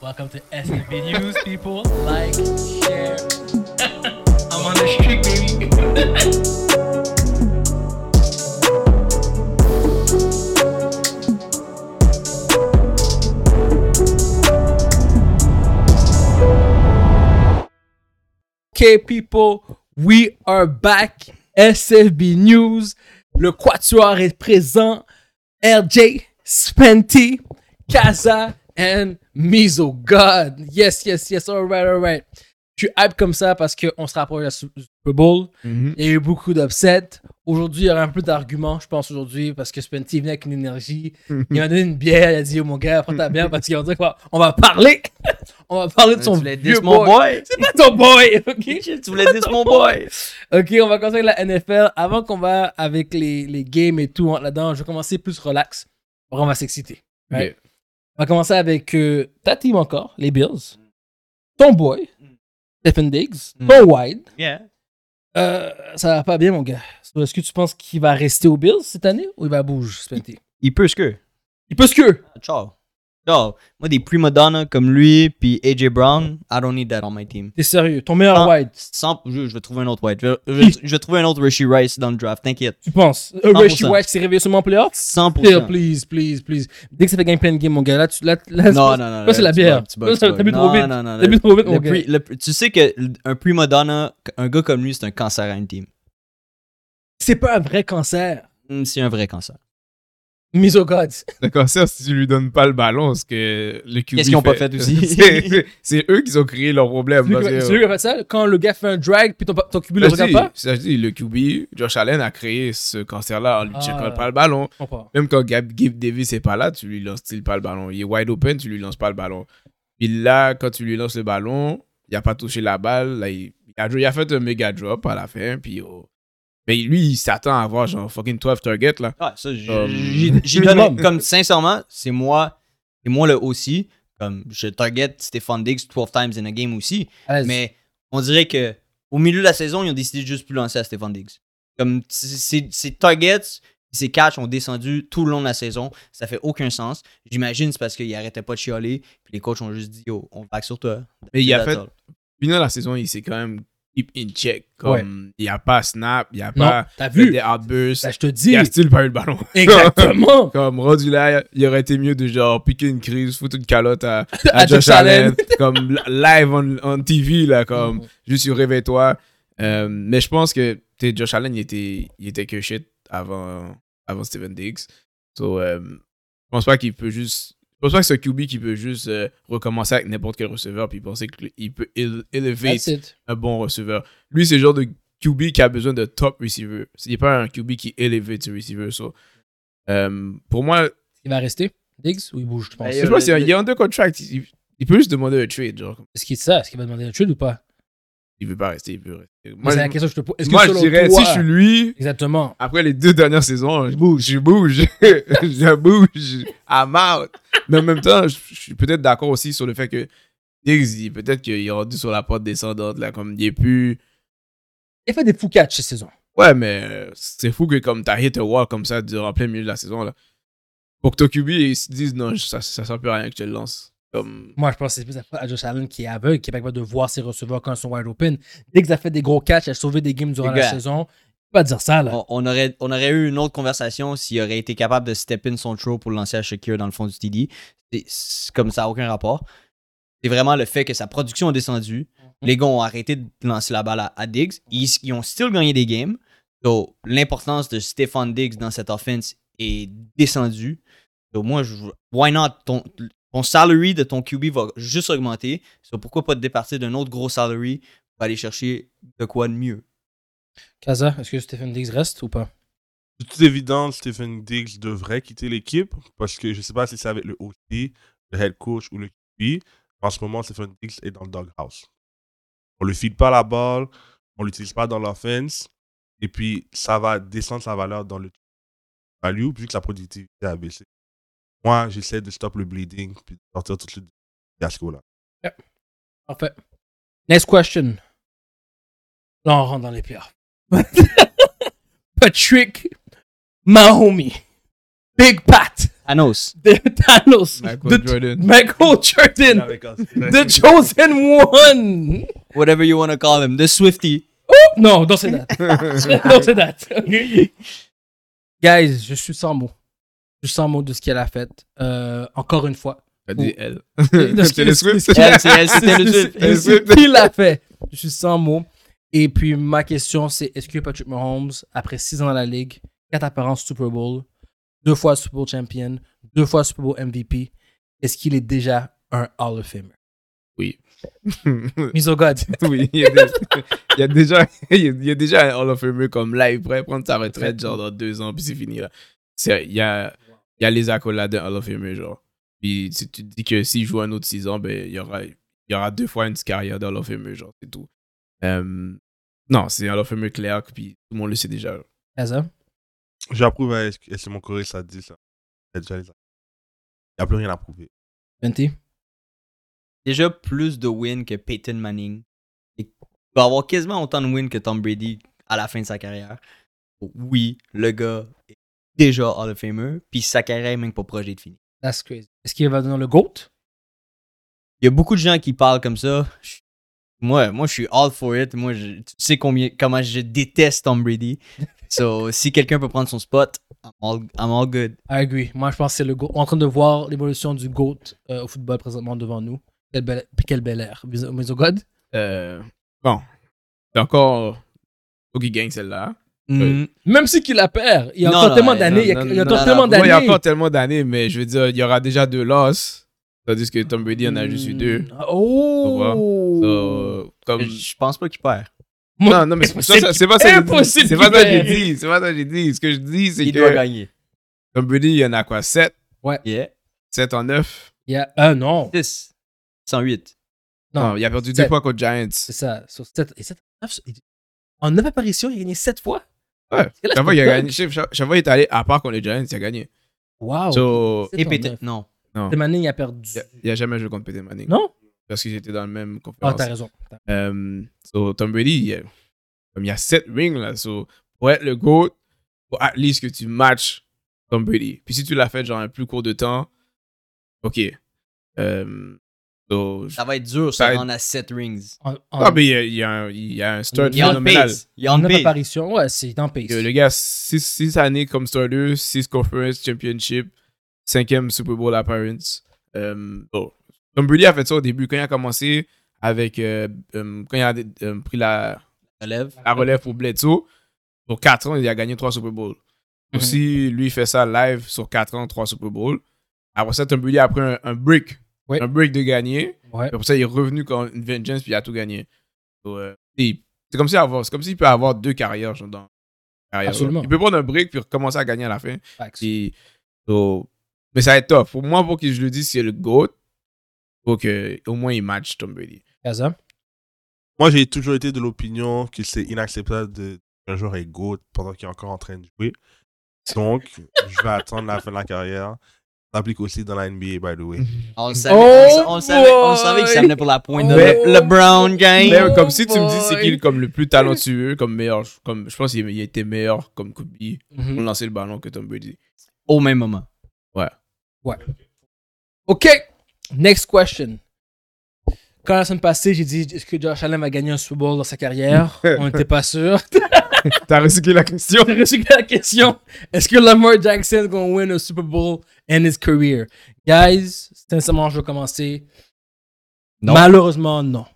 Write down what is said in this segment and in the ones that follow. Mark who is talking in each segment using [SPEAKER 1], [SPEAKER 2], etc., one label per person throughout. [SPEAKER 1] Welcome to SFB News, people. Like, share. I'm on the street, baby. Okay, people, we are back. SFB News. Le Quatuor est présent. LJ, Spenty, Kaza, and Miso God. Yes, yes, yes. All right, all right. Je suis hype comme ça parce qu'on se rapproche à du Super Bowl.
[SPEAKER 2] Mm-hmm.
[SPEAKER 3] Mhm.
[SPEAKER 1] Il y a eu beaucoup d'upsets. Aujourd'hui, il y aura un peu d'arguments, je pense, aujourd'hui, parce que Spenty venait avec une énergie. Il m'a donné une bière. Il a dit, oh, mon gars, prends ta bière parce qu'on dire quoi? On va parler. on va parler de son
[SPEAKER 2] tu voulais
[SPEAKER 1] vieux
[SPEAKER 2] diss mon
[SPEAKER 1] boy.
[SPEAKER 2] boy.
[SPEAKER 1] C'est pas ton boy, ok?
[SPEAKER 2] tu voulais diss mon boy.
[SPEAKER 1] Ok, on va commencer avec la NFL. Avant qu'on va avec les, les games et tout hein, là-dedans, je vais commencer plus relax. Après, on va s'exciter. Right? On va commencer avec euh, ta team encore, les Bills. Ton boy, Stephen Diggs.
[SPEAKER 2] Mm.
[SPEAKER 1] Ton wide.
[SPEAKER 2] Yeah.
[SPEAKER 1] Euh, ça va pas bien, mon gars. So, Est-ce que tu penses qu'il va rester aux Bills cette année ou il va bouger, Spenty?
[SPEAKER 2] Il peut ce que.
[SPEAKER 1] Il peut ce que.
[SPEAKER 2] Ciao. Ciao. Moi, des prima donna comme lui, puis AJ Brown, I don't need that on my team.
[SPEAKER 1] T'es sérieux. Ton meilleur
[SPEAKER 2] Ah.
[SPEAKER 1] wide,
[SPEAKER 2] Sans, je, je vais trouver un autre White. Je, vais- je vais- je vais trouver un autre Rishi Rice dans le draft, t'inquiète.
[SPEAKER 1] tu penses? Euh, Rushy
[SPEAKER 2] 100%.
[SPEAKER 1] White s'est réveillé seulement en playoffs? Phil,
[SPEAKER 2] 100%.
[SPEAKER 1] please, please, please. Dès que ça fait game plein game, mon gars, là, tu, là, là,
[SPEAKER 2] Non, non, non.
[SPEAKER 1] là, c'est la
[SPEAKER 2] tu bugs,
[SPEAKER 1] bière.
[SPEAKER 2] tu bugs,
[SPEAKER 1] Là,
[SPEAKER 2] tu
[SPEAKER 1] ça-
[SPEAKER 2] bugs.
[SPEAKER 1] t'as bu trop
[SPEAKER 2] Non,
[SPEAKER 1] vite.
[SPEAKER 2] non, non,
[SPEAKER 1] T'as bu trop vite, mon
[SPEAKER 2] Le
[SPEAKER 1] gars.
[SPEAKER 2] pri- le pri- tu sais que l- un prima donna, un gars comme lui, c'est un cancer à une team.
[SPEAKER 1] C'est pas un vrai cancer.
[SPEAKER 2] Hmm, C'est un vrai cancer.
[SPEAKER 1] Mise au God.
[SPEAKER 3] Le cancer, si tu lui donnes pas le ballon, ce que le QB
[SPEAKER 2] Qu'est-ce qu'ils ont pas fait aussi?
[SPEAKER 3] C'est- C'est eux qui ont créé leur problème.
[SPEAKER 1] Celui
[SPEAKER 3] parce
[SPEAKER 1] qui-
[SPEAKER 3] que-
[SPEAKER 1] celui qui a fait ça, quand le gars fait un drag, puis ton, ton cubule le
[SPEAKER 3] Ça, je
[SPEAKER 1] regarde
[SPEAKER 3] dis-
[SPEAKER 1] pas,
[SPEAKER 3] ça, je dis, le QB, Josh Allen a créé ce cancer-là en lui
[SPEAKER 1] Ah.
[SPEAKER 3] checkant pas le ballon.
[SPEAKER 1] je comprends.
[SPEAKER 3] Même quand Gab, Gabe Davis n'est pas là, tu lui lances-t-il pas le ballon Il est wide open, tu lui lances pas le ballon. Puis là, quand tu lui lances le ballon, il n'a pas touché la balle. Là, il, il a, il a fait un méga drop à la fin. Puis, oh. Mais lui, il s'attend à avoir genre fucking 12 targets là.
[SPEAKER 2] Ah, ça, j-
[SPEAKER 3] Um,
[SPEAKER 2] j- j'y donne. Comme, sincèrement, c'est moi, et moi le aussi. Comme, je target Stephon Diggs 12 times in a game aussi.
[SPEAKER 1] Allez-y.
[SPEAKER 2] Mais on dirait que au milieu de la saison, ils ont décidé de juste plus lancer à Stephon Diggs. Comme c- c- ses targets, ses catchs ont descendu tout le long de la saison. Ça fait aucun sens. J'imagine c'est parce qu'ils arrêtaient pas de chialer. Puis les coachs ont juste dit Yo, on back sur toi.
[SPEAKER 3] Mais il a
[SPEAKER 2] That's
[SPEAKER 3] fait.
[SPEAKER 2] all.
[SPEAKER 3] Final de la saison, il s'est quand même keep in check. Comme, Il n'y a pas snap, il n'y a
[SPEAKER 1] Non,
[SPEAKER 3] pas
[SPEAKER 1] t'as vu?
[SPEAKER 3] des outbursts.
[SPEAKER 1] Ben, je te dis.
[SPEAKER 3] Il a still pas eu le ballon.
[SPEAKER 1] Exactement.
[SPEAKER 3] Comme rendu là, il aurait été mieux de genre piquer une crise, foutre une calotte à, à
[SPEAKER 1] À
[SPEAKER 3] Josh
[SPEAKER 1] Josh Allen.
[SPEAKER 3] Allen, comme li- live on, on TV, là, comme
[SPEAKER 1] Mhm.
[SPEAKER 3] juste sur Réveille-toi. Euh, mais je pense que t'sais, Josh Allen, il était, il était que shit avant, avant Steven Diggs. So, euh, je pense pas qu'il peut juste. Je pense pas que c'est un QB qui peut juste euh, recommencer avec n'importe quel receveur puis penser qu'il peut éle- élever
[SPEAKER 1] That's it.
[SPEAKER 3] un bon receveur. Lui, c'est le genre de QB qui a besoin de top receiver. Il n'est pas un QB qui est élevé de receiver. So, euh, pour moi,
[SPEAKER 1] Il va rester, Diggs, ou il bouge, tu penses?
[SPEAKER 2] Ben,
[SPEAKER 3] je
[SPEAKER 2] euh,
[SPEAKER 3] pense qu'il y a-
[SPEAKER 2] le-
[SPEAKER 3] il y a un deux contract. Il, il peut juste demander un trade. Genre,
[SPEAKER 1] Est-ce qu'il ça? Est-ce qu'il va demander un trade ou pas?
[SPEAKER 3] il veut pas rester. Il veut rester.
[SPEAKER 1] Moi,
[SPEAKER 3] Moi,
[SPEAKER 1] c'est la
[SPEAKER 3] je,
[SPEAKER 1] question que je te pose. Est-ce que
[SPEAKER 3] moi, je
[SPEAKER 1] selon
[SPEAKER 3] dirais,
[SPEAKER 1] toi-
[SPEAKER 3] si je suis lui,
[SPEAKER 1] Exactement.
[SPEAKER 3] après les deux dernières saisons, je bouge, je bouge, je bouge, I'm out. Mais en même temps, je, je suis peut-être d'accord aussi sur le fait que Diggs, il- peut-être qu'il est rendu sur la porte descendante, là, comme il est plus.
[SPEAKER 1] Il a fait des fous catch cette saison.
[SPEAKER 3] Ouais, mais euh, c'est fou que comme t'as hit a wall comme ça durant plein milieu de la saison là. Pour que ton QB ils se disent non, ça, ça sert plus à rien que tu le lances. Comme
[SPEAKER 1] Moi, je pense que c'est plus à Josh Allen qui est aveugle, qui est pas capable de voir ses receveurs quand ils sont wide open. Diggs a fait des gros catchs, a sauvé des games durant la
[SPEAKER 2] Les gars.
[SPEAKER 1] saison. Il peut pas dire ça,
[SPEAKER 3] Oh.
[SPEAKER 1] là.
[SPEAKER 2] On, on aurait, on aurait eu une autre conversation s'il aurait été capable de step in son throw pour le lancer à Shakir dans le fond du TD. C'est- c'est Comme ça, aucun rapport. C'est vraiment le fait que sa production a descendu. Les gars ont arrêté de lancer la balle à, à Diggs. Ils, ils ont still gagné des games. Donc, l'importance de Stefan Diggs dans cette offense est descendue. Donc, moi, je, why not? Ton, ton salary de ton QB va juste augmenter. So, pourquoi pas te départir d'un autre gros salary pour aller chercher de quoi de mieux?
[SPEAKER 1] Kaza, est-ce que Stephen Diggs reste ou pas?
[SPEAKER 4] De toute évidence, Stephen Diggs devrait quitter l'équipe parce que je ne sais pas si c'est avec le OT, le head coach ou le QB. En ce moment, Stephen Diggs est dans le doghouse. On ne lui file pas la balle, on ne l'utilise pas dans l'offense, et puis ça va descendre sa valeur dans le value vu que la productivité a baissé. Moi, j'essaie de stopper le bleeding puis de sortir tout de suite du fiasco là.
[SPEAKER 1] Parfait. Next question. Là, on rentre dans les pires. Patrick Mahomie. Big Pat.
[SPEAKER 2] Thanos.
[SPEAKER 1] de Thanos,
[SPEAKER 3] Michael
[SPEAKER 1] de
[SPEAKER 3] Jordan.
[SPEAKER 1] Michael Jordan,
[SPEAKER 4] Avec un-
[SPEAKER 1] The Chosen One.
[SPEAKER 2] Whatever you want to call him. The Swifty.
[SPEAKER 1] Oh, non, don't say that. don't say that. Okay. Guys, je suis sans mots. Je suis sans mots de ce qu'elle a fait. Euh, encore une fois.
[SPEAKER 3] T'as dit elle.
[SPEAKER 1] Non,
[SPEAKER 3] C'est le Swift.
[SPEAKER 2] Elle, c'est elle, c'était le Swift.
[SPEAKER 1] C'est c'est qui l'a fait. Je suis sans mots. Et puis, ma question, c'est est-ce que Patrick Mahomes, après 6 ans dans la ligue, 4 apparences Super Bowl, deux fois Super Bowl champion, deux fois Super Bowl MVP, est-ce qu'il est déjà un Hall of Famer? Mise au God.
[SPEAKER 3] Oui, il y, a des- il y a déjà, il y a- il y a déjà un Hall of Famer comme là, il pourrait prendre sa retraite genre dans deux ans, puis c'est fini là. C'est- Il y a, il y a les accolades d'un Hall of Famer, genre. Puis si tu te dis que s'il joue un autre six ans, ben, il, y aura, il y aura deux fois une carrière d'un Hall of Famer, genre, c'est tout. Euh, non, c'est un Hall of Famer clair, puis tout le monde le sait déjà.
[SPEAKER 1] Kaza?
[SPEAKER 4] J'approuve à est-ce que- est-ce que mon choriste ça dit ça. Il y a déjà les- il y a plus rien à prouver.
[SPEAKER 1] 20?
[SPEAKER 2] Déjà plus de wins que Peyton Manning. Il va avoir quasiment autant de wins que Tom Brady à la fin de sa carrière. Oui, le gars est déjà Hall of Famer, puis sa carrière est même pas proche d'être finie.
[SPEAKER 1] That's crazy. Est-ce qu'il va devenir le GOAT?
[SPEAKER 2] Il y a beaucoup de gens qui parlent comme ça. Je- Moi, moi je suis all for it. Moi, je- tu sais combien, comment je déteste Tom Brady. So, si quelqu'un peut prendre son spot, I'm all, I'm all good.
[SPEAKER 1] I agree. Moi, je pense que c'est le GOAT. On est en train de voir l'évolution du GOAT euh, au football présentement devant nous. Quel bel, quel bel air. Mise mise au God?
[SPEAKER 3] Euh, bon, c'est encore. Faut qu'il gagne celle-là.
[SPEAKER 2] Mm.
[SPEAKER 1] Même si qu'il la perd, il y a
[SPEAKER 2] Non,
[SPEAKER 1] encore
[SPEAKER 2] non,
[SPEAKER 1] tellement
[SPEAKER 2] non,
[SPEAKER 1] d'années. Il y a,
[SPEAKER 3] non,
[SPEAKER 1] il y a
[SPEAKER 3] non,
[SPEAKER 1] encore
[SPEAKER 2] non,
[SPEAKER 1] tellement
[SPEAKER 2] non.
[SPEAKER 3] Ouais, il y a
[SPEAKER 1] d'années.
[SPEAKER 3] encore tellement d'années, mais je veux dire, il y aura déjà deux losses. Tandis que Tom Brady en a juste eu deux.
[SPEAKER 1] Mm. Oh!
[SPEAKER 3] So, Euh, comme...
[SPEAKER 2] Je pense pas qu'il perd.
[SPEAKER 1] Moi-
[SPEAKER 3] Non, non, mais c'est ça, ça- c'est pas ça que j'ai
[SPEAKER 1] impossible
[SPEAKER 3] dit. C'est pas ça que j'ai
[SPEAKER 1] qu'il
[SPEAKER 3] dit. C'est pas ça que j'ai dit. Ce que je dis, c'est
[SPEAKER 2] Il doit
[SPEAKER 3] que
[SPEAKER 2] gagner.
[SPEAKER 3] Tom Brady, il y en a quoi 7
[SPEAKER 2] Yeah.
[SPEAKER 3] 7 en 9
[SPEAKER 1] Il y a un non.
[SPEAKER 2] 10. 108.
[SPEAKER 1] Non,
[SPEAKER 3] Non, il a perdu
[SPEAKER 1] sept.
[SPEAKER 3] deux fois contre Giants.
[SPEAKER 1] C'est ça. Sur sept- et sept- neuf- il- en 9 apparitions, il a gagné 7 fois.
[SPEAKER 3] Ouais.
[SPEAKER 1] C'est là
[SPEAKER 3] Chaque fois,
[SPEAKER 1] que
[SPEAKER 3] il a
[SPEAKER 1] je
[SPEAKER 3] gagné. Chaque chaque- chaque fois, il est allé, à part contre les Giants, il a gagné.
[SPEAKER 1] Wow.
[SPEAKER 3] So,
[SPEAKER 1] Sept
[SPEAKER 2] Et
[SPEAKER 1] en
[SPEAKER 2] Peyton,
[SPEAKER 1] neuf.
[SPEAKER 2] non.
[SPEAKER 1] Peyton Manning il a perdu.
[SPEAKER 3] il a- il a jamais joué contre Peyton Manning.
[SPEAKER 1] Non?
[SPEAKER 3] Parce qu'ils étaient dans la même
[SPEAKER 1] Ah,
[SPEAKER 3] conférence.
[SPEAKER 1] t'as raison. T'as-
[SPEAKER 3] Euh, so, Tom Brady, il y a, comme il y a 7 rings là. So, pour être le GOAT, faut at least que tu matches Tom Brady. Puis si tu l'as fait genre un plus court de temps, ok. Euh, so,
[SPEAKER 2] Ça va être dur de se
[SPEAKER 3] Ça va
[SPEAKER 2] rendre à 7 rings.
[SPEAKER 1] En, en,
[SPEAKER 3] ah, mais il y a, il y a un, il y a un start
[SPEAKER 1] Il est en
[SPEAKER 3] phénoménal.
[SPEAKER 2] Il est on
[SPEAKER 1] 9
[SPEAKER 2] pace.
[SPEAKER 1] apparitions, ouais, c'est dans pace.
[SPEAKER 3] Que Le gars, 6 années comme starter, 6 conference championship, 5e Super Bowl appearance. Euh, bon. Tom Brady a fait ça au début quand il a commencé avec. euh, euh, quand il a euh, pris la,
[SPEAKER 2] Ça lève.
[SPEAKER 3] la relève pour Bledsoe. Pour 4 ans, il a gagné 3 Super Bowls.
[SPEAKER 1] Mhm.
[SPEAKER 3] Donc, si lui fait ça live sur 4 ans, 3 Super Bowls, après ça, Tom Brady a pris un, un break.
[SPEAKER 1] Oui.
[SPEAKER 3] Un break de gagner.
[SPEAKER 1] Ouais.
[SPEAKER 3] Après ça, il est revenu comme une vengeance puis il a tout gagné. Donc, euh, et c'est comme s'il avoir- c'est comme s'il peut avoir deux carrières. Genre, dans, carrières, genre.
[SPEAKER 1] Absolument.
[SPEAKER 3] Il peut prendre un break puis recommencer à gagner à la fin.
[SPEAKER 1] Facts.
[SPEAKER 3] Puis, donc, mais ça va être top. Pour moi, pour que je le dise, c'est le GOAT. Faut que, au moins, il match Tom Brady.
[SPEAKER 1] Kaza.
[SPEAKER 4] Moi, j'ai toujours été de l'opinion que c'est inacceptable de un joueur est GOAT pendant qu'il est encore en train de jouer. Donc, je vais attendre la fin de la carrière. Ça s'applique aussi dans la NBA, by the way.
[SPEAKER 2] On le savait.
[SPEAKER 1] Oh
[SPEAKER 2] on, le savait on le savait que
[SPEAKER 1] boy.
[SPEAKER 2] ça venait pour la pointe de
[SPEAKER 3] Mais-
[SPEAKER 2] le, Brown game.
[SPEAKER 3] Mais
[SPEAKER 1] Oh
[SPEAKER 3] comme si tu me dis c'est
[SPEAKER 1] boy.
[SPEAKER 3] qui le- comme le plus talentueux, comme meilleur, comme je pense qu'il il était meilleur comme Kobe pour
[SPEAKER 1] Mm-hmm.
[SPEAKER 3] lancer le ballon que Tom Brady.
[SPEAKER 2] Au même moment.
[SPEAKER 1] OK. Next question. Quand la semaine passée, j'ai dit est-ce que Josh Allen va gagner un Super Bowl dans sa carrière On n'était pas sûr.
[SPEAKER 3] T'as recyclé la question.
[SPEAKER 1] J'ai reçu la question est-ce que Lamar Jackson is going to win a Super Bowl in his career Guys, sincèrement, je vais commencer.
[SPEAKER 2] Non.
[SPEAKER 1] Malheureusement, non.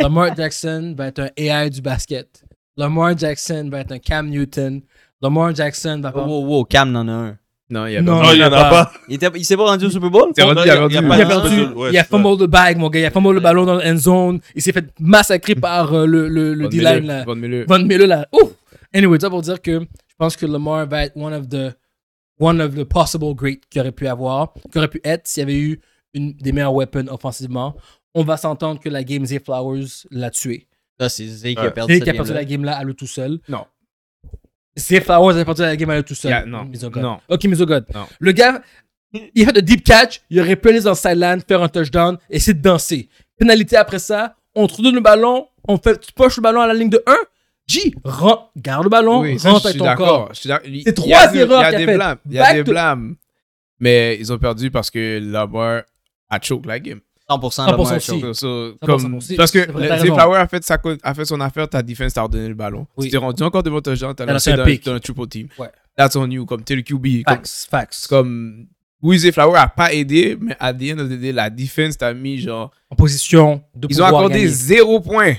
[SPEAKER 1] Lamar Jackson va être un AI du basket. Lamar Jackson va être un Cam Newton. Lamar Jackson va
[SPEAKER 2] Wow,
[SPEAKER 4] Oh,
[SPEAKER 1] pas.
[SPEAKER 2] wow, wow, Cam en a un.
[SPEAKER 3] Non, il y a
[SPEAKER 1] Non.
[SPEAKER 3] pas.
[SPEAKER 4] Non, il n'y en a pas.
[SPEAKER 2] Il, était- il s'est pas rendu au Super Bowl?
[SPEAKER 3] C'est rendu,
[SPEAKER 4] Non,
[SPEAKER 3] il a
[SPEAKER 4] y
[SPEAKER 3] perdu.
[SPEAKER 4] pas
[SPEAKER 1] Il a
[SPEAKER 4] de-
[SPEAKER 1] perdu.
[SPEAKER 4] Ouais,
[SPEAKER 1] il a
[SPEAKER 4] c'est ça.
[SPEAKER 1] fumble le bag, mon gars. Il a fumble le ballon dans l'end zone. Il s'est fait massacrer par euh, le, le, le
[SPEAKER 3] Von
[SPEAKER 1] D-line.
[SPEAKER 3] Miller,
[SPEAKER 1] là.
[SPEAKER 3] Von Miller.
[SPEAKER 1] Von Miller là. Ouh! Anyway, ça pour dire que je pense que Lamar va être one of the one of the possible great qu'il aurait pu avoir, qu'il aurait pu être s'il y avait eu une des meilleures weapons offensivement. On va s'entendre que la game Zay Flowers l'a tué.
[SPEAKER 2] Ça, c'est Zay qui a
[SPEAKER 3] Ouais.
[SPEAKER 2] perdu
[SPEAKER 1] Zay
[SPEAKER 2] cette
[SPEAKER 1] qui a perdu la
[SPEAKER 2] game-là.
[SPEAKER 1] game là à lui tout seul.
[SPEAKER 3] Non.
[SPEAKER 1] Zay Flowers a perdu la game à lui tout seul.
[SPEAKER 3] Yeah, non.
[SPEAKER 1] Miso God.
[SPEAKER 3] Non.
[SPEAKER 1] Ok, Miso God.
[SPEAKER 3] Non.
[SPEAKER 1] Le gars, il fait de deep catch, il aurait pu aller dans le sideline, faire un touchdown, essayer de danser. Pénalité après ça, on trouve le ballon, on fait, tu poches le ballon à la ligne de 1. J, rend- garde le ballon,
[SPEAKER 3] Oui, ça,
[SPEAKER 1] rentre
[SPEAKER 3] je
[SPEAKER 1] avec
[SPEAKER 3] suis
[SPEAKER 1] ton corps.
[SPEAKER 3] d'accord. Je suis d'accord. Il-
[SPEAKER 1] C'est
[SPEAKER 3] il y a
[SPEAKER 1] trois
[SPEAKER 3] des-
[SPEAKER 1] erreurs qu'il
[SPEAKER 3] Il y a
[SPEAKER 1] a
[SPEAKER 3] des
[SPEAKER 1] faites.
[SPEAKER 3] blâmes. Il y a
[SPEAKER 1] Back
[SPEAKER 3] des
[SPEAKER 1] to-
[SPEAKER 3] blâmes. Mais ils ont perdu parce que Lamar a choke la game.
[SPEAKER 2] 100% Lamar
[SPEAKER 1] 100%
[SPEAKER 2] Jackson.
[SPEAKER 1] aussi.
[SPEAKER 3] So- so,
[SPEAKER 1] 100%
[SPEAKER 3] comme,
[SPEAKER 1] aussi.
[SPEAKER 3] parce que
[SPEAKER 1] C'est vrai, t'as
[SPEAKER 3] Zay
[SPEAKER 1] raison.
[SPEAKER 3] Flower a fait, sa, co- a fait son affaire, ta défense t'a redonné le ballon.
[SPEAKER 1] Oui.
[SPEAKER 3] Tu t'es rendu encore devant ton genre, t'as
[SPEAKER 1] T'as
[SPEAKER 3] lancé
[SPEAKER 1] lancé un
[SPEAKER 3] dans,
[SPEAKER 1] pick.
[SPEAKER 3] dans un triple team.
[SPEAKER 1] Ouais.
[SPEAKER 3] That's on you, comme t'es le QB. Comme,
[SPEAKER 1] Facts, facts.
[SPEAKER 3] c'est comme, oui, Zay Flower a pas aidé, mais à the end of the day, la défense t'a mis genre.
[SPEAKER 1] En position de
[SPEAKER 3] Ils ont
[SPEAKER 1] pouvoir
[SPEAKER 3] accordé
[SPEAKER 1] gagner.
[SPEAKER 3] zéro point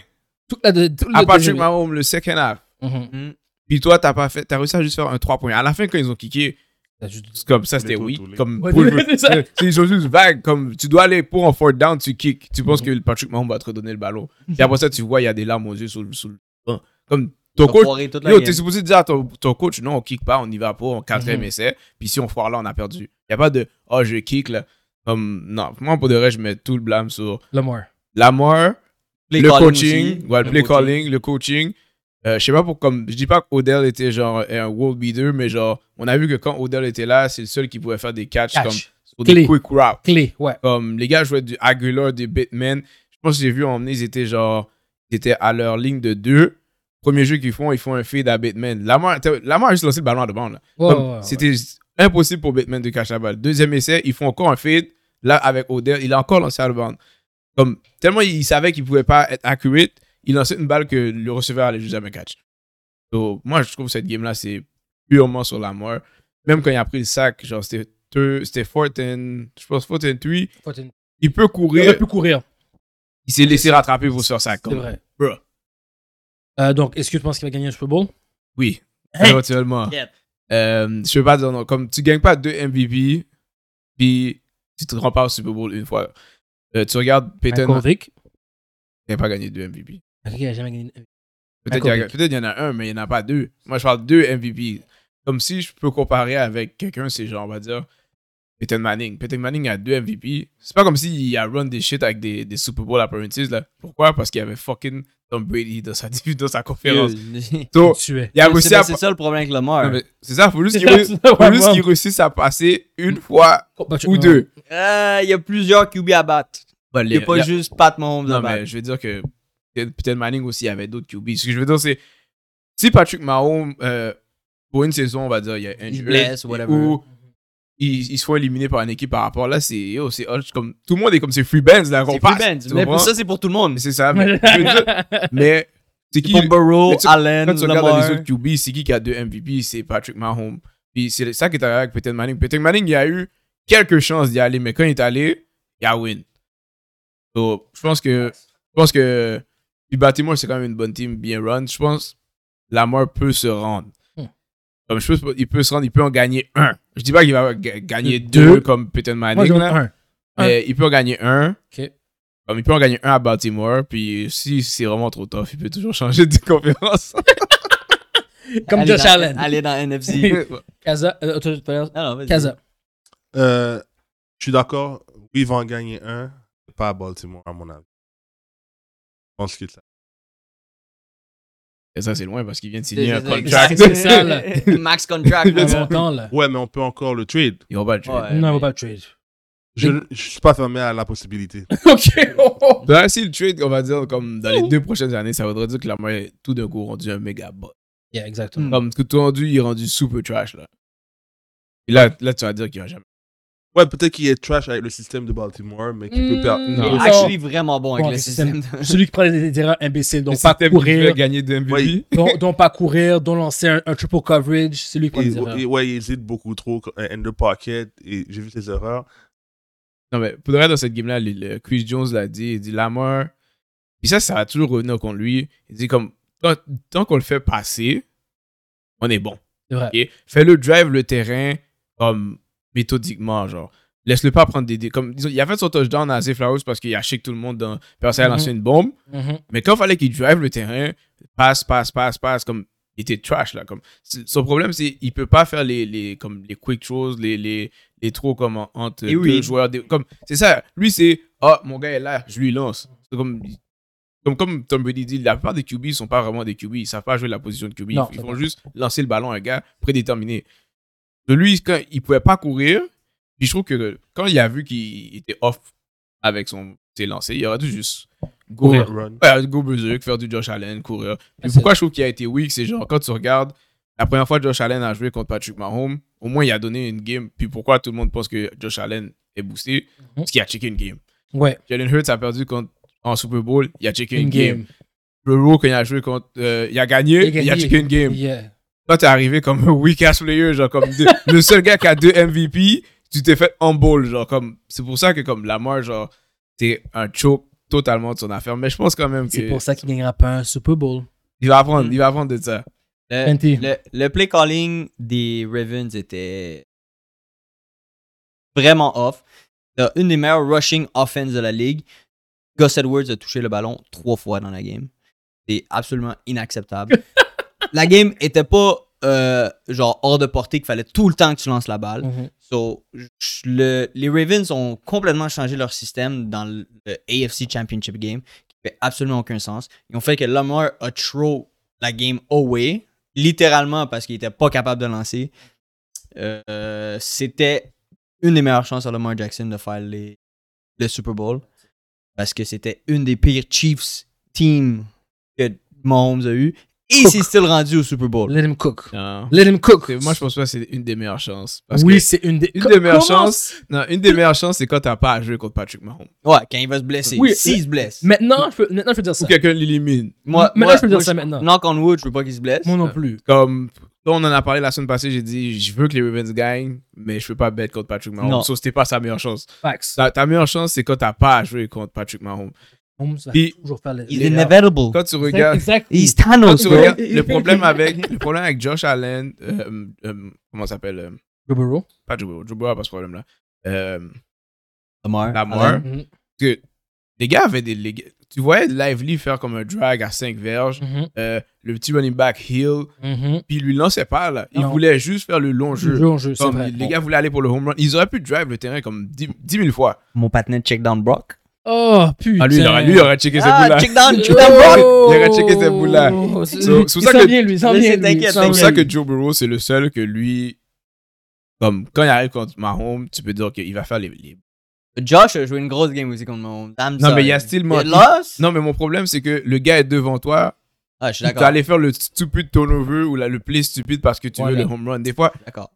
[SPEAKER 1] Toute la de- tout le
[SPEAKER 3] à Patrick
[SPEAKER 1] deuxième-
[SPEAKER 3] Mahomes le second half.
[SPEAKER 1] Mhm.
[SPEAKER 4] Hmm.
[SPEAKER 3] Puis toi, t'as pas fait, t'as réussi à juste faire un 3 points. À la fin, quand ils ont kické,
[SPEAKER 1] T'as juste-
[SPEAKER 3] c'est comme ça, c'était
[SPEAKER 4] Les
[SPEAKER 3] oui.
[SPEAKER 4] taux, tous les-
[SPEAKER 3] Comme
[SPEAKER 1] Ouais,
[SPEAKER 3] pour-
[SPEAKER 1] c'est ça.
[SPEAKER 3] c'est- c'est- ils sont juste vagues. Comme tu dois aller pour un fourth down, tu kicks. Tu penses
[SPEAKER 4] Mhm.
[SPEAKER 3] que Patrick Mahomes va te redonner le ballon. Et après ça, tu vois, il y a des larmes aux yeux sur, le- sur le banc. Comme
[SPEAKER 2] Ils
[SPEAKER 3] ton
[SPEAKER 2] ont
[SPEAKER 3] coach,
[SPEAKER 2] foiré toute la
[SPEAKER 3] yo,
[SPEAKER 2] game.
[SPEAKER 3] t'es supposé dire à ton, ton coach, non, on kick pas, on y va pas, on quatrième
[SPEAKER 2] Mm-hmm.
[SPEAKER 1] Mhm.
[SPEAKER 3] essai. Puis si on foire là, on a perdu. Y a pas de, oh, je kick là. Comme, non, moi, pour de vrai, je mets tout le blâme sur
[SPEAKER 1] Lamar.
[SPEAKER 3] la mort
[SPEAKER 2] Play
[SPEAKER 3] le
[SPEAKER 2] calling
[SPEAKER 3] coaching,
[SPEAKER 2] aussi.
[SPEAKER 3] ouais, le play
[SPEAKER 2] coaching.
[SPEAKER 3] calling, le coaching. Euh, je sais pas pour comme je dis pas qu'Odell était genre un world beater mais genre on a vu que quand Odell était là, c'est le seul qui pouvait faire des catchs
[SPEAKER 1] Catch.
[SPEAKER 3] comme sur
[SPEAKER 1] Clé.
[SPEAKER 3] des quick routes.
[SPEAKER 1] Clé, ouais.
[SPEAKER 3] Comme les gars jouaient du Aguilar, des Batman. Je pense que j'ai vu emmener, ils étaient genre ils étaient à leur ligne de deux. Premier jeu qu'ils font, ils font un feed à Batman. Lamar, t'as- Lamar a juste lancé le ballon à devant là.
[SPEAKER 1] Ouais,
[SPEAKER 3] Comme,
[SPEAKER 1] ouais, ouais, ouais.
[SPEAKER 3] C'était impossible pour Batman de cacher la balle. Deuxième essai, ils font encore un feed. Là, avec Odell, il a encore lancé à rebound. Comme, tellement il savait qu'il pouvait pas être accurate, il lançait une balle que le receveur allait juste jamais catch. Donc, moi, je trouve que cette game-là, c'est purement sur la mort. Même quand il a pris le sac, genre, c'était deux- c'était fourth and- je pense, fourth and three.
[SPEAKER 1] Faut une-
[SPEAKER 3] Il peut
[SPEAKER 1] Il
[SPEAKER 3] courir,
[SPEAKER 1] aurait pu courir,
[SPEAKER 3] il s'est laissé rattraper pour sur sac.
[SPEAKER 1] c'est vrai.
[SPEAKER 3] Bruh.
[SPEAKER 1] Euh, donc, est-ce que tu penses qu'il va gagner un Super Bowl
[SPEAKER 3] Oui,
[SPEAKER 1] Hey.
[SPEAKER 3] éventuellement.
[SPEAKER 2] Yep.
[SPEAKER 3] Euh, je peux pas dire non. Comme tu gagnes pas deux MVP, puis tu te rends pas au Super Bowl une fois. Euh, tu regardes Peyton,
[SPEAKER 1] Vic.
[SPEAKER 3] il n'a pas gagné deux MVP.
[SPEAKER 1] Ok, il a jamais gagné.
[SPEAKER 3] Peut-être qu'il y, a-
[SPEAKER 1] Kovic.
[SPEAKER 3] peut-être il y en a un, mais il n'y en a pas deux. Moi, je parle deux MVP. Comme si je peux comparer avec quelqu'un, c'est genre, on va dire, Peyton Manning. Peyton Manning a deux MVP. C'est pas comme s'il a run des shit avec des, des Super Bowl appearances, là. Pourquoi? Parce qu'il y avait fucking Tom Brady dans sa, dans sa conférence. So,
[SPEAKER 1] Tu es.
[SPEAKER 3] il a
[SPEAKER 2] C'est
[SPEAKER 3] réussi à
[SPEAKER 2] ben, c'est ça le problème avec Lamar.
[SPEAKER 3] Non, mais C'est ça, faut juste qu'il
[SPEAKER 1] C'est
[SPEAKER 3] réussisse-
[SPEAKER 1] ça,
[SPEAKER 3] faut juste
[SPEAKER 1] vraiment.
[SPEAKER 3] qu'il réussisse à passer une fois
[SPEAKER 1] Bah,
[SPEAKER 3] ou deux.
[SPEAKER 2] Euh, Il y a plusieurs QB à battre.
[SPEAKER 3] Bah,
[SPEAKER 2] Il n'y a pas juste Pat Mahomes à
[SPEAKER 3] Non,
[SPEAKER 2] battre.
[SPEAKER 3] mais je veux dire que peut-être peut-être Manning aussi avait d'autres QB. Ce que je veux dire, c'est si Patrick Mahomes, euh, pour une saison, on va dire, il y a un
[SPEAKER 2] Il se
[SPEAKER 3] jeu
[SPEAKER 2] blesse, whatever.
[SPEAKER 3] Ou ils, ils se font éliminer par une équipe par rapport là, c'est yo, c'est hot, comme tout le monde est comme c'est free bands là qu'on
[SPEAKER 2] C'est
[SPEAKER 3] passe.
[SPEAKER 2] Free Benz,
[SPEAKER 3] tu
[SPEAKER 2] Mais
[SPEAKER 3] comprends?
[SPEAKER 2] ça, c'est pour tout le monde.
[SPEAKER 3] Mais c'est ça. Mais, je veux dire, mais c'est qui
[SPEAKER 2] Pour Burrow,
[SPEAKER 3] mais tu-
[SPEAKER 2] Allen,
[SPEAKER 3] quand tu regardes dans
[SPEAKER 2] Lamar.
[SPEAKER 3] les autres QB, c'est qui qui a deux MVP C'est Patrick Mahomes. Puis c'est ça qui est arrivé avec Peyton Manning. Peyton Manning, il a eu quelques chances d'y aller, mais quand il est allé, il a win. Donc, je pense que. Je pense que. Puis Baltimore, c'est quand même une bonne team, bien run. Je pense que Lamar peut se rendre.
[SPEAKER 1] Hmm.
[SPEAKER 3] Comme je pense il peut se rendre, il peut en gagner un. Je dis pas qu'il va ga- gagner
[SPEAKER 1] Hmm. Deux.
[SPEAKER 3] deux, comme Peyton Manning, là,
[SPEAKER 1] un.
[SPEAKER 3] mais il peut en gagner un.
[SPEAKER 1] Ok.
[SPEAKER 3] Comme il peut en gagner un à Baltimore, puis si c'est vraiment trop tough, il peut toujours changer de conférence.
[SPEAKER 1] Comme
[SPEAKER 2] Aller
[SPEAKER 1] Josh
[SPEAKER 2] dans-
[SPEAKER 1] Allen.
[SPEAKER 2] Aller dans NFC.
[SPEAKER 1] Kaza. euh, toi, tout à l'heure,
[SPEAKER 2] Non, non, vas-y.
[SPEAKER 1] Kaza.
[SPEAKER 4] Euh, je suis d'accord. Oui, ils vont en gagner un. C'est Pas à Baltimore, à mon avis. Je pense que ça.
[SPEAKER 3] Et ça, c'est loin parce qu'il vient de signer un contract.
[SPEAKER 1] exact. C'est ça, là.
[SPEAKER 2] Max- Max contract.
[SPEAKER 1] Un
[SPEAKER 2] là.
[SPEAKER 1] montant, là.
[SPEAKER 4] Ouais, mais on peut encore le trade.
[SPEAKER 3] Ils vont pas le tuer.
[SPEAKER 2] Ouais,
[SPEAKER 1] Non, on va
[SPEAKER 2] mais-
[SPEAKER 1] pas le trade.
[SPEAKER 4] Je ne suis pas fermé à la possibilité.
[SPEAKER 1] ok. oh, oh.
[SPEAKER 3] Là, si le trade, on va dire, comme dans les deux prochaines années, ça voudrait dire que Lamar est tout d'un coup rendu un méga bot.
[SPEAKER 1] Yeah, exactement.
[SPEAKER 2] Hmm.
[SPEAKER 3] Comme que tout rendu, il est rendu super trash, là. Et là, là tu vas dire qu'il va jamais.
[SPEAKER 4] Ouais, peut-être qu'il est trash avec le système de Baltimore, mais qu'il peut perdre.
[SPEAKER 1] Mm,
[SPEAKER 3] Non.
[SPEAKER 2] Il est
[SPEAKER 1] non.
[SPEAKER 2] actually vraiment bon avec
[SPEAKER 1] Bon,
[SPEAKER 2] le
[SPEAKER 1] le
[SPEAKER 2] système.
[SPEAKER 1] système. Celui qui prend des des erreurs imbéciles,
[SPEAKER 3] Le
[SPEAKER 1] donc pas
[SPEAKER 3] système qui fait
[SPEAKER 1] courir,
[SPEAKER 3] gagner de MVP.
[SPEAKER 4] Ouais.
[SPEAKER 1] dont, dont pas courir, dont lancer un, un triple coverage, c'est lui qui prend
[SPEAKER 4] Et-
[SPEAKER 1] des erreurs.
[SPEAKER 4] et- ouais, il hésite beaucoup trop. Un under pocket, et j'ai vu ses erreurs.
[SPEAKER 3] Non, mais pour de vrai, dans cette game-là, le- le Chris Jones l'a dit. Il dit Lamar. Puis ça, ça va toujours revenir contre lui. Il dit, comme, tant, tant qu'on le fait passer, on est bon.
[SPEAKER 1] C'est vrai.
[SPEAKER 3] Ok? Fais-le drive le terrain comme méthodiquement, genre. Laisse-le pas prendre des, des- comme disons, il a fait son touchdown à Zay Flowers parce qu'il a chic tout le monde dans personne a lancé une bombe,
[SPEAKER 1] Mhm.
[SPEAKER 3] mais quand il fallait qu'il drive le terrain, passe passe passe passe comme il était trash là comme C'est- son problème c'est il peut pas faire les, les comme les quick throws, les les les throws comme en- entre
[SPEAKER 1] Eh
[SPEAKER 2] Et
[SPEAKER 3] deux
[SPEAKER 2] oui.
[SPEAKER 3] joueurs des- comme c'est ça, lui c'est ah mon gars est là, je lui lance. C'est comme comme, comme Tom Brady dit, la plupart des QB ne sont pas vraiment des QB. Ils ne savent pas jouer la position de QB.
[SPEAKER 1] Non,
[SPEAKER 3] ils
[SPEAKER 1] c'est
[SPEAKER 3] vont
[SPEAKER 1] vrai.
[SPEAKER 3] juste lancer le ballon à un gars prédéterminé. De lui, quand il ne pouvait pas courir, puis je trouve que quand il a vu qu'il était off avec son, ses lancers, il aurait dû juste courir.
[SPEAKER 4] Run.
[SPEAKER 3] Ouais, go euh, berserk, faire du Josh Allen, courir. Puis
[SPEAKER 1] Ah,
[SPEAKER 3] pourquoi je trouve qu'il a été weak, c'est genre quand tu regardes la première fois que Josh Allen a joué contre Patrick Mahomes, au moins il a donné une game. Puis pourquoi tout le monde pense que Josh Allen est boosté Parce qu'il a checké une game.
[SPEAKER 1] Ouais.
[SPEAKER 3] Jalen Hurts a perdu contre, en Super Bowl, il a checké une,
[SPEAKER 1] Une
[SPEAKER 3] game.
[SPEAKER 1] game.
[SPEAKER 3] Burrow, quand il a joué contre. euh, il a gagné, il a checké une game.
[SPEAKER 1] Yeah.
[SPEAKER 3] Toi, t'es arrivé comme un weak ass player, genre comme deux- le seul gars qui a deux MVP, tu t'es fait en ball, genre comme. C'est pour ça que comme Lamar, genre, t'es un choke totalement de son affaire. Mais je pense quand même
[SPEAKER 1] C'est
[SPEAKER 3] que
[SPEAKER 1] pour ça qu'il gagnera pas un Super Bowl.
[SPEAKER 3] il va apprendre, il va apprendre de ça.
[SPEAKER 2] Le,
[SPEAKER 1] Fenty.
[SPEAKER 2] le- le play calling des Ravens était vraiment off. T'as une des meilleures rushing offense de la ligue. Gus Edwards a touché le ballon trois fois dans la game. C'est absolument inacceptable. la game était pas euh, genre hors de portée qu'il fallait tout le temps que tu lances la balle.
[SPEAKER 1] Mhm.
[SPEAKER 2] So, j- le- les Ravens ont complètement changé leur système dans le le AFC Championship game, qui fait absolument aucun sens. Ils ont fait que Lamar a throw la game away, littéralement parce qu'il était pas capable de lancer. Euh, C'était une des meilleures chances à Lamar Jackson de faire les, le Super Bowl, parce que c'était une des pires Chiefs team que Mahomes a eu. Et il s'est still rendu au Super Bowl.
[SPEAKER 1] Let him cook.
[SPEAKER 3] Non.
[SPEAKER 1] Let him cook.
[SPEAKER 3] C'est- Moi, je pense pas que c'est une des meilleures chances. Parce
[SPEAKER 1] oui,
[SPEAKER 3] que
[SPEAKER 1] c'est une des,
[SPEAKER 3] une des meilleures
[SPEAKER 1] Comment-
[SPEAKER 3] chances. Non, une des meilleures chances, c'est quand t'as pas à jouer contre Patrick Mahomes.
[SPEAKER 2] Ouais, quand il va se blesser.
[SPEAKER 1] Oui,
[SPEAKER 2] S'il se blesse.
[SPEAKER 1] Maintenant, je peux, maintenant, je peux dire ça.
[SPEAKER 3] Ou quelqu'un l'élimine.
[SPEAKER 2] Moi,
[SPEAKER 1] Maintenant,
[SPEAKER 2] moi-
[SPEAKER 1] je peux dire
[SPEAKER 2] moi,
[SPEAKER 1] ça maintenant.
[SPEAKER 2] Knock on wood, je veux pas qu'il se blesse.
[SPEAKER 1] Moi non plus.
[SPEAKER 3] Comme là, on en a parlé la semaine passée, j'ai dit je veux que les Ravens gagnent, mais je peux pas bet contre Patrick Mahomes.
[SPEAKER 2] Non.
[SPEAKER 3] Sauf c'était pas sa meilleure chance.
[SPEAKER 1] Facts.
[SPEAKER 3] Ta, ta meilleure chance, c'est quand t'as pas à jouer contre Patrick Mahomes.
[SPEAKER 1] Holmes va
[SPEAKER 3] Puis-
[SPEAKER 1] toujours faire les.
[SPEAKER 2] He's
[SPEAKER 1] les-
[SPEAKER 2] inevitable.
[SPEAKER 3] Quand tu
[SPEAKER 1] Exact-
[SPEAKER 3] regardes,
[SPEAKER 1] exact.
[SPEAKER 2] He's
[SPEAKER 3] quand
[SPEAKER 2] Thanos,
[SPEAKER 3] tu
[SPEAKER 2] bro.
[SPEAKER 3] regardes le problème avec le problème avec Josh Allen, euh, euh, comment ça s'appelle euh,
[SPEAKER 1] Joe Burrow.
[SPEAKER 3] Pas Joe Burrow, Joe Burrow a pas ce problème-là. Euh,
[SPEAKER 2] Lamar.
[SPEAKER 3] Lamar.
[SPEAKER 2] Allen.
[SPEAKER 1] Mhm.
[SPEAKER 3] que les gars avaient des. les gars- tu voyais Lively faire comme un drag à 5 verges,
[SPEAKER 1] Mhm.
[SPEAKER 3] euh, le petit running back Hill,
[SPEAKER 1] Mhm.
[SPEAKER 3] puis il lui lançait pas là. Il
[SPEAKER 1] Non.
[SPEAKER 3] voulait juste faire le long jeu.
[SPEAKER 1] Jeu en jeu, c'est
[SPEAKER 3] Comme
[SPEAKER 1] vrai.
[SPEAKER 3] les
[SPEAKER 1] Bon.
[SPEAKER 3] gars voulaient aller pour le home run. Ils auraient pu drive le terrain comme 10, 000 fois.
[SPEAKER 2] Mon patinet check down Brock.
[SPEAKER 1] Oh, putain.
[SPEAKER 3] Ah, lui, il aurait, lui, il aurait checké
[SPEAKER 2] Ah,
[SPEAKER 3] ce bout-là.
[SPEAKER 2] check down, check down Brock.
[SPEAKER 1] Oh.
[SPEAKER 3] Il aurait checké cette boule-là.
[SPEAKER 1] Oh,
[SPEAKER 3] C'est pour
[SPEAKER 1] il
[SPEAKER 3] ça
[SPEAKER 1] s'en
[SPEAKER 3] que-
[SPEAKER 1] vient, lui, il s'en
[SPEAKER 2] Mais
[SPEAKER 1] vient,
[SPEAKER 2] c'est-
[SPEAKER 1] lui,
[SPEAKER 2] t'inquiète,
[SPEAKER 1] il s'en
[SPEAKER 3] C'est pour
[SPEAKER 1] vient,
[SPEAKER 3] ça
[SPEAKER 1] lui.
[SPEAKER 3] que Joe Burrow, c'est le seul que lui, comme quand il arrive contre Mahomes, tu peux dire qu'il va faire les. les-
[SPEAKER 2] Josh a joué une grosse game aussi contre mon. I'm
[SPEAKER 3] Non,
[SPEAKER 2] sorry.
[SPEAKER 3] mais il y a still man-
[SPEAKER 2] It lost?
[SPEAKER 3] Non, mais mon problème, c'est que le gars est devant toi.
[SPEAKER 2] Ah, je suis
[SPEAKER 3] Tu
[SPEAKER 2] d'accord.
[SPEAKER 3] allé faire le stupide turnover ou la- le play stupide parce que tu
[SPEAKER 1] Voilà.
[SPEAKER 3] veux le home run. Des fois,
[SPEAKER 2] D'accord.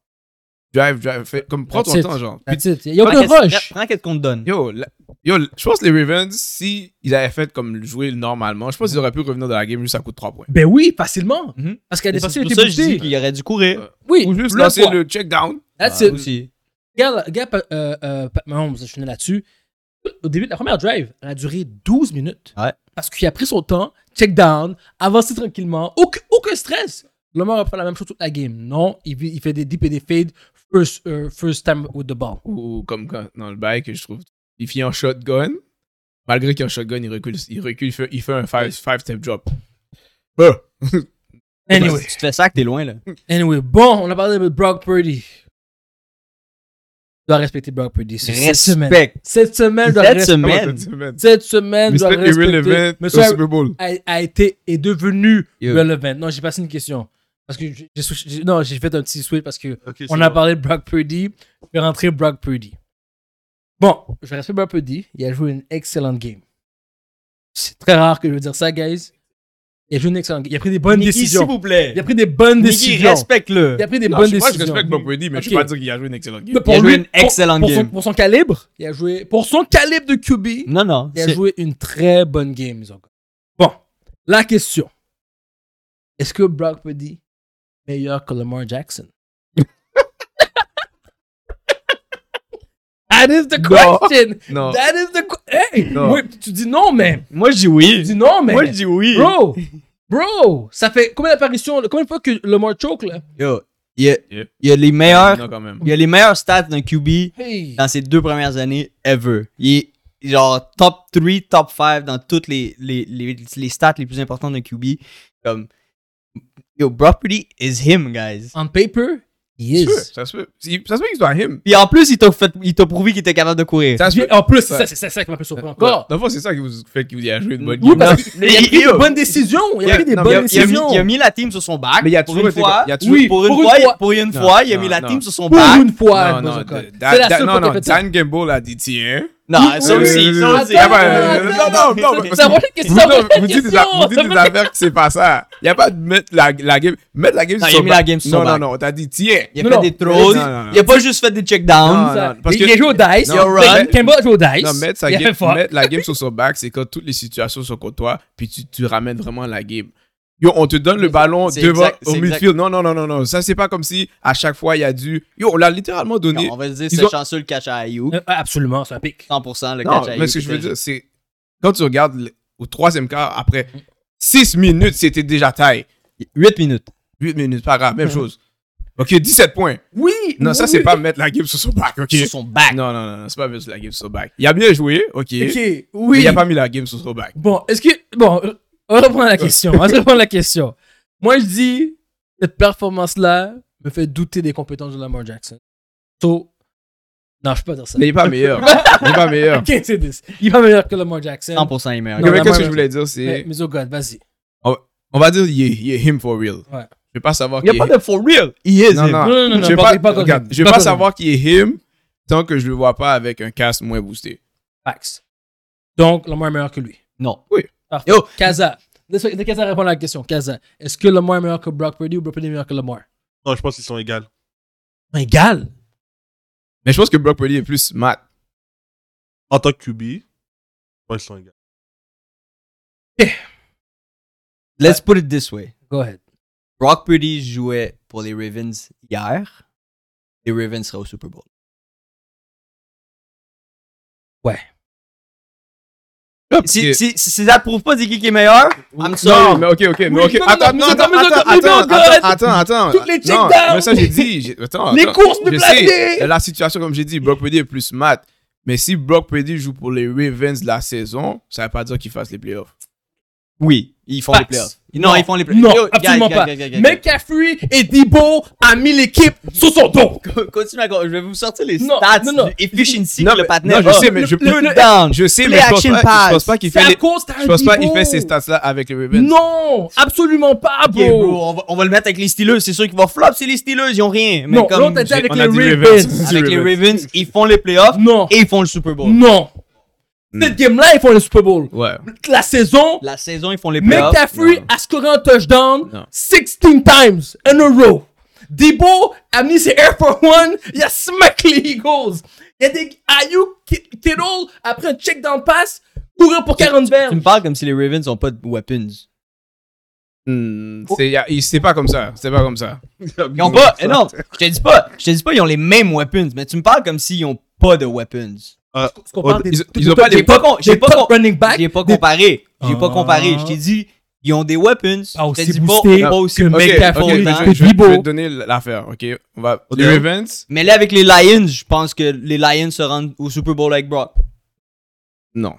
[SPEAKER 3] drive, drive, fais- comme prends ton
[SPEAKER 1] That's it.
[SPEAKER 3] temps, genre. Puis,
[SPEAKER 1] That's it. Il y a
[SPEAKER 2] Prends
[SPEAKER 1] aucun
[SPEAKER 2] qu'est-ce-
[SPEAKER 1] rush.
[SPEAKER 2] Prends qu'est-ce qu'on te donne.
[SPEAKER 3] yo, la- yo, je pense que les Ravens, si ils avaient fait comme jouer normalement, je pense qu'ils auraient pu revenir dans la game juste à coup de 3 points.
[SPEAKER 1] Ben oui, facilement.
[SPEAKER 3] Mhm.
[SPEAKER 1] Parce qu'à
[SPEAKER 2] C'est
[SPEAKER 1] des
[SPEAKER 2] pour
[SPEAKER 1] parties,
[SPEAKER 2] ça
[SPEAKER 1] il
[SPEAKER 2] que je dis
[SPEAKER 1] était boosté.
[SPEAKER 2] qu'il aurait dû courir.
[SPEAKER 1] Oui,
[SPEAKER 3] Ou juste
[SPEAKER 1] le
[SPEAKER 3] lancer
[SPEAKER 1] poids.
[SPEAKER 3] le check down.
[SPEAKER 1] That's
[SPEAKER 2] Ah,
[SPEAKER 1] it.
[SPEAKER 2] aussi.
[SPEAKER 1] Regarde, regarde, euh, euh, Pat Mahomes, je finis là-dessus. Au début de la première drive, elle a duré 12 minutes.
[SPEAKER 2] Ouais.
[SPEAKER 1] Parce qu'il a pris son temps, check down, avancé tranquillement, aucun, aucun stress. Lamar va faire la même chose toute la game. Non, il, il fait des deep et des fades, first, euh, first time with the ball.
[SPEAKER 3] Ou comme quand- dans le bail que je trouve. Il finit en shotgun. Malgré qu'il est en shotgun, il recule, il recule, il fait, il fait un five- five-step drop. Bah,
[SPEAKER 1] Anyway,
[SPEAKER 2] Tu te fais ça que t'es loin, là.
[SPEAKER 1] anyway, bon, on a parlé de Brock Purdy. Je dois respecter Brock Purdy. C'est- Cette semaine.
[SPEAKER 2] Respect.
[SPEAKER 1] Cette semaine, je dois
[SPEAKER 2] Cette
[SPEAKER 1] respecter-
[SPEAKER 2] semaine.
[SPEAKER 3] cette semaine.
[SPEAKER 1] Cette semaine, je
[SPEAKER 3] Mr.
[SPEAKER 1] dois
[SPEAKER 3] Irrelevant
[SPEAKER 1] respecter.
[SPEAKER 3] au
[SPEAKER 1] Monsieur
[SPEAKER 3] Super Bowl.
[SPEAKER 1] a, a été est devenu
[SPEAKER 2] Yo.
[SPEAKER 1] relevant. Non, j'ai passé une question. Parce que j'ai- j'ai switch- j'ai- non, j'ai fait un petit switch parce que
[SPEAKER 4] Ok,
[SPEAKER 1] on
[SPEAKER 4] c'est
[SPEAKER 1] a
[SPEAKER 4] bon.
[SPEAKER 1] parlé de Brock Purdy. Je vais rentrer Brock Purdy. Bon, je respecte Brock Purdy. Il a joué une excellente game. C'est très rare que je veux dire ça, guys. Il a joué une excellente game. Il a pris des bonnes
[SPEAKER 2] Nicky,
[SPEAKER 1] décisions.
[SPEAKER 2] s'il vous plaît.
[SPEAKER 1] Il a pris des bonnes
[SPEAKER 2] Nicky,
[SPEAKER 1] décisions.
[SPEAKER 2] respecte-le.
[SPEAKER 1] Il a pris des
[SPEAKER 3] Non,
[SPEAKER 1] bonnes
[SPEAKER 3] je- moi, je
[SPEAKER 1] décisions.
[SPEAKER 3] respecte Bob Brady, mais je
[SPEAKER 1] Ok.
[SPEAKER 3] peux pas dire qu'il a joué une excellente game.
[SPEAKER 1] Mais pour
[SPEAKER 2] Il a joué
[SPEAKER 1] lui,
[SPEAKER 2] une
[SPEAKER 1] pour-
[SPEAKER 2] excellente
[SPEAKER 1] pour son-
[SPEAKER 2] game.
[SPEAKER 1] pour son calibre, il a joué. Pour son calibre de QB,
[SPEAKER 2] Non, non.
[SPEAKER 1] il a
[SPEAKER 2] c'est-
[SPEAKER 1] joué une très bonne game, ils ont gagné. Bon, la question. Est-ce que Brock Purdy est meilleur que Lamar Jackson? That is the
[SPEAKER 3] Non.
[SPEAKER 1] question.
[SPEAKER 3] Non.
[SPEAKER 1] That is the que- Hey,
[SPEAKER 3] Non.
[SPEAKER 1] oui, tu dis non, mais.
[SPEAKER 2] Moi, je dis
[SPEAKER 1] Tu
[SPEAKER 2] oui.
[SPEAKER 1] dis non, mais.
[SPEAKER 2] Moi, je dis oui.
[SPEAKER 1] Bro, bro, ça fait combien d'apparitions, là? combien de fois que Lamar choke, là?
[SPEAKER 2] Yo, il y a,
[SPEAKER 3] Yep.
[SPEAKER 2] il y a les meilleurs,
[SPEAKER 3] Non, quand même.
[SPEAKER 2] il y a les meilleurs stats d'un QB
[SPEAKER 1] Hey.
[SPEAKER 2] dans ses deux premières années ever. Il est genre top 3, top 5 dans toutes les, les, les, les stats les plus importantes d'un QB. Comme, yo, Brock Purdy is him, guys.
[SPEAKER 1] On paper, he
[SPEAKER 3] Sure,
[SPEAKER 1] is.
[SPEAKER 3] Ça se peut. Il- Ça se peut qu'il soit him.
[SPEAKER 2] Puis en plus, il t'a fait- il t'a prouvé qu'il était capable de courir.
[SPEAKER 3] Ça se peut.
[SPEAKER 1] En plus, c'est
[SPEAKER 3] Ouais.
[SPEAKER 1] ça, c'est ça, c'est ça qui m'a fait surprendre encore.
[SPEAKER 3] Dans le fond, c'est ça qui vous fait qu'il a joué une bonne
[SPEAKER 1] Oui,
[SPEAKER 3] game.
[SPEAKER 1] parce qu'il a pris des
[SPEAKER 2] Yo.
[SPEAKER 1] bonnes décisions. Il a pris des
[SPEAKER 3] Non,
[SPEAKER 1] bonnes
[SPEAKER 2] Il a,
[SPEAKER 3] mais
[SPEAKER 2] il a mis,
[SPEAKER 1] décisions.
[SPEAKER 2] il a mis la team sur son back.
[SPEAKER 3] Mais il y a
[SPEAKER 2] pour
[SPEAKER 3] toujours
[SPEAKER 2] une
[SPEAKER 3] été-
[SPEAKER 2] fois.
[SPEAKER 3] il y a toujours-
[SPEAKER 1] Oui,
[SPEAKER 2] pour une
[SPEAKER 1] pour une
[SPEAKER 2] fois,
[SPEAKER 1] fois.
[SPEAKER 2] pour une
[SPEAKER 3] Non,
[SPEAKER 2] fois, il a
[SPEAKER 3] non,
[SPEAKER 2] mis la
[SPEAKER 3] non.
[SPEAKER 2] team sur son
[SPEAKER 1] Pour
[SPEAKER 2] back.
[SPEAKER 1] une fois,
[SPEAKER 3] Non,
[SPEAKER 1] Bozo
[SPEAKER 3] non,
[SPEAKER 1] Code.
[SPEAKER 3] Dan-
[SPEAKER 1] C'est la
[SPEAKER 3] Dan-
[SPEAKER 1] seule
[SPEAKER 3] non,
[SPEAKER 1] fois qu'il
[SPEAKER 3] non,
[SPEAKER 1] a fait ça.
[SPEAKER 3] Dan Gamble a dit tiens.
[SPEAKER 2] Non,
[SPEAKER 1] Oui,
[SPEAKER 2] ça
[SPEAKER 1] oui,
[SPEAKER 2] aussi,
[SPEAKER 1] oui,
[SPEAKER 2] ça
[SPEAKER 1] oui.
[SPEAKER 2] aussi.
[SPEAKER 1] Attends,
[SPEAKER 3] Ah ben,
[SPEAKER 1] attends,
[SPEAKER 3] non, non, non, mais-
[SPEAKER 1] C'est la prochaine question.
[SPEAKER 3] Vous,
[SPEAKER 1] la
[SPEAKER 3] non,
[SPEAKER 1] prochaine
[SPEAKER 3] vous dites des
[SPEAKER 1] question.
[SPEAKER 3] affaires, vous dites des affaires que c'est pas ça. Il n'y a pas de mettre la, la game. Mettre la game
[SPEAKER 2] Non,
[SPEAKER 3] sur
[SPEAKER 2] il a
[SPEAKER 3] son
[SPEAKER 2] mis
[SPEAKER 3] back.
[SPEAKER 2] la game sur son
[SPEAKER 3] Non, non,
[SPEAKER 2] back.
[SPEAKER 3] non, t'as dit tiens.
[SPEAKER 2] Il a
[SPEAKER 1] Non,
[SPEAKER 2] fait
[SPEAKER 1] non.
[SPEAKER 2] des throws.
[SPEAKER 3] Non, non, non.
[SPEAKER 2] Il a pas juste fait des
[SPEAKER 3] Non,
[SPEAKER 2] checkdowns.
[SPEAKER 1] Ça,
[SPEAKER 3] non, parce
[SPEAKER 1] il,
[SPEAKER 3] que-
[SPEAKER 1] il joue au dice.
[SPEAKER 3] Non,
[SPEAKER 1] Ben
[SPEAKER 3] mais-
[SPEAKER 1] Kemba joue au dice.
[SPEAKER 3] Non, mettre, sa
[SPEAKER 1] il a
[SPEAKER 3] game,
[SPEAKER 1] fait fuck.
[SPEAKER 3] mettre la game sur son back, c'est quand toutes les situations sont contre toi, puis tu, tu ramènes vraiment la game. Yo, on te donne le ballon
[SPEAKER 2] C'est
[SPEAKER 3] devant
[SPEAKER 2] exact,
[SPEAKER 3] au
[SPEAKER 2] c'est
[SPEAKER 3] midfield. Non, non, non, non, non. Ça, c'est pas comme si à chaque fois il y a du. Yo, on l'a littéralement
[SPEAKER 2] Non,
[SPEAKER 3] donné.
[SPEAKER 2] on va se dire,
[SPEAKER 3] Ils
[SPEAKER 2] c'est
[SPEAKER 3] ont-
[SPEAKER 2] chanceux le catch à Ayou.
[SPEAKER 1] Euh, Absolument, c'est un pic.
[SPEAKER 2] 100% le
[SPEAKER 3] Non,
[SPEAKER 2] catch à Ayou.
[SPEAKER 3] mais ce que je veux dire, c'est quand tu regardes le- au troisième quart, après 6 minutes, c'était déjà taille.
[SPEAKER 2] 8 minutes.
[SPEAKER 3] 8 minutes, pas grave, même chose. Ok, 17 points.
[SPEAKER 1] Oui.
[SPEAKER 3] Non, ça,
[SPEAKER 1] oui.
[SPEAKER 3] c'est pas mettre la game sur son back, ok?
[SPEAKER 2] Sur son back.
[SPEAKER 3] Non, non, non, non, c'est pas mettre la game sur son back. Il a bien joué, ok.
[SPEAKER 1] Ok,
[SPEAKER 3] Mais
[SPEAKER 1] oui.
[SPEAKER 3] il a pas mis la game sur son back.
[SPEAKER 1] Bon, est-ce que. Bon, euh, on va reprendre la question. On va reprendre la question. Moi, je dis, cette performance-là me fait douter des compétences de Lamar Jackson. So, non, je peux pas dire ça.
[SPEAKER 3] Mais il est pas meilleur. il est pas meilleur.
[SPEAKER 1] Can't say this. Il va meilleur que Lamar Jackson.
[SPEAKER 2] 100% il est meilleur.
[SPEAKER 3] Ok,
[SPEAKER 1] Non,
[SPEAKER 3] mais
[SPEAKER 1] la
[SPEAKER 3] qu'est-ce
[SPEAKER 1] main-
[SPEAKER 3] que je voulais dire,
[SPEAKER 1] mais,
[SPEAKER 3] c'est.
[SPEAKER 1] mais oh god, vas-y.
[SPEAKER 3] On va dire, yeah, yeah, him for real.
[SPEAKER 1] Ouais.
[SPEAKER 3] Je vais pas savoir
[SPEAKER 2] Il
[SPEAKER 3] qui
[SPEAKER 2] n'y a
[SPEAKER 3] est-
[SPEAKER 2] pas de for real. He is.
[SPEAKER 3] Non,
[SPEAKER 2] him.
[SPEAKER 1] Non, non, non,
[SPEAKER 3] non,
[SPEAKER 1] non,
[SPEAKER 3] Ah. je vais
[SPEAKER 1] pas-
[SPEAKER 3] pas,
[SPEAKER 1] pas comme-
[SPEAKER 3] regarde, je vais
[SPEAKER 1] pas
[SPEAKER 3] pas
[SPEAKER 1] comme-
[SPEAKER 3] savoir qui est him tant que je le vois pas avec un casque moins boosté.
[SPEAKER 1] Facts. Donc, Lamar est meilleur que lui.
[SPEAKER 2] Non.
[SPEAKER 1] Parfait.
[SPEAKER 2] Yo.
[SPEAKER 1] Kaza. Laisse laisse Kaza répondre à la question. Kaza, est-ce que Lamar est meilleur que Brock Purdy ou Brock Purdy est meilleur que Lamar
[SPEAKER 4] Non, je pense qu'ils sont égales.
[SPEAKER 1] Égal.
[SPEAKER 3] Mais je pense que Brock Purdy est plus smart.
[SPEAKER 4] En tant que QB, je pense qu'ils sont égales.
[SPEAKER 2] Let's put it this way.
[SPEAKER 1] Go ahead.
[SPEAKER 2] Brock Purdy jouait pour les Ravens hier. Les Ravens seraient au Super Bowl.
[SPEAKER 3] Ah, parce
[SPEAKER 2] Si,
[SPEAKER 3] que-
[SPEAKER 2] si, si, si ça prouve pas dire qui qui est meilleur, I'm
[SPEAKER 3] Non,
[SPEAKER 2] sorry.
[SPEAKER 3] mais ok, ok, mais
[SPEAKER 1] Oui,
[SPEAKER 3] ok.
[SPEAKER 1] non, non, mais
[SPEAKER 3] Attends, non,
[SPEAKER 1] c'est
[SPEAKER 3] attends,
[SPEAKER 1] comme les autres,
[SPEAKER 3] attends,
[SPEAKER 1] mais
[SPEAKER 3] attends,
[SPEAKER 1] non,
[SPEAKER 3] attends, attends.
[SPEAKER 1] Toutes les
[SPEAKER 3] Non,
[SPEAKER 1] check-downs.
[SPEAKER 3] mais ça, j'ai dit. j'ai- Attends,
[SPEAKER 1] Les
[SPEAKER 3] attends.
[SPEAKER 1] courses
[SPEAKER 3] Je
[SPEAKER 1] de
[SPEAKER 3] sais,
[SPEAKER 1] plaqués.
[SPEAKER 3] la situation, comme j'ai dit, Brock Purdy est plus smart. Mais si Brock Purdy joue pour les Ravens la saison, ça veut pas dire qu'il fasse les playoffs.
[SPEAKER 2] Oui, ils font les
[SPEAKER 1] Facts.
[SPEAKER 2] playoffs. Non,
[SPEAKER 1] Non.
[SPEAKER 2] ils font les playoffs.
[SPEAKER 1] Non,
[SPEAKER 2] Yo, gars,
[SPEAKER 1] absolument
[SPEAKER 2] gars,
[SPEAKER 1] pas.
[SPEAKER 2] gars, gars, gars,
[SPEAKER 1] McCaffrey et Debo a mis l'équipe sous son dos.
[SPEAKER 2] gars. Continue à Je vais vous sortir les
[SPEAKER 1] Non,
[SPEAKER 2] stats
[SPEAKER 1] non, non.
[SPEAKER 2] du efficiency
[SPEAKER 3] Non,
[SPEAKER 2] que le
[SPEAKER 3] mais-
[SPEAKER 2] partenaire.
[SPEAKER 3] non, je sais, mais je-
[SPEAKER 2] peux.
[SPEAKER 3] le-
[SPEAKER 2] down.
[SPEAKER 3] Je sais,
[SPEAKER 2] Play
[SPEAKER 3] mais je pense
[SPEAKER 2] action
[SPEAKER 3] pas-
[SPEAKER 2] pass.
[SPEAKER 3] je pense pas qu'il
[SPEAKER 1] C'est
[SPEAKER 3] fait
[SPEAKER 1] à
[SPEAKER 3] les-
[SPEAKER 1] cause d'un
[SPEAKER 3] Je pense pas qu'il
[SPEAKER 1] Debo.
[SPEAKER 3] fait ces stats-là avec les Ravens.
[SPEAKER 1] Non, absolument pas,
[SPEAKER 2] Ok, bro,
[SPEAKER 1] bro.
[SPEAKER 2] on, va, on va le mettre avec les Steelers. C'est sûr qu'ils vont flop, c'est les Steelers. Ils ont rien. Mais
[SPEAKER 1] Non,
[SPEAKER 2] comme
[SPEAKER 1] l'autre a dit
[SPEAKER 2] j'ai-
[SPEAKER 1] avec
[SPEAKER 3] on
[SPEAKER 1] les
[SPEAKER 3] a dit les
[SPEAKER 1] Ravens.
[SPEAKER 3] Ravens.
[SPEAKER 2] avec les
[SPEAKER 3] Ravens.
[SPEAKER 2] Ravens, ils font les playoffs
[SPEAKER 1] Non,
[SPEAKER 2] et ils font le Super Bowl.
[SPEAKER 1] non.
[SPEAKER 3] Hmm.
[SPEAKER 1] Cette game-là, ils font le Super Bowl.
[SPEAKER 3] Ouais.
[SPEAKER 1] La saison,
[SPEAKER 2] La saison, ils font les playoffs.
[SPEAKER 1] McCaffrey
[SPEAKER 3] non.
[SPEAKER 1] a scoré un touchdown
[SPEAKER 3] Non.
[SPEAKER 1] 16 times in a row. Debo a mis ses Air for One, il a smack les Eagles. Il y a des Ayuk, Ki- Kittle, après un check down pass, courir pour 40 verres.
[SPEAKER 2] Tu me parles comme si les Ravens n'ont pas de weapons.
[SPEAKER 3] Hmm, c'est- y a- il- C'est pas comme ça. C'est pas comme ça.
[SPEAKER 2] Ils ont pas. eh non, je te dis pas. Je te dis pas, ils ont les mêmes weapons. Mais tu me parles comme s'ils ont pas de weapons.
[SPEAKER 1] Parce qu'on parle
[SPEAKER 3] Oh, Ils-
[SPEAKER 1] des-
[SPEAKER 3] Ils ils ont pas
[SPEAKER 2] J'ai
[SPEAKER 3] les.
[SPEAKER 2] pas, con- j'ai
[SPEAKER 1] des
[SPEAKER 2] pas,
[SPEAKER 1] top
[SPEAKER 2] con-
[SPEAKER 1] running back.
[SPEAKER 2] j'ai pas
[SPEAKER 1] des-
[SPEAKER 2] comparé. J'ai pas
[SPEAKER 1] Ah.
[SPEAKER 2] comparé. Je t'ai dit, ils ont des
[SPEAKER 1] Pas
[SPEAKER 2] weapons. je t'ai
[SPEAKER 1] aussi
[SPEAKER 2] dit pas,
[SPEAKER 1] boosté
[SPEAKER 2] pas aussi
[SPEAKER 1] que
[SPEAKER 3] Ok,
[SPEAKER 2] boosté.
[SPEAKER 1] Mec
[SPEAKER 3] ok,
[SPEAKER 1] Caffrey,
[SPEAKER 3] je
[SPEAKER 2] hein. Oh,
[SPEAKER 3] vais- je vais je vais
[SPEAKER 1] Debo.
[SPEAKER 3] te donner l'affaire, ok? On va.
[SPEAKER 4] Ok.
[SPEAKER 3] Les Ravens?
[SPEAKER 2] Mais là, avec les Lions, je pense que les Lions se rendent au Super Bowl avec Brock.
[SPEAKER 3] Non.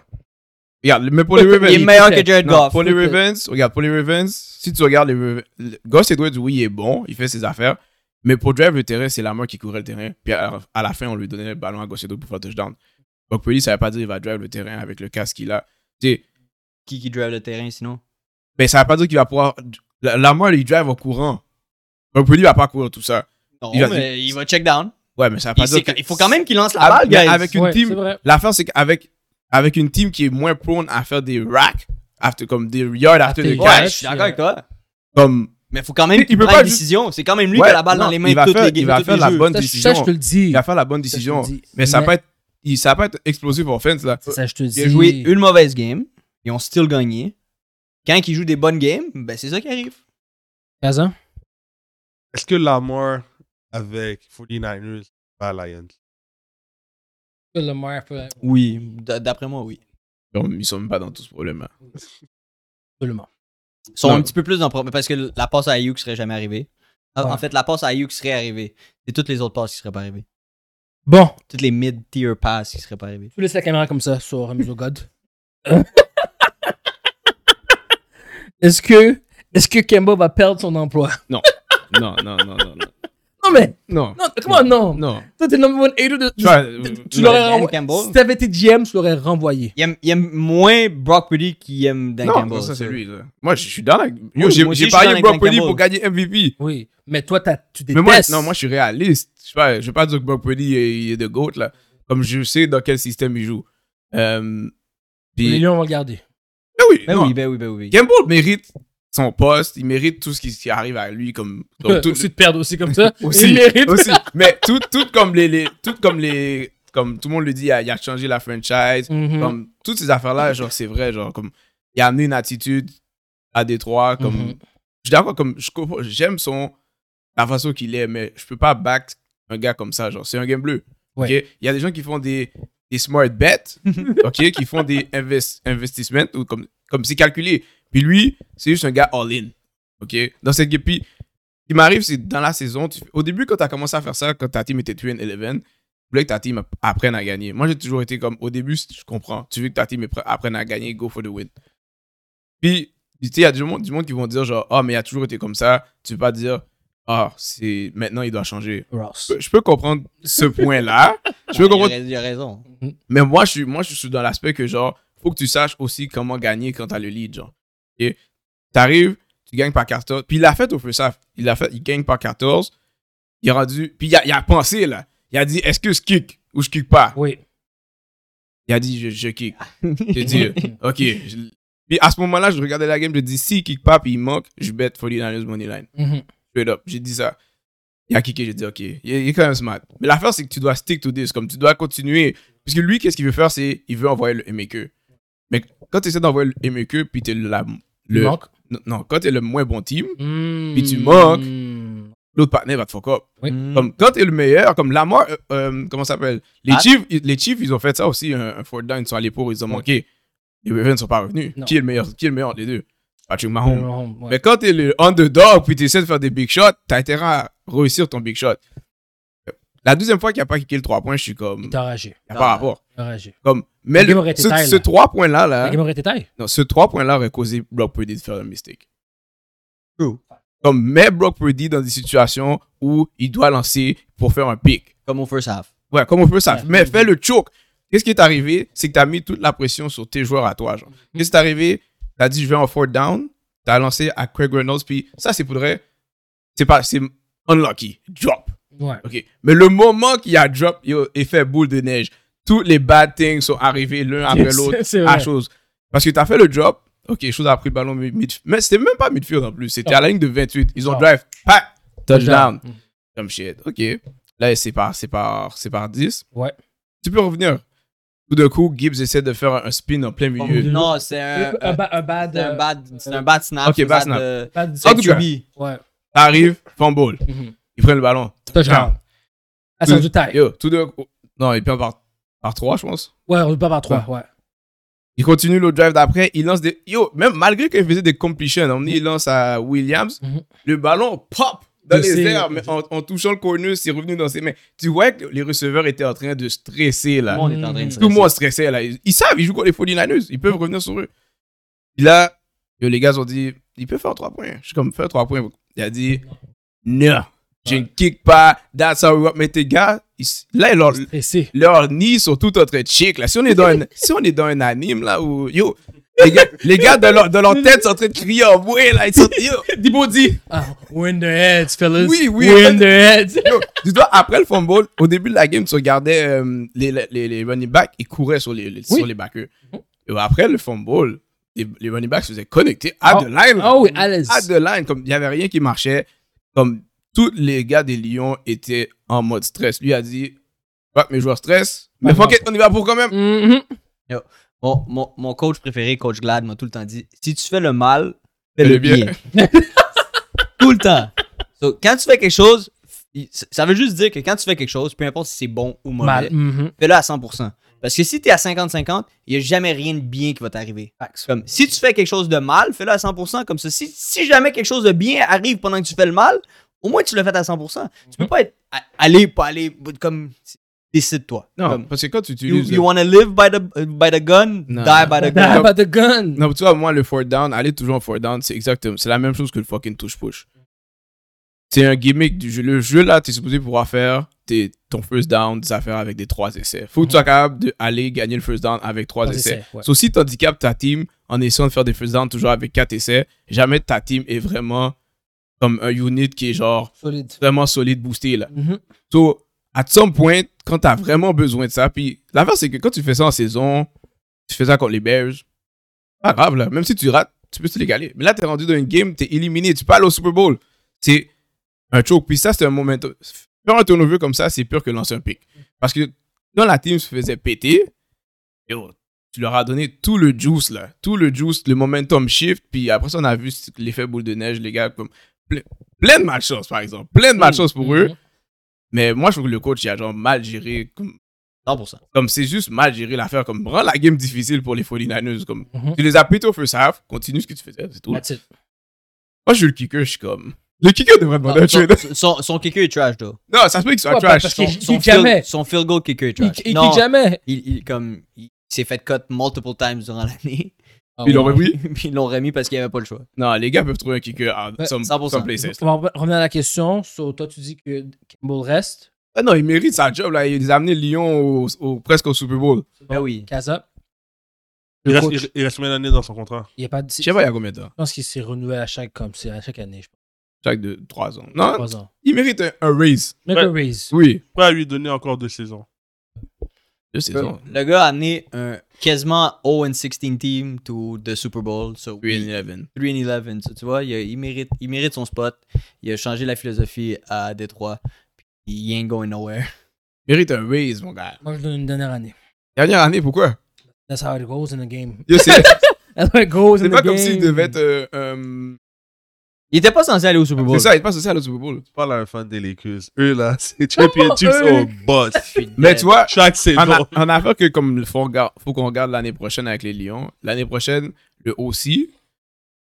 [SPEAKER 3] Regarde, mais pour les Ravens.
[SPEAKER 2] Il est meilleur
[SPEAKER 1] peut-être.
[SPEAKER 2] que Jared
[SPEAKER 3] Non,
[SPEAKER 2] Goff.
[SPEAKER 3] pour les
[SPEAKER 1] peut-être.
[SPEAKER 3] Ravens, regarde, pour les Ravens, si tu regardes les Ravens, le- Gus Edwards, oui, il est bon, il fait ses affaires, mais pour drive le terrain, c'est la main qui courait le terrain, puis à, à la fin, on lui donnait le ballon à Gus Edwards pour faire touchdown. Donc, Purdy, ça veut pas dire qu'il va drive le terrain avec le casque qu'il a. Tu sais,
[SPEAKER 2] Qui, qui drive le terrain sinon
[SPEAKER 3] mais ça veut pas dire qu'il va pouvoir. La, la main, il drive au courant. Donc, Purdy va pas courir tout ça.
[SPEAKER 2] Non,
[SPEAKER 3] Il va-
[SPEAKER 2] mais il va check down.
[SPEAKER 3] Ouais, mais ça veut
[SPEAKER 2] Il,
[SPEAKER 3] pas
[SPEAKER 2] sait
[SPEAKER 3] dire.
[SPEAKER 2] que-
[SPEAKER 3] que-
[SPEAKER 2] il faut quand même qu'il lance la balle,
[SPEAKER 3] Avec- mais
[SPEAKER 2] guys.
[SPEAKER 3] avec une
[SPEAKER 1] Ouais,
[SPEAKER 3] team-
[SPEAKER 1] c'est vrai.
[SPEAKER 3] L'affaire, c'est qu'avec avec une team qui est moins prone à faire des racks, after, comme des yards after
[SPEAKER 1] After
[SPEAKER 3] the
[SPEAKER 1] the
[SPEAKER 2] Ouais,
[SPEAKER 3] catch,
[SPEAKER 2] je suis d'accord avec toi.
[SPEAKER 3] comme.
[SPEAKER 2] Mais faut quand même
[SPEAKER 3] Il
[SPEAKER 2] qu'il
[SPEAKER 3] peut
[SPEAKER 2] prenne
[SPEAKER 3] pas
[SPEAKER 2] la
[SPEAKER 3] juste-
[SPEAKER 2] décision. C'est quand même lui
[SPEAKER 3] Ouais,
[SPEAKER 2] qui a la balle
[SPEAKER 3] non,
[SPEAKER 2] dans les mains
[SPEAKER 3] il va
[SPEAKER 2] toutes
[SPEAKER 3] faire,
[SPEAKER 2] les games.
[SPEAKER 3] il va
[SPEAKER 2] tous
[SPEAKER 3] faire
[SPEAKER 2] les
[SPEAKER 3] la
[SPEAKER 2] jeux.
[SPEAKER 3] bonne
[SPEAKER 1] Ça,
[SPEAKER 3] décision.
[SPEAKER 1] ça, je te le dis.
[SPEAKER 3] il va faire la bonne
[SPEAKER 1] Ça, je te
[SPEAKER 3] décision.
[SPEAKER 1] le dis.
[SPEAKER 3] Mais ça va pas être, il- ça va pas être explosif offense là.
[SPEAKER 1] Ça, je te
[SPEAKER 2] Ils ont joué
[SPEAKER 1] dis.
[SPEAKER 2] une mauvaise game. Ils ont still gagné. Quand ils jouent des bonnes games, ben c'est ça qui arrive.
[SPEAKER 1] Kazan?
[SPEAKER 4] Est-ce que Lamar avec 49ers pas Lions
[SPEAKER 1] Lamar peut être-
[SPEAKER 2] Oui, d- d'après moi, oui.
[SPEAKER 3] Comme, ils sont même pas dans tout ce problème là.
[SPEAKER 1] Absolument.
[SPEAKER 2] Ils sont
[SPEAKER 3] Non.
[SPEAKER 2] un petit peu plus dans problème parce que la passe à Ayuk serait jamais arrivée. En-
[SPEAKER 1] Ouais.
[SPEAKER 2] En fait, la passe à Ayuk serait arrivée. C'est toutes les autres passes qui seraient pas arrivées.
[SPEAKER 1] Bon,
[SPEAKER 2] Toutes les mid-tier passes qui seraient pas arrivées.
[SPEAKER 1] tu laisses la caméra comme ça sur Mise au God. Est-ce que, est-ce que Kemba va perdre son emploi?
[SPEAKER 3] Non, non, non, non, non.
[SPEAKER 1] Non, mais,
[SPEAKER 3] Non,
[SPEAKER 1] non, comment non?
[SPEAKER 3] non.
[SPEAKER 1] Toi, t'es number one hater de.
[SPEAKER 3] Tu vois,
[SPEAKER 1] de-
[SPEAKER 3] euh,
[SPEAKER 1] tu l'aurais
[SPEAKER 2] Dan
[SPEAKER 1] renvoyé.
[SPEAKER 2] Campbell.
[SPEAKER 1] Si t'avais été GM, tu l'aurais renvoyé.
[SPEAKER 2] Il aime, il aime moins Brock Purdy qu'il aime Dan
[SPEAKER 3] euh, non,
[SPEAKER 2] Campbell.
[SPEAKER 3] non, ça c'est lui. là. Moi je suis dans. la- Yo,
[SPEAKER 2] Oui,
[SPEAKER 3] j'ai
[SPEAKER 2] moi aussi, je suis dans
[SPEAKER 3] j'ai parié
[SPEAKER 2] avec
[SPEAKER 3] Brock
[SPEAKER 2] Dan
[SPEAKER 3] Purdy
[SPEAKER 2] Campbell.
[SPEAKER 3] pour gagner MVP.
[SPEAKER 1] Oui. Mais toi, t'as- tu détestes.
[SPEAKER 3] Mais moi, non, moi je suis réaliste. Je sais pas, je vais pas dire que Brock Purdy il est, il est de goat là. Comme je sais dans quel système il joue. Euh, puis-
[SPEAKER 1] Les Lions vont le garder.
[SPEAKER 3] Ben oui,
[SPEAKER 2] Ben
[SPEAKER 3] non,
[SPEAKER 2] oui, ben oui, ben oui.
[SPEAKER 3] Gamble mérite son poste, il mérite tout ce qui, qui arrive à lui comme, comme tout-
[SPEAKER 1] Aussi de perdre aussi comme ça.
[SPEAKER 3] aussi,
[SPEAKER 1] Il mérite.
[SPEAKER 3] aussi. Mais tout, tout comme les, les- tout comme les comme tout le monde le dit, il a, il a changé la franchise,
[SPEAKER 1] Mhm.
[SPEAKER 3] comme toutes ces affaires là, genre c'est vrai, genre comme il a amené une attitude à Détroit, comme
[SPEAKER 1] Mhm.
[SPEAKER 3] je suis d'accord comme je comprends- j'aime son la façon qu'il est, mais je peux pas back un gars comme ça, genre c'est un game bleu. ok?
[SPEAKER 1] Ouais.
[SPEAKER 3] Il y a des gens qui font des, des smart bets, ok, qui font des invest, investissements ou comme comme c'est calculé. Puis lui, c'est juste un gars all in, ok. Dans cette game, puis ce qui m'arrive c'est dans la saison, tu- au début quand tu as commencé à faire ça, quand ta team était 3-11, tu voulais que ta team apprenne à gagner. Moi j'ai toujours été comme au début, je comprends, tu veux que ta team appre- apprenne à gagner, go for the win. Puis, tu sais, il y a du monde, du monde qui vont dire genre, ah, mais il a toujours été comme ça. Tu peux pas dire, ah, c'est maintenant il doit changer.
[SPEAKER 1] Ross.
[SPEAKER 3] Je peux- Je peux comprendre ce point-là. Je peux
[SPEAKER 2] Il a
[SPEAKER 3] comprendre.
[SPEAKER 2] rais- il a raison.
[SPEAKER 3] Mais moi, je suis, moi, je suis dans l'aspect que genre, faut que tu saches aussi comment gagner quand t'as le lead, genre. Et t'arrives, tu gagnes par 14. Puis il l'a fait au feu saf. Il l'a fait, il gagne par 14. Il est rendu. Puis il a, il a pensé, là. Il a dit, est-ce que je kick ou je kick pas?
[SPEAKER 1] Oui.
[SPEAKER 3] Il a dit, je, je kick. J'ai dit, ok. je- Puis à ce moment-là, je regardais la game, je dis, si il kick pas, puis il manque, je bet 49ers money line.
[SPEAKER 1] Mhm.
[SPEAKER 3] Straight up. J'ai dit ça. Il a kické, j'ai dit, OK, il est, il est quand même smart. Mais l'affaire, c'est que tu dois stick to this, comme tu dois continuer. Parce que lui, qu'est-ce qu'il veut faire, c'est il veut envoyer le MEQ. Mais quand tu essaies d'envoyer le MEQ, puis tu es la,
[SPEAKER 1] Il
[SPEAKER 3] le.
[SPEAKER 1] manque.
[SPEAKER 3] Non, non, quand tu es le moins bon team,
[SPEAKER 1] Puis
[SPEAKER 3] Puis tu manques.
[SPEAKER 1] Hmm.
[SPEAKER 3] l'autre partenaire va te fuck up.
[SPEAKER 1] Oui.
[SPEAKER 2] Mm.
[SPEAKER 3] Comme quand tu es le meilleur, comme Lamar, euh, euh, comment ça s'appelle les
[SPEAKER 2] Ah.
[SPEAKER 3] Chiefs, ils- les Chiefs, ils ont fait ça aussi, un, un fourth down, ils sont allés pour, ils ont manqué. Les Ravens ne sont pas revenus.
[SPEAKER 1] Non.
[SPEAKER 3] Qui est le meilleur Qui est le meilleur des deux Patrick Mahomes.
[SPEAKER 1] Ouais.
[SPEAKER 3] Mais quand t'es le underdog puis t'essaies de faire des big shots, t'as intérêt à réussir ton big shot. La deuxième fois qu'il a pas kické le 3 points, je suis comme.
[SPEAKER 1] Il t'a enragé.
[SPEAKER 3] Y a pas rapport.
[SPEAKER 1] Il t'a enragé.
[SPEAKER 3] Comme, mais
[SPEAKER 1] Le game
[SPEAKER 3] le-
[SPEAKER 1] aurait été
[SPEAKER 3] ce,
[SPEAKER 1] tie,
[SPEAKER 3] ce
[SPEAKER 1] là.
[SPEAKER 3] 3 points-là,
[SPEAKER 1] La
[SPEAKER 3] là,
[SPEAKER 1] game aurait été taille.
[SPEAKER 3] non, ce 3 points-là aurait causé Brock Purdy de faire un mistake.
[SPEAKER 2] True.
[SPEAKER 3] Comme, met Brock Purdy dans des situations où il doit lancer pour faire un pick.
[SPEAKER 2] Comme au first half.
[SPEAKER 3] Ouais, comme on peut ça.
[SPEAKER 1] Ouais.
[SPEAKER 3] Mais fais le choke. Qu'est-ce qui est arrivé? C'est que tu as mis toute la pression sur tes joueurs à toi. genre. Qu'est-ce qui est arrivé? Tu as dit, je vais en fourth down. Tu as lancé à Craig Reynolds. Puis ça, c'est pour de vrai. C'est pas, c'est unlucky. Drop.
[SPEAKER 1] Ouais.
[SPEAKER 3] OK. Mais le moment qu'il y a drop, il a fait boule de neige. Tous les bad things sont arrivés l'un après l'autre
[SPEAKER 1] C'est
[SPEAKER 3] à
[SPEAKER 1] vrai.
[SPEAKER 3] chose. Parce que tu as fait le drop. OK, chose a pris le ballon. mid- midf- Mais c'était même pas midfield en plus. C'était à la ligne de 28. Ils ont
[SPEAKER 1] Oh.
[SPEAKER 3] drive. Pack. Touchdown
[SPEAKER 1] Mhm.
[SPEAKER 3] comme shit. OK. Là, c'est par, c'est par, c'est par 10.
[SPEAKER 1] Ouais.
[SPEAKER 3] Tu peux revenir. Tout d'un coup, Gibbs essaie de faire un spin en plein milieu.
[SPEAKER 1] Dieu.
[SPEAKER 2] Non, c'est un,
[SPEAKER 1] Un
[SPEAKER 2] un-
[SPEAKER 1] ba- un bad.
[SPEAKER 2] c'est un
[SPEAKER 1] euh,
[SPEAKER 2] bad, c'est un bad snap.
[SPEAKER 3] Ok,
[SPEAKER 2] c'est un
[SPEAKER 3] bad snap. ben,
[SPEAKER 2] euh,
[SPEAKER 1] bad-
[SPEAKER 2] c'est un
[SPEAKER 3] En tout cas.
[SPEAKER 2] QB.
[SPEAKER 1] Ouais.
[SPEAKER 3] T'arrives, fumble. Il prend le ballon.
[SPEAKER 1] Touchdown. Ah, c'est
[SPEAKER 3] Tout-
[SPEAKER 1] du taille.
[SPEAKER 3] Yo, tout d'un coup. Non, il perd par, par 3, je pense.
[SPEAKER 1] Ouais, on ne pas par 3.
[SPEAKER 3] Ah.
[SPEAKER 1] Ouais.
[SPEAKER 3] Il continue le drive d'après. Il lance des. Yo, même malgré qu'il faisait des completions, on dit, il lance à Williams.
[SPEAKER 1] Mhm.
[SPEAKER 3] Le ballon pop dans
[SPEAKER 1] Je
[SPEAKER 3] les
[SPEAKER 1] sais.
[SPEAKER 3] airs. Mais en, en touchant le corner, c'est revenu dans ses mains. Tu vois que les receveurs étaient en train de stresser là.
[SPEAKER 2] Tout le monde est en train de
[SPEAKER 1] Tout
[SPEAKER 3] Tout le
[SPEAKER 2] stresser.
[SPEAKER 3] monde stressé là. Ils, ils savent, ils jouent contre les 49ers. Ils peuvent revenir sur eux. Puis là, yo, les gars ont dit, il peut faire 3 points. Je suis comme, faire 3 points. Il a dit, non, je ne kick pas. That's how we work. Mais tes gars, ils- là, leur,
[SPEAKER 1] Et c'est.
[SPEAKER 3] leurs nids sont tout en train de chic. Là. Si, on est dans un, si on est dans un anime là où, yo, les gars, les gars dans, leur, dans leur tête sont en train de crier en bruit là. Ils sont, yo,
[SPEAKER 1] Dibo dit. Ah, win the heads, fellas.
[SPEAKER 3] Oui, oui.
[SPEAKER 1] Win the heads.
[SPEAKER 3] Yo, tu dois, après le fumble, au début de la game, tu regardais euh, les, les, les running backs, ils couraient sur les, les-
[SPEAKER 1] Oui.
[SPEAKER 3] sur les backers. Et après le fumble, les, les running backs se faisaient connecter à
[SPEAKER 1] Oh.
[SPEAKER 3] the line. là.
[SPEAKER 1] Oh oui, Alice.
[SPEAKER 3] À the line, comme il n'y avait rien qui marchait. Comme tous les gars des Lions étaient en mode stress. Lui a dit, fuck mes joueurs stress, mais
[SPEAKER 1] Pas
[SPEAKER 3] fuck it, on y va pour quand même.
[SPEAKER 1] Mhm.
[SPEAKER 2] Mon, mon, mon coach préféré, coach Glad, m'a tout le temps dit si tu fais le mal, fais
[SPEAKER 3] Fais
[SPEAKER 2] le
[SPEAKER 3] le bien.
[SPEAKER 2] bien. tout le temps. So, quand tu fais quelque chose, f- ça veut juste dire que quand tu fais quelque chose, peu importe si c'est bon ou mauvais,
[SPEAKER 1] Mal. Mhm.
[SPEAKER 2] fais-le à 100%. Parce que si tu es à 50-50, il n'y a jamais rien de bien qui va t'arriver. Comme, si tu fais quelque chose de mal, fais-le à 100%. Comme ça, si, si jamais quelque chose de bien arrive pendant que tu fais le mal, au moins tu le fais à 100%. Tu
[SPEAKER 1] Mhm.
[SPEAKER 2] peux pas être a- aller, pas aller, comme décide-toi.
[SPEAKER 3] Non,
[SPEAKER 2] Comme,
[SPEAKER 3] parce que quand tu
[SPEAKER 2] you,
[SPEAKER 3] utilises.
[SPEAKER 2] you wanna live by the, by the gun,
[SPEAKER 3] Non.
[SPEAKER 2] die by the gun.
[SPEAKER 1] Ah, About the gun.
[SPEAKER 3] Non, tu vois, moi, le fourth down, aller toujours en fourth down, c'est exactement. C'est la même chose que le fucking touche-push. C'est un gimmick du jeu. Le jeu, là, t'es supposé pouvoir faire tes, ton first down, des affaires avec des trois essais. Faut que tu sois capable d'aller gagner le first down avec trois
[SPEAKER 1] Mhm. Trois
[SPEAKER 3] essais.
[SPEAKER 1] essais, ouais.
[SPEAKER 3] Sauf si t'handicapes ta team en essayant de faire des first down toujours avec quatre essais, jamais ta team est vraiment comme un unit qui est genre
[SPEAKER 1] Solide.
[SPEAKER 3] vraiment solide, boosté, là.
[SPEAKER 1] Mhm.
[SPEAKER 3] So, à some point, quand t'as vraiment besoin de ça, puis l'affaire, c'est que quand tu fais ça en saison, Tu fais ça contre les Bears. Pas grave, là. Même si tu rates, tu peux te l'égaler. Mais là, t'es rendu dans une game, t'es éliminé, tu peux aller au Super Bowl. C'est un choke. Puis ça, c'est un moment. Faire un turnover comme ça, c'est pire que lancer un pick. Parce que quand la team se faisait péter, yo, tu leur as donné tout le juice, là. Tout le juice, le momentum shift. Puis après ça, on a vu l'effet boule de neige, les gars. Comme plein, plein de malchance, par exemple. Plein
[SPEAKER 1] Mm.
[SPEAKER 3] de malchance pour eux. Mais moi, je trouve que le coach, il a genre mal géré. Comme,
[SPEAKER 2] 100%.
[SPEAKER 3] comme c'est juste mal géré l'affaire. Comme rend la game difficile pour les 49ers. Comme
[SPEAKER 1] Mhm.
[SPEAKER 3] tu les as pété au feu safe, continue ce que tu faisais, c'est tout.
[SPEAKER 1] Mm-hmm. That's it.
[SPEAKER 3] Moi, je suis le kicker, je suis comme. Le kicker devrait demander un
[SPEAKER 2] son,
[SPEAKER 3] trade.
[SPEAKER 2] son- son kicker est trash, though.
[SPEAKER 3] Non, ça se peut qu'ils soient
[SPEAKER 1] Ouais,
[SPEAKER 3] trash.
[SPEAKER 1] parce
[SPEAKER 2] Son,
[SPEAKER 1] qu'il
[SPEAKER 2] son
[SPEAKER 1] kick
[SPEAKER 2] field-
[SPEAKER 1] jamais.
[SPEAKER 2] son field goal kicker est
[SPEAKER 1] Il,
[SPEAKER 2] trash.
[SPEAKER 1] il
[SPEAKER 2] Non,
[SPEAKER 1] kick jamais.
[SPEAKER 2] il, il- comme, il s'est fait cut multiple times durant l'année.
[SPEAKER 1] Ah,
[SPEAKER 3] Puis ils l'ont repris.
[SPEAKER 2] Puis ils l'ont remis parce qu'il n'y avait pas le choix.
[SPEAKER 3] Non, les gars peuvent trouver un kicker à
[SPEAKER 1] Ouais,
[SPEAKER 3] some,
[SPEAKER 2] 100%.
[SPEAKER 3] some places.
[SPEAKER 1] On va revenir à la question. So, toi, tu dis que Campbell reste.
[SPEAKER 3] Ah non, il mérite sa job, là. Il les a amenés Lyon au, au- presque au Super Bowl.
[SPEAKER 2] Ben oui.
[SPEAKER 1] Casa.
[SPEAKER 4] Il
[SPEAKER 1] Le
[SPEAKER 4] reste,
[SPEAKER 1] coach,
[SPEAKER 4] il- il reste combien d'années dans son contrat
[SPEAKER 1] il y a pas de.
[SPEAKER 3] Je sais pas, il y a combien de temps
[SPEAKER 1] Je pense qu'il s'est renouvelé à chaque, comme, c'est à chaque année, je pense.
[SPEAKER 3] Chaque de 3 ans. Non,
[SPEAKER 1] Trois ans.
[SPEAKER 3] il mérite un, un raise.
[SPEAKER 1] Make
[SPEAKER 4] Ouais.
[SPEAKER 1] a raise.
[SPEAKER 3] Oui.
[SPEAKER 4] Pourquoi lui donner encore deux saisons
[SPEAKER 3] Deux saisons.
[SPEAKER 2] Le gars a amené un quasiment 0-16 team to the Super Bowl. So we-
[SPEAKER 3] 3 and 11.
[SPEAKER 2] 3 and 11. So, tu vois, il, a- il mérite, il mérite son spot. Il a changé la philosophie à Détroit. Puis il ain't going nowhere.
[SPEAKER 3] Mérite un raise, mon gars.
[SPEAKER 1] Moi, je donne une dernière année.
[SPEAKER 3] Dernière année, pourquoi
[SPEAKER 1] That's how it goes in the game.
[SPEAKER 3] Yo, C'est
[SPEAKER 1] That's how it goes
[SPEAKER 3] c'est
[SPEAKER 1] in the game.
[SPEAKER 3] pas comme s'il devait être. euh, euh,
[SPEAKER 2] Il était pas censé aller au Super Bowl.
[SPEAKER 3] c'est ça, il passe aussi à le Super Bowl.
[SPEAKER 4] Tu parles à un fan des Lakers. Eux, là, c'est Championships
[SPEAKER 1] eux.
[SPEAKER 4] au boss.
[SPEAKER 2] euh,
[SPEAKER 3] Mais tu vois,
[SPEAKER 4] Chaque
[SPEAKER 3] en,
[SPEAKER 4] saison.
[SPEAKER 3] a- en affaire que comme il faut, rega- faut qu'on regarde l'année prochaine avec les Lions, l'année prochaine, le aussi,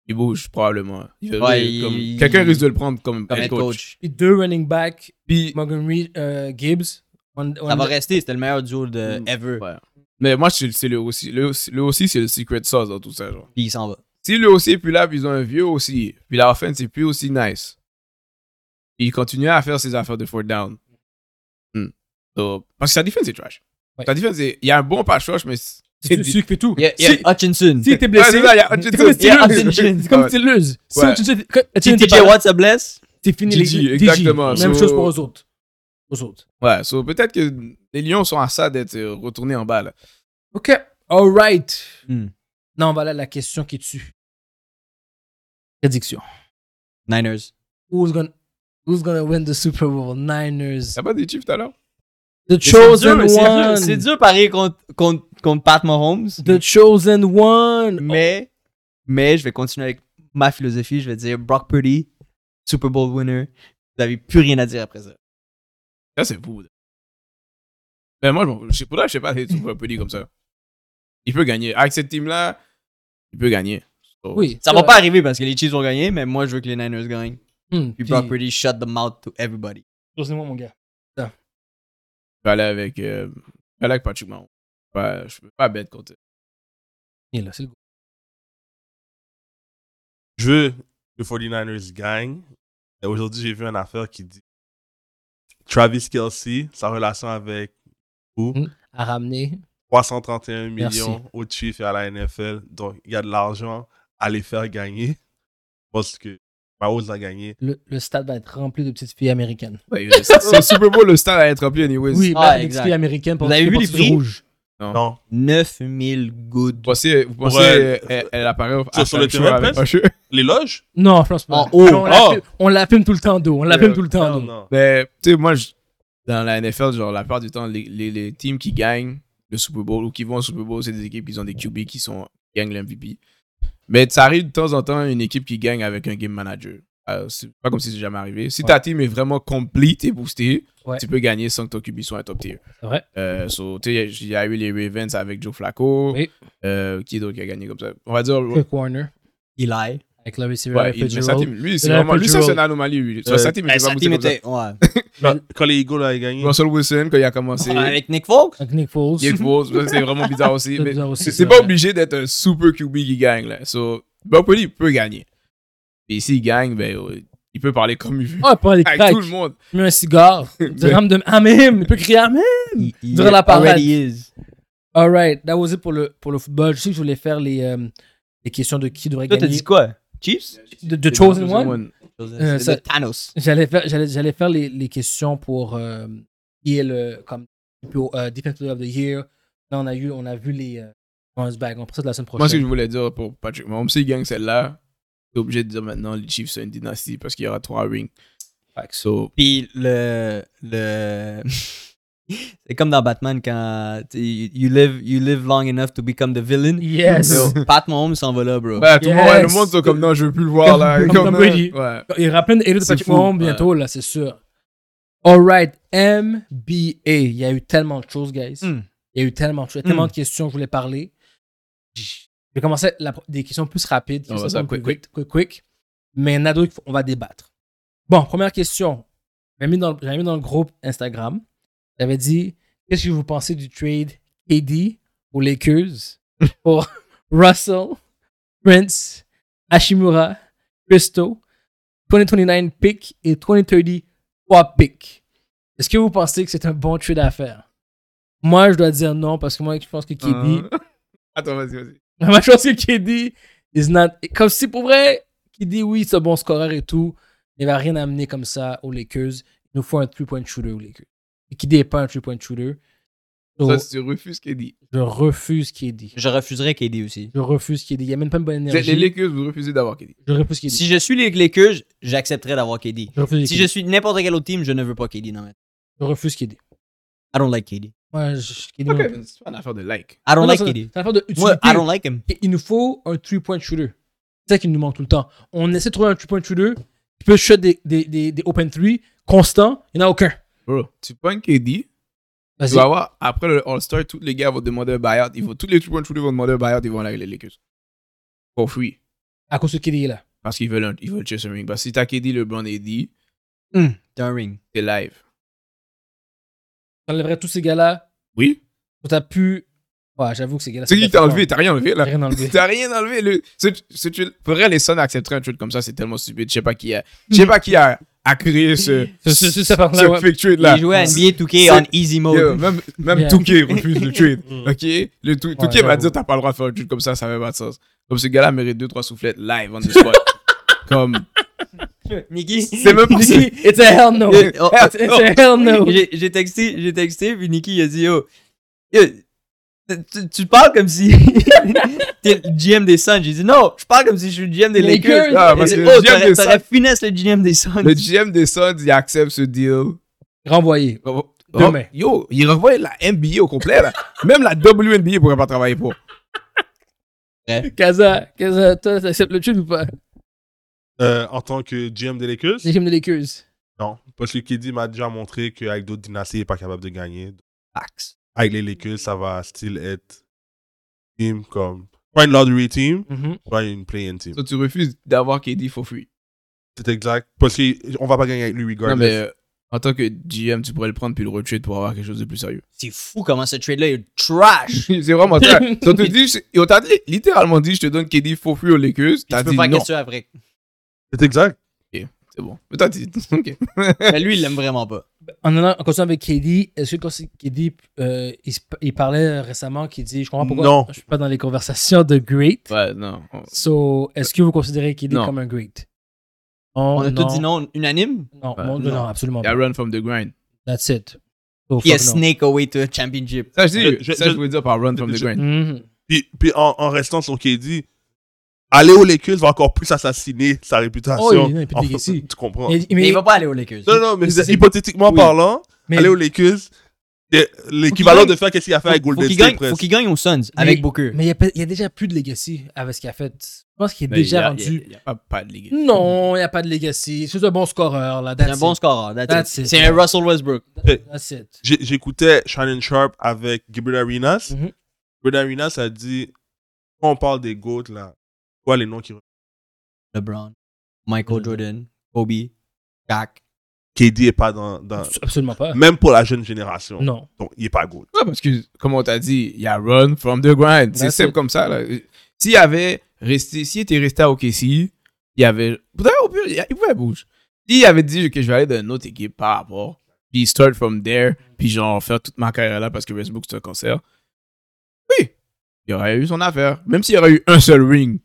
[SPEAKER 3] il bouge probablement. Il va-
[SPEAKER 2] Ouais, il-
[SPEAKER 3] comme-
[SPEAKER 2] il-
[SPEAKER 3] Quelqu'un risque de le prendre comme,
[SPEAKER 2] comme
[SPEAKER 3] head
[SPEAKER 2] head coach.
[SPEAKER 1] Puis deux running backs,
[SPEAKER 3] Puis,
[SPEAKER 1] Montgomery, euh, Gibbs. On- on-
[SPEAKER 2] Ça va rester. C'était le meilleur duo de
[SPEAKER 3] Mm.
[SPEAKER 2] ever.
[SPEAKER 3] Ouais. mais moi, c'est c'est le aussi. Le, le aussi, c'est le secret sauce dans tout ça. Genre.
[SPEAKER 2] Puis il s'en va.
[SPEAKER 3] Si le aussi est plus là, puis ils ont un vieux aussi, puis la offense c'est plus aussi nice. Puis il continue à faire ses affaires de fourth down. Hmm. So, parce que sa défense est trash.
[SPEAKER 1] Ouais.
[SPEAKER 3] Sa défense, est- il y a un bon pass rush, mais c'est-
[SPEAKER 1] C'est celui qui fait tout.
[SPEAKER 2] Il y a, il y a
[SPEAKER 1] Si-
[SPEAKER 2] Hutchinson.
[SPEAKER 1] Si t'es
[SPEAKER 3] Ouais,
[SPEAKER 1] blessé,
[SPEAKER 3] c'est ça, il y a
[SPEAKER 1] c'est comme
[SPEAKER 3] Hutchinson.
[SPEAKER 1] Steelers. C'est comme
[SPEAKER 3] Ouais.
[SPEAKER 1] Steelers. Si
[SPEAKER 3] Ouais.
[SPEAKER 1] Hutchinson- quand
[SPEAKER 2] Si
[SPEAKER 1] Hutchinson est
[SPEAKER 2] TJ
[SPEAKER 1] pas là,
[SPEAKER 2] Watt se blesse,
[SPEAKER 1] ah, c'est fini. les-
[SPEAKER 3] GG,
[SPEAKER 1] les-
[SPEAKER 3] exactement.
[SPEAKER 1] Même
[SPEAKER 3] So-
[SPEAKER 1] chose pour eux autres. Aux autres.
[SPEAKER 3] Ouais, so peut-être que les Lions sont à ça d'être euh, retournés en bas. Là.
[SPEAKER 1] OK. All right.
[SPEAKER 2] Hmm.
[SPEAKER 1] Non, voilà la question qui tue. Prédiction.
[SPEAKER 2] Niners.
[SPEAKER 1] Who's gonna, who's gonna win the Super Bowl? Niners.
[SPEAKER 3] T'as pas des Chiefs tout à l'heure?
[SPEAKER 1] The
[SPEAKER 2] Mais
[SPEAKER 1] chosen
[SPEAKER 2] c'est dur, c'est dur-
[SPEAKER 1] one.
[SPEAKER 2] C'est dur, parier contre, contre, contre Pat Mahomes.
[SPEAKER 1] The chosen one.
[SPEAKER 2] Mais, mais je vais continuer avec ma philosophie. Je vais dire Brock Purdy, Super Bowl winner. Vous n'avez plus rien à dire après ça.
[SPEAKER 3] Ça, c'est fou. là. Ben, moi, je m'en- je sais pas, je sais pas, c'est tout un peu dit comme ça. Il peut gagner. Avec cette team-là, il peut gagner. So,
[SPEAKER 1] Oh, Oui.
[SPEAKER 2] Ça va pas arriver parce que les Chiefs vont gagner, mais moi, je veux que les Niners gagnent.
[SPEAKER 1] Hmm, puis-
[SPEAKER 2] Puis Brock Purdy shut the mouth to everybody.
[SPEAKER 1] Excusez-moi, mon gars.
[SPEAKER 3] Je vais aller avec, euh, je vais aller avec Patrick Mahomes. Je peux pas- je peux pas bête contre.
[SPEAKER 1] Il est là, c'est le
[SPEAKER 4] Je veux que 49ers gagnent. Et Aujourd'hui, j'ai vu une affaire qui dit Travis Kelsey, sa relation avec
[SPEAKER 1] à ramener.
[SPEAKER 4] 331
[SPEAKER 1] Merci.
[SPEAKER 4] millions aux Chiefs et à la NFL. Donc, il y a de l'argent à les faire gagner. Parce que Mahomes a gagné.
[SPEAKER 1] Le, le stade va être rempli de petites filles américaines.
[SPEAKER 3] Ouais, c'est c'est le Super Bowl, le stade à être rempli, anyways.
[SPEAKER 1] Oui,
[SPEAKER 2] Ah,
[SPEAKER 1] bah, des
[SPEAKER 2] exact.
[SPEAKER 1] petites filles américaines pour
[SPEAKER 2] Vous avez vu les
[SPEAKER 1] porter du
[SPEAKER 2] prix?
[SPEAKER 1] rouge.
[SPEAKER 4] Non.
[SPEAKER 2] 9000 good.
[SPEAKER 3] Vous pensez, vous pensez
[SPEAKER 4] Ouais.
[SPEAKER 3] euh, elle, elle apparaît à
[SPEAKER 4] Sur- sur le
[SPEAKER 3] chaque show
[SPEAKER 4] terrain,
[SPEAKER 3] avec
[SPEAKER 4] presque?
[SPEAKER 3] un jeu?
[SPEAKER 4] Les loges
[SPEAKER 1] Non, je pense pas.
[SPEAKER 2] En haut.
[SPEAKER 1] On, la
[SPEAKER 4] Oh.
[SPEAKER 1] filme, on la filme tout le temps d'eau. On la
[SPEAKER 3] Euh,
[SPEAKER 1] filme tout le temps
[SPEAKER 4] Non,
[SPEAKER 1] d'eau.
[SPEAKER 4] non.
[SPEAKER 3] Mais, tu sais, moi, je- dans la NFL, genre, la plupart du temps, les, les, les teams qui gagnent le Super Bowl ou qui vont au Super Bowl, c'est des équipes qui ont des QB qui, sont, qui gagnent l'MVP. Mais ça arrive de temps en temps une équipe qui gagne avec un game manager. Euh, c'est pas comme si c'est jamais arrivé. Si ta team est vraiment complete et boostée,
[SPEAKER 1] Ouais.
[SPEAKER 3] tu peux gagner sans que ton QB soit un top tier.
[SPEAKER 1] C'est vrai.
[SPEAKER 3] Euh, so, tu sais, il y a eu les Ravens avec Joe Flacco.
[SPEAKER 1] Oui.
[SPEAKER 3] Euh, qui d'autre qui a gagné comme ça On va dire.
[SPEAKER 1] Quick Warner
[SPEAKER 2] Eli.
[SPEAKER 1] avec le receiver
[SPEAKER 3] Ouais, il- mais sa
[SPEAKER 1] Fitzgerald.
[SPEAKER 3] team, lui, c'est
[SPEAKER 1] Larry
[SPEAKER 3] vraiment. Lui, ça, c'est
[SPEAKER 1] Fitzgerald.
[SPEAKER 3] une anomalie. lui.
[SPEAKER 2] Euh,
[SPEAKER 3] sa team,
[SPEAKER 2] Eh,
[SPEAKER 3] était pas
[SPEAKER 2] sa
[SPEAKER 3] boostée
[SPEAKER 2] team
[SPEAKER 3] comme ça.
[SPEAKER 2] était- ouais.
[SPEAKER 4] Quand, quand les Eagles avaient gagné,
[SPEAKER 3] Russell Wilson, quand il a commencé.
[SPEAKER 2] Avec Nick Foles.
[SPEAKER 1] Avec Nick Foles.
[SPEAKER 3] Nick Foles, ça, c'est vraiment bizarre aussi.
[SPEAKER 1] C'est
[SPEAKER 3] mais
[SPEAKER 1] bizarre aussi,
[SPEAKER 3] c'est-
[SPEAKER 1] c'est
[SPEAKER 3] c'est pas
[SPEAKER 1] vrai.
[SPEAKER 3] obligé d'être un super QB qui gagne. Là. So, Brock Purdy peut gagner. Et s'il gagne, ben, euh, il peut parler comme il veut.
[SPEAKER 1] Ah, il prend des
[SPEAKER 3] Avec
[SPEAKER 1] cracks.
[SPEAKER 3] tout le monde.
[SPEAKER 1] Il met un cigare. Il rame de Amen. Il peut crier Amen.
[SPEAKER 2] Il- il
[SPEAKER 1] Durant la parade.
[SPEAKER 2] already is.
[SPEAKER 1] All right. That was it pour le, pour le football. Je sais que je voulais faire les, euh, les questions de qui devrait
[SPEAKER 2] Toi, t'as
[SPEAKER 1] gagner.
[SPEAKER 2] dit quoi? Chiefs?
[SPEAKER 1] The, the Chosen One.
[SPEAKER 2] C'est
[SPEAKER 1] ça-
[SPEAKER 2] de Thanos.
[SPEAKER 1] J'allais faire, j'allais, j'allais faire les, les questions pour euh, qui est le comme, euh, Defensive Player of the Year. Là, on a, eu, on a vu les, euh, On se bague, on prend ça de la semaine
[SPEAKER 3] Moi, ce que
[SPEAKER 1] prochaine.
[SPEAKER 3] je voulais dire pour Patrick Mahomes, s'il gagne celle-là, t'es obligé de dire maintenant les Chiefs sont une dynastie parce qu'il y aura trois rings.
[SPEAKER 1] Facts.
[SPEAKER 3] So,
[SPEAKER 2] Puis le. le... C'est comme dans Batman quand tu- you live, you live long enough to become the villain.
[SPEAKER 1] Yes!
[SPEAKER 2] Yo, Pat Mahomes s'en va là, bro.
[SPEAKER 3] ouais, ben, tout le monde, ouais, le
[SPEAKER 1] Yes.
[SPEAKER 3] monde sont comme non, je veux plus le voir là.
[SPEAKER 1] Comme Tom
[SPEAKER 3] non.
[SPEAKER 1] Brady.
[SPEAKER 3] Ouais.
[SPEAKER 1] Il y aura plein de héros de
[SPEAKER 3] C'est
[SPEAKER 1] Patrick
[SPEAKER 3] fou,
[SPEAKER 1] Mahomes
[SPEAKER 3] ouais.
[SPEAKER 1] bientôt, là, c'est sûr. Alright, MBA. Il y a eu tellement de choses, guys.
[SPEAKER 3] Hmm.
[SPEAKER 2] Mm.
[SPEAKER 1] Il y a eu tellement de choses. Il y a tellement de questions que je voulais parler. Je vais commencer la pro- des questions plus rapides.
[SPEAKER 3] On va
[SPEAKER 1] questions
[SPEAKER 3] ça,
[SPEAKER 1] plus
[SPEAKER 3] quick, quick.
[SPEAKER 1] vite, quick, quick. Mais il y en a d'autres qu'on va débattre. Bon, première question. J'avais mis, dans le- j'avais mis dans le groupe Instagram. J'avais dit Qu'est-ce que vous pensez du trade KD aux Lakers pour Russell, Prince, Hashimura, Christo, 2029 pick et 2030 3 pick. Est-ce que vous pensez que c'est un bon trade à faire? Moi, je dois dire non parce que moi, je pense que KD.
[SPEAKER 3] Euh, Attends, vas-y, vas-y.
[SPEAKER 1] Moi, je pense que KD is not. Comme si pour vrai, KD, oui, c'est un bon scoreur et tout, mais il va rien amener comme ça aux Lakers. Il nous faut un 3-point shooter aux Lakers. Et KD n'est pas un 3-point shooter. So,
[SPEAKER 3] Ça, si tu refuses qu'il dit.
[SPEAKER 1] je refuse KD.
[SPEAKER 2] Je refuserais KD aussi.
[SPEAKER 1] Je refuse KD. Il n'y a même pas une bonne
[SPEAKER 3] Les
[SPEAKER 1] énergie.
[SPEAKER 3] Lakers, vous refusez d'avoir KD.
[SPEAKER 1] Je refuse KD.
[SPEAKER 2] Si je suis les Lakers, j'accepterais d'avoir KD.
[SPEAKER 1] je refuse
[SPEAKER 2] Si
[SPEAKER 1] KD.
[SPEAKER 2] je suis n'importe quel autre team, je ne veux pas KD. Non, man.
[SPEAKER 1] Je refuse KD.
[SPEAKER 2] I don't like KD.
[SPEAKER 1] Moi, je- KD
[SPEAKER 3] Ok,
[SPEAKER 1] me-
[SPEAKER 3] C'est pas une affaire de like.
[SPEAKER 2] I don't
[SPEAKER 1] Non,
[SPEAKER 2] like
[SPEAKER 1] c'est-
[SPEAKER 2] KD.
[SPEAKER 1] C'est une affaire de
[SPEAKER 2] Moi,
[SPEAKER 1] utilité.
[SPEAKER 2] I don't like him.
[SPEAKER 1] Et il nous faut un three-point shooter. C'est ça qui nous manque tout le temps. On essaie de trouver un three-point shooter qui peut shoot des, des, des, des open three constants. Il n'y en a aucun. Bah,
[SPEAKER 3] Bro, tu prends KD, tu
[SPEAKER 1] Vas-y.
[SPEAKER 3] vas voir, après le All-Star, tous les gars vont demander un buyout. Ils vont, tous les trois shooters vont demander un buyout, ils vont aller les Lakers. Pour free.
[SPEAKER 1] À cause de KD est là.
[SPEAKER 3] Parce qu'ils veulent, un- ils veulent chase un ring. Parce que si t'as KD, LeBron et D, Hmm.
[SPEAKER 2] T'es un ring.
[SPEAKER 3] t'es live.
[SPEAKER 1] T'enlèverais tous ces gars-là.
[SPEAKER 3] Oui.
[SPEAKER 1] T'as pu. Ouais, j'avoue que ces gars-là.
[SPEAKER 3] C'est qui
[SPEAKER 1] pas
[SPEAKER 3] t'a
[SPEAKER 1] fort.
[SPEAKER 3] enlevé T'as rien enlevé
[SPEAKER 1] T'as
[SPEAKER 3] là
[SPEAKER 1] rien enlevé.
[SPEAKER 3] T'as rien enlevé. Le, ce, ce trade- pour vrai, les Suns accepteraient un trade comme ça, c'est tellement stupide. Je sais pas qui a,
[SPEAKER 1] Hmm.
[SPEAKER 3] je sais pas qui a, a créé ce,
[SPEAKER 1] Ce- ce- ce- cette affaire-là, ouais.
[SPEAKER 3] fake trade là.
[SPEAKER 2] Il jouait à NBA 2K
[SPEAKER 3] c'est-
[SPEAKER 2] on easy mode.
[SPEAKER 3] Yo, même même
[SPEAKER 1] Yeah.
[SPEAKER 3] 2K refuse le trade.
[SPEAKER 4] Mm.
[SPEAKER 3] Ok Le tou- 2K va
[SPEAKER 1] j'avoue.
[SPEAKER 3] dire t'as pas le droit de faire un trade comme ça, ça fait pas de sens. Comme ce gars-là mérite 2-3 soufflettes live on the spot. comme.
[SPEAKER 2] Nikki,
[SPEAKER 3] C'est même pas
[SPEAKER 1] Nikki, It's a hell no.
[SPEAKER 2] Yo, oh,
[SPEAKER 1] It's it's a hell no.
[SPEAKER 2] J'ai j'ai texté, j'ai texté, puis Nikki il a dit yo, yo, tu- tu, tu parles comme si t'es le GM des Suns. J'ai dit non, je parle comme si je suis le GM des
[SPEAKER 1] Lakers.
[SPEAKER 2] Lakers.
[SPEAKER 3] Ah, parce
[SPEAKER 2] Il
[SPEAKER 3] que
[SPEAKER 2] dit,
[SPEAKER 3] le
[SPEAKER 2] oh,
[SPEAKER 3] GM
[SPEAKER 2] t'aurais
[SPEAKER 3] des
[SPEAKER 2] t'aurais
[SPEAKER 3] Suns-
[SPEAKER 2] finesse le GM des Suns.
[SPEAKER 3] Le GM des Suns, il accepte ce deal.
[SPEAKER 1] Renvoyé.
[SPEAKER 3] Oh, oh,
[SPEAKER 1] Demain.
[SPEAKER 3] yo, il renvoie la NBA au complet là. Même la WNBA pourrait pas travailler pour.
[SPEAKER 1] Kaza, Kaza, toi, t'acceptes le trade ou pas
[SPEAKER 4] Euh, en tant que GM des Lakers,
[SPEAKER 1] Les games de Lakers.
[SPEAKER 4] non. Parce que KD m'a déjà montré qu'avec d'autres dynasties, il n'est pas capable de gagner.
[SPEAKER 2] Facts.
[SPEAKER 4] Avec les Lakers, ça va still être team comme. Soit une lottery team,
[SPEAKER 1] Mhm.
[SPEAKER 4] soit une play-in team.
[SPEAKER 3] So, tu refuses d'avoir KD for free.
[SPEAKER 4] C'est exact. Parce qu'on va pas gagner avec lui,
[SPEAKER 3] Non,
[SPEAKER 4] regardless.
[SPEAKER 3] mais euh, en tant que GM, tu pourrais le prendre puis le retrade pour avoir quelque chose de plus sérieux.
[SPEAKER 2] C'est fou comment ce trade-là est trash.
[SPEAKER 3] c'est vraiment ça. Si on te dit, je- et on t'a dit- littéralement dit, je te donne KD for free aux Lakers.
[SPEAKER 2] Puis
[SPEAKER 3] T'as
[SPEAKER 2] tu peux
[SPEAKER 3] dit
[SPEAKER 2] faire
[SPEAKER 3] non.
[SPEAKER 2] qu'est-ce que tu veux après.
[SPEAKER 4] C'est exact.
[SPEAKER 3] C'est bon. Mais toi, t'es. Ok.
[SPEAKER 2] Mais lui, il l'aime vraiment pas.
[SPEAKER 1] En allant, en continuant avec KD, est-ce que quand c'est KD, euh, il, se- il parlait récemment qu'il dit Je comprends pourquoi
[SPEAKER 4] Non.
[SPEAKER 1] je suis pas dans les conversations de great.
[SPEAKER 3] Ouais, non. On-
[SPEAKER 1] So, est-ce que vous considérez KD
[SPEAKER 3] Bah, Non.
[SPEAKER 1] comme un great Oh
[SPEAKER 2] On a tous dit non unanime.
[SPEAKER 1] Non,
[SPEAKER 3] Ouais.
[SPEAKER 1] mon- non,
[SPEAKER 3] Non.
[SPEAKER 1] absolument
[SPEAKER 3] I
[SPEAKER 1] pas.
[SPEAKER 3] run from the grind.
[SPEAKER 1] That's it. So,
[SPEAKER 2] Puis il a
[SPEAKER 1] fuck non.
[SPEAKER 2] snake away to a championship.
[SPEAKER 3] Ça, je dis,
[SPEAKER 4] Je- je-
[SPEAKER 3] ça, je veux dire par run from the
[SPEAKER 4] je-
[SPEAKER 3] grind.
[SPEAKER 1] Mhm.
[SPEAKER 4] Puis, puis en, en restant sur KD, aller aux Lakers va encore plus assassiner sa réputation.
[SPEAKER 1] Oh, il est un peu
[SPEAKER 4] En-
[SPEAKER 1] dégueulasse.
[SPEAKER 4] tu comprends?
[SPEAKER 1] Mais- mais-
[SPEAKER 2] Mais il va pas aller aux Lakers.
[SPEAKER 4] Non, non, mais
[SPEAKER 1] Mais
[SPEAKER 4] c'est-
[SPEAKER 1] c'est-
[SPEAKER 4] hypothétiquement
[SPEAKER 1] oui.
[SPEAKER 4] parlant,
[SPEAKER 1] mais-
[SPEAKER 4] aller aux Lakers, c'est l'équivalent
[SPEAKER 2] gagne.
[SPEAKER 4] de faire qu'est-ce qu'il a fait avec
[SPEAKER 2] faut
[SPEAKER 4] Golden
[SPEAKER 2] qu'il
[SPEAKER 4] State
[SPEAKER 2] gagne, faut
[SPEAKER 4] presque.
[SPEAKER 2] qu'il gagne aux Suns avec Booker.
[SPEAKER 1] mais il y a, pas- il y a déjà plus de legacy avec ce qu'il a fait. Je pense qu'il est
[SPEAKER 3] Mais
[SPEAKER 1] déjà
[SPEAKER 3] y a-
[SPEAKER 1] rendu.
[SPEAKER 3] y a- y a pas, pas de ligue.
[SPEAKER 1] Non, il n'y a pas de legacy. C'est un bon scoreur. Là.
[SPEAKER 2] C'est
[SPEAKER 1] That's
[SPEAKER 2] un bon
[SPEAKER 1] it.
[SPEAKER 2] scoreur. that's it.
[SPEAKER 1] That's it.
[SPEAKER 2] C'est un Russell Westbrook.
[SPEAKER 1] That's it.
[SPEAKER 4] J'ai- J'écoutais Shannon Sharp avec Gilbert Arenas.
[SPEAKER 1] Mhm.
[SPEAKER 4] Gilbert Arenas a dit quand on parle des GOATs, là, quoi les noms qui.
[SPEAKER 2] LeBron, Michael
[SPEAKER 1] Mm.
[SPEAKER 2] Jordan, Kobe, Shaq.
[SPEAKER 4] KD est pas dans. dans-
[SPEAKER 1] Absolument pas.
[SPEAKER 4] Même pour la jeune génération.
[SPEAKER 1] Non.
[SPEAKER 4] Donc, il est pas GOAT.
[SPEAKER 3] Ouais, parce que, comme on t'a dit, il y a run from the grind. C'est
[SPEAKER 1] That's
[SPEAKER 3] simple
[SPEAKER 1] it.
[SPEAKER 3] comme ça. là. S'il y avait resté, s'il était resté à OKC, il y avait. D'ailleurs, au pire, il y a- il pouvait bouger. S'il avait dit que je vais aller dans une autre équipe par rapport, puis start from there, puis genre faire toute ma carrière là parce que Westbrook c'est un cancer, oui, il aurait eu son affaire. Même s'il y aurait eu un seul ring.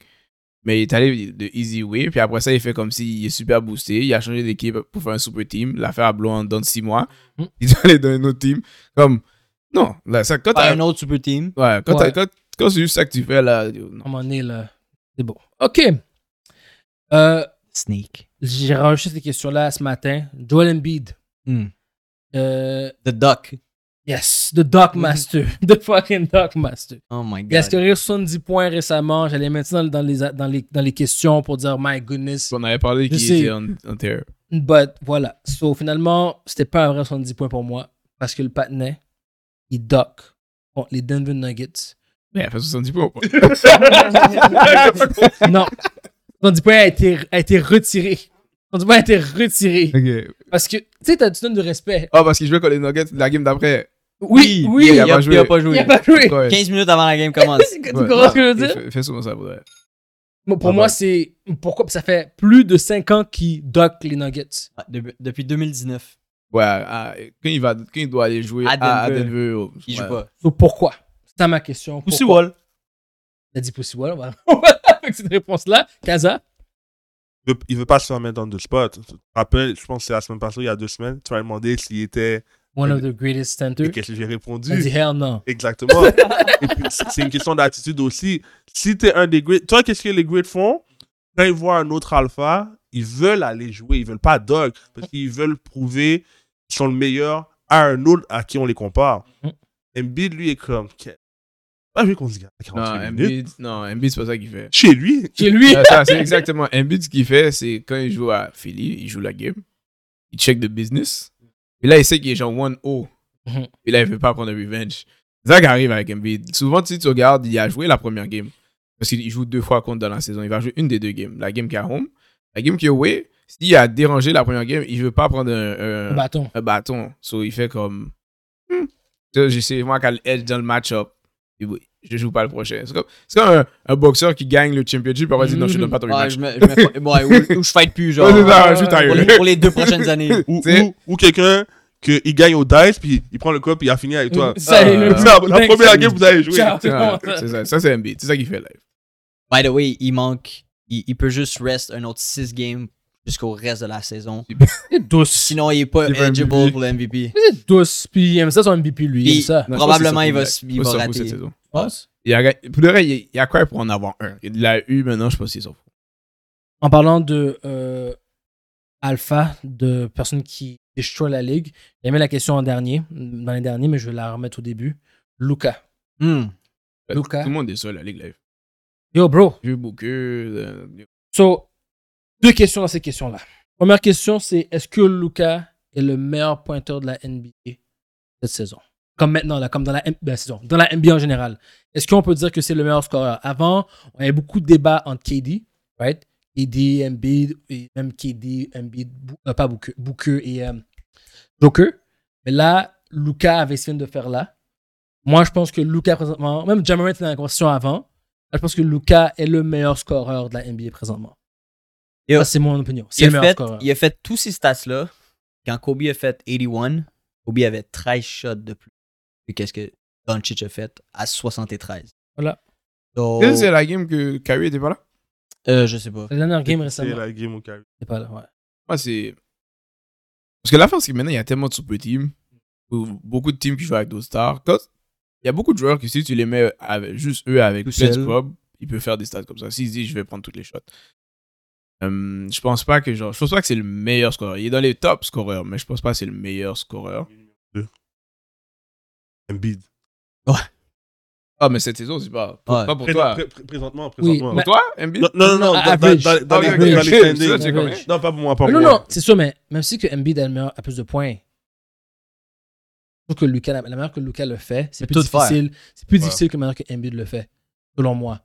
[SPEAKER 3] Mais il est allé de easy way, puis après ça, il fait comme s'il est super boosté. Il a changé d'équipe pour faire un super team. L'affaire a blow en dans six mois.
[SPEAKER 1] Mm.
[SPEAKER 3] Il est allé dans un autre team. Comme, non, là, ça, quand
[SPEAKER 2] Par
[SPEAKER 3] t'as
[SPEAKER 2] un autre super team.
[SPEAKER 3] Ouais, quand
[SPEAKER 1] Ouais.
[SPEAKER 3] t'as- quand- Quand c'est juste ça que tu fais là, yo,
[SPEAKER 1] À
[SPEAKER 3] non.
[SPEAKER 1] un moment donné, là, c'est bon. OK. Euh,
[SPEAKER 2] Snake.
[SPEAKER 1] J'ai enregistré ces questions-là ce matin. Joel Embiid.
[SPEAKER 2] Hmm.
[SPEAKER 1] Euh,
[SPEAKER 2] The Duck.
[SPEAKER 1] yes, the Doc Master. the fucking Doc Master.
[SPEAKER 2] Oh my god.
[SPEAKER 1] Gasquerie, 70 points récemment. J'allais mettre ça dans, dans les, dans, les, dans les questions pour dire My goodness.
[SPEAKER 3] On avait parlé
[SPEAKER 1] Je
[SPEAKER 3] qu'il
[SPEAKER 1] sais.
[SPEAKER 3] était en, en terre.
[SPEAKER 1] But voilà. So finalement, c'était pas un vrai 70 points pour moi parce que le patinet, il dock contre les Denver Nuggets.
[SPEAKER 3] Mais il a fait 70 points ou pas?
[SPEAKER 1] non. 70 points a été, a été retiré. 70 points a été retiré.
[SPEAKER 3] Ok.
[SPEAKER 1] Parce que, tu sais, t'as- tu donnes du respect.
[SPEAKER 3] Ah, parce qu'il jouait contre les Nuggets la game d'après.
[SPEAKER 1] Oui, oui.
[SPEAKER 3] il
[SPEAKER 1] Il
[SPEAKER 3] a
[SPEAKER 1] a,
[SPEAKER 3] pas joué.
[SPEAKER 2] pas
[SPEAKER 1] il
[SPEAKER 2] joué.
[SPEAKER 1] a pas joué.
[SPEAKER 3] Ouais.
[SPEAKER 2] 15 minutes avant la game commence.
[SPEAKER 1] Tu comprends ce que je veux dire?
[SPEAKER 3] Fais- Fais sûrement ça pour vrai.
[SPEAKER 1] Moi, pour
[SPEAKER 3] Ah
[SPEAKER 1] moi,
[SPEAKER 3] ouais.
[SPEAKER 1] c'est. Pourquoi Parce que Ça fait plus de 5 ans qu'ils dockent les Nuggets.
[SPEAKER 2] Ah, de- depuis 2019.
[SPEAKER 3] Ouais, ah, quand, il va, quand il doit aller jouer
[SPEAKER 2] À
[SPEAKER 3] à Denver, à,
[SPEAKER 2] Denver.
[SPEAKER 3] Denver oh,
[SPEAKER 2] Il
[SPEAKER 3] ouais.
[SPEAKER 2] joue pas.
[SPEAKER 1] Donc, pourquoi C'est ça ma question.
[SPEAKER 2] Pussy
[SPEAKER 1] Pourquoi?
[SPEAKER 2] Wall.
[SPEAKER 1] T'as dit Pussy Wall, on va- on va avec cette réponse-là. Kaza
[SPEAKER 4] Il veut- il veut pas se faire mettre dans deux spots. Tu te rappelles, je pense que c'est la semaine passée, il y a deux semaines, tu m'as demandé s'il était.
[SPEAKER 1] One of the greatest
[SPEAKER 4] Et
[SPEAKER 1] centers.
[SPEAKER 4] qu'est-ce que j'ai
[SPEAKER 1] T'as dit
[SPEAKER 4] répondu
[SPEAKER 1] hell non.
[SPEAKER 4] Exactement. Et puis, c'est c'est une question d'attitude aussi. Si t'es un des greats, toi, qu'est-ce que les greats font Quand ils voient un autre alpha, ils veulent aller jouer, ils veulent pas dog, parce qu'ils veulent prouver qu'ils sont le meilleur à un autre à qui on les compare.
[SPEAKER 1] Mhm.
[SPEAKER 4] Embiid, lui, est comme. que- Pas jouer contre ce gars. à 48
[SPEAKER 3] Non,
[SPEAKER 4] minutes.
[SPEAKER 3] Embiid, non, Embiid, c'est pas ça qu'il fait.
[SPEAKER 4] Chez lui,
[SPEAKER 1] Chez lui.
[SPEAKER 3] Ah, ça, c'est exactement. Embiid, ce qu'il fait, c'est quand il joue à Philly, il joue la game, il check the business, et là, il sait qu'il est genre 1-0,
[SPEAKER 1] Mhm.
[SPEAKER 3] et là, il veut pas prendre le revenge. C'est ça qui arrive avec Embiid. Souvent, si tu regardes, il a joué la première game, parce qu'il joue deux fois contre dans la saison. Il va jouer une des deux games, la game qui est à home, la game qui est away. S'il a dérangé la première game, il veut pas prendre un, un-
[SPEAKER 1] Le bâton.
[SPEAKER 3] un bâton. So, il fait comme. Hmm. Ça, Je sais, moi, quand edge dans le match-up, il- je joue pas le prochain. C'est comme, c'est comme un, un boxeur qui gagne le championship, après il dit non, je te donne pas ton
[SPEAKER 2] Ouais,
[SPEAKER 3] rematch.
[SPEAKER 2] Ah, je me, je me- ouais, ou, ou je fight plus, genre.
[SPEAKER 3] Ouais, c'est ça,
[SPEAKER 1] ouais,
[SPEAKER 3] je suis
[SPEAKER 1] ouais.
[SPEAKER 2] pour,
[SPEAKER 3] tailleux.
[SPEAKER 2] les, pour les deux prochaines années.
[SPEAKER 4] ou,
[SPEAKER 3] T'sais.
[SPEAKER 4] ou, ou quelqu'un qu'il gagne au dice, puis il prend le cop, puis il a fini avec toi. Euh,
[SPEAKER 1] Ça,
[SPEAKER 3] Ah,
[SPEAKER 1] le-
[SPEAKER 3] c'est
[SPEAKER 4] la, la
[SPEAKER 1] Mm. Thanks.
[SPEAKER 4] première game, vous allez jouer.
[SPEAKER 1] Ciao.
[SPEAKER 3] Ah, C'est ça, ça c'est Embiid, c'est ça qu'il fait live.
[SPEAKER 2] By the way, il manque. Il, il peut juste rest un autre 6 games jusqu'au reste de la saison.
[SPEAKER 1] C'est douce.
[SPEAKER 2] Sinon, il est pas
[SPEAKER 3] Il veut un
[SPEAKER 2] eligible
[SPEAKER 3] MVP.
[SPEAKER 2] pour le MVP.
[SPEAKER 1] C'est douce. Puis il aime ça son MVP, lui. Il aime
[SPEAKER 2] Puis-
[SPEAKER 1] ça.
[SPEAKER 3] Non, je
[SPEAKER 2] Probablement,
[SPEAKER 3] pense que
[SPEAKER 2] il va
[SPEAKER 3] c'est ça
[SPEAKER 2] s-
[SPEAKER 3] pour-
[SPEAKER 2] il va
[SPEAKER 3] ça pour
[SPEAKER 2] rater.
[SPEAKER 3] cette saison.
[SPEAKER 2] Tu penses?
[SPEAKER 3] Il a, pour le vrai, il y a- il y a quoi pour en avoir un Il l'a eu maintenant, je pense qu'ils sont fous.
[SPEAKER 1] En parlant de euh, alpha, de personnes qui destroy la ligue, j'ai mis la question en dernier, dans les derniers, mais je vais la remettre au début. Luca.
[SPEAKER 2] Hmm.
[SPEAKER 1] Luca.
[SPEAKER 3] Tout le monde est sur la Ligue Live.
[SPEAKER 1] Yo, bro.
[SPEAKER 3] Vieux Booker. euh,
[SPEAKER 1] So, deux questions dans ces questions-là. Première question, c'est est-ce que Luca est le meilleur pointeur de la NBA cette saison Comme maintenant, là, comme dans la, M- de la saison, dans la NBA en général. Est-ce qu'on peut dire que c'est le meilleur scoreur Avant, on avait beaucoup de débats entre KD, right KD, Embiid, et même KD, Embiid, Bou- euh, pas Booker, Booker et euh, Joker. Mais là, Luca avait ce qu'il vient de faire là. Moi, je pense que Luca présentement, même Jamarant était dans la conversation avant, Là, je pense que Luca est le meilleur scoreur de la NBA présentement.
[SPEAKER 2] Et-
[SPEAKER 1] Ça, c'est mon opinion. C'est
[SPEAKER 2] Il
[SPEAKER 1] le
[SPEAKER 2] a,
[SPEAKER 1] meilleur
[SPEAKER 2] fait,
[SPEAKER 1] scoreur.
[SPEAKER 2] il a fait tous ces stats-là. Quand Kobe a fait 81, Kobe avait 13 shots de plus que qu'est-ce que Doncic a fait à 73.
[SPEAKER 1] Voilà.
[SPEAKER 2] Donc,
[SPEAKER 3] Quelle c'est la game que Kyrie était pas là
[SPEAKER 2] euh, je sais pas.
[SPEAKER 1] La dernière game
[SPEAKER 4] C'est
[SPEAKER 1] récemment.
[SPEAKER 4] la game au carré.
[SPEAKER 1] C'est pas là, ouais.
[SPEAKER 3] Moi, c'est. Parce que la fin, c'est que maintenant, il y a tellement de super teams. ou Beaucoup de teams qui jouent avec d'autres stars. Quand- Il y a beaucoup de joueurs qui, si tu les mets avec, juste eux avec
[SPEAKER 2] Tout
[SPEAKER 3] plein de
[SPEAKER 2] seul.
[SPEAKER 3] scrubs, ils peuvent faire des stats comme ça. S'ils se disent, je vais prendre toutes les shots. Euh, je pense pas que genre, je pense pas que c'est le meilleur scoreur. Il est dans les top scoreurs, mais je pense pas que c'est le meilleur scoreur.
[SPEAKER 4] Embiid.
[SPEAKER 3] Ah, mais cette saison, c'est pas pour,
[SPEAKER 2] Ouais.
[SPEAKER 3] pas pour
[SPEAKER 4] Pré-
[SPEAKER 3] toi.
[SPEAKER 4] pré- pré- Présentement,
[SPEAKER 1] Oui,
[SPEAKER 4] présentement.
[SPEAKER 3] Pour toi, Embiid
[SPEAKER 4] Non, non, non, non,
[SPEAKER 1] Non,
[SPEAKER 4] dans- dans
[SPEAKER 1] average.
[SPEAKER 4] dans- dans
[SPEAKER 3] Ah,
[SPEAKER 4] les
[SPEAKER 3] oui,
[SPEAKER 1] ok,
[SPEAKER 4] dans
[SPEAKER 1] ok.
[SPEAKER 4] les
[SPEAKER 3] Ça,
[SPEAKER 4] standings.
[SPEAKER 3] c'est
[SPEAKER 1] Average.
[SPEAKER 3] correct.
[SPEAKER 4] Non, pas pour moi, pas
[SPEAKER 1] Mais
[SPEAKER 4] pour
[SPEAKER 1] non,
[SPEAKER 4] moi.
[SPEAKER 1] non, c'est sûr, mais même si que Embiid a, le meilleur- a plus de points, je trouve que Luca, la, la manière que Luca le fait, c'est
[SPEAKER 2] Mais
[SPEAKER 1] plus
[SPEAKER 2] tout faire.
[SPEAKER 1] difficile. C'est plus
[SPEAKER 4] Ouais.
[SPEAKER 1] difficile que la manière que Embiid le fait, selon moi.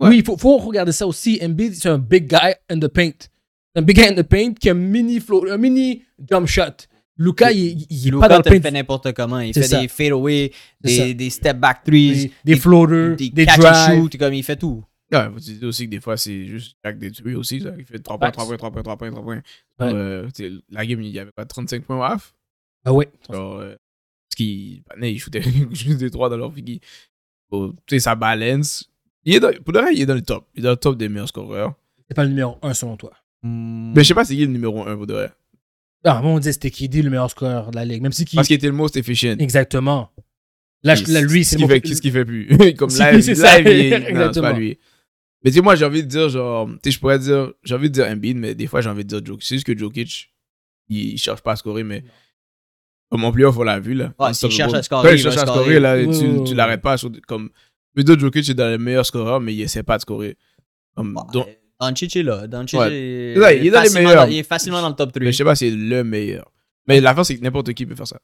[SPEAKER 3] Ouais.
[SPEAKER 1] Oui, il faut, faut regarder ça aussi. Embiid, c'est un big guy in the paint. Un big guy in the paint qui a un mini, flow, un mini jump shot. Luca, il, il- il est
[SPEAKER 2] Luka
[SPEAKER 1] pas dans
[SPEAKER 2] te le
[SPEAKER 1] le
[SPEAKER 2] fait
[SPEAKER 1] paint.
[SPEAKER 2] n'importe comment. Il
[SPEAKER 1] C'est
[SPEAKER 2] fait
[SPEAKER 1] ça.
[SPEAKER 2] des fadeaways,
[SPEAKER 1] C'est ça.
[SPEAKER 2] des, des step back threes,
[SPEAKER 1] Des, des floaters, des,
[SPEAKER 2] des, catch and
[SPEAKER 1] drives.
[SPEAKER 2] shoot, comme il fait tout.
[SPEAKER 3] Ouais, Ah, vous dites aussi que des fois, c'est juste Jack des tués aussi. ça. Il fait 3 points,
[SPEAKER 1] Facts.
[SPEAKER 3] 3 points, 3 points, 3 points, 3 points.
[SPEAKER 1] Ouais.
[SPEAKER 3] Euh, tu sais, la game, il y avait pas 35 points au half.
[SPEAKER 1] Ah ouais.
[SPEAKER 3] Genre, euh, parce qu'ils bah, né, ils shootaient juste des 3 dans leur figure. Bon, tu sais, ça balance. Il est dans, pour le reste, il est dans le top. Il est dans le top des meilleurs scoreurs.
[SPEAKER 1] C'est pas le numéro 1 selon toi.
[SPEAKER 2] Hmm.
[SPEAKER 3] Mais je sais pas c'est qui le numéro 1 pour de vrai.
[SPEAKER 1] Ah, moi, on disait c'était KD le meilleur scoreur de la ligue. Même si qui.
[SPEAKER 3] Parce qu'il était le most efficient.
[SPEAKER 1] Exactement. Là, je-
[SPEAKER 3] Qui-
[SPEAKER 1] là, lui, c'est
[SPEAKER 3] qu'est-ce qu'il
[SPEAKER 1] mon-
[SPEAKER 3] fait, qu'est-ce qu'il fait plus Comme
[SPEAKER 1] C'est-
[SPEAKER 3] live,
[SPEAKER 1] c'est
[SPEAKER 3] live
[SPEAKER 1] ça.
[SPEAKER 3] il est- non, c'est
[SPEAKER 1] Exactement.
[SPEAKER 3] pas lui. Mais tu sais, moi, j'ai envie de dire, genre, tu sais, je pourrais dire, j'ai envie de dire Embiid, mais des fois, j'ai envie de dire Jokic. C'est juste que Jokic, il, il cherche pas à scorer, mais comme en playoff, on l'a vu, là.
[SPEAKER 2] Ouais,
[SPEAKER 3] Quand
[SPEAKER 2] s'il
[SPEAKER 3] il
[SPEAKER 2] cherche à scorer,
[SPEAKER 3] Quand
[SPEAKER 2] il
[SPEAKER 3] il
[SPEAKER 2] va
[SPEAKER 3] cherche à
[SPEAKER 2] scorer.
[SPEAKER 3] scorer, là,
[SPEAKER 1] Ouais, ouais,
[SPEAKER 3] tu,
[SPEAKER 1] ouais.
[SPEAKER 3] tu l'arrêtes pas. sur- Comme, mais d'autres Jokic est dans les meilleurs scoreurs, mais il essaie pas de scorer. Comme,
[SPEAKER 2] Bon,
[SPEAKER 3] donc,
[SPEAKER 2] euh, Doncic est là. Doncic
[SPEAKER 3] Ouais.
[SPEAKER 2] est,
[SPEAKER 3] C'est ça, il est dans les
[SPEAKER 2] facilement
[SPEAKER 3] meilleurs.
[SPEAKER 2] il est facilement dans le top 3.
[SPEAKER 3] mais je sais pas si c'est le meilleur. Mais l'affaire, c'est que n'importe qui peut faire ça.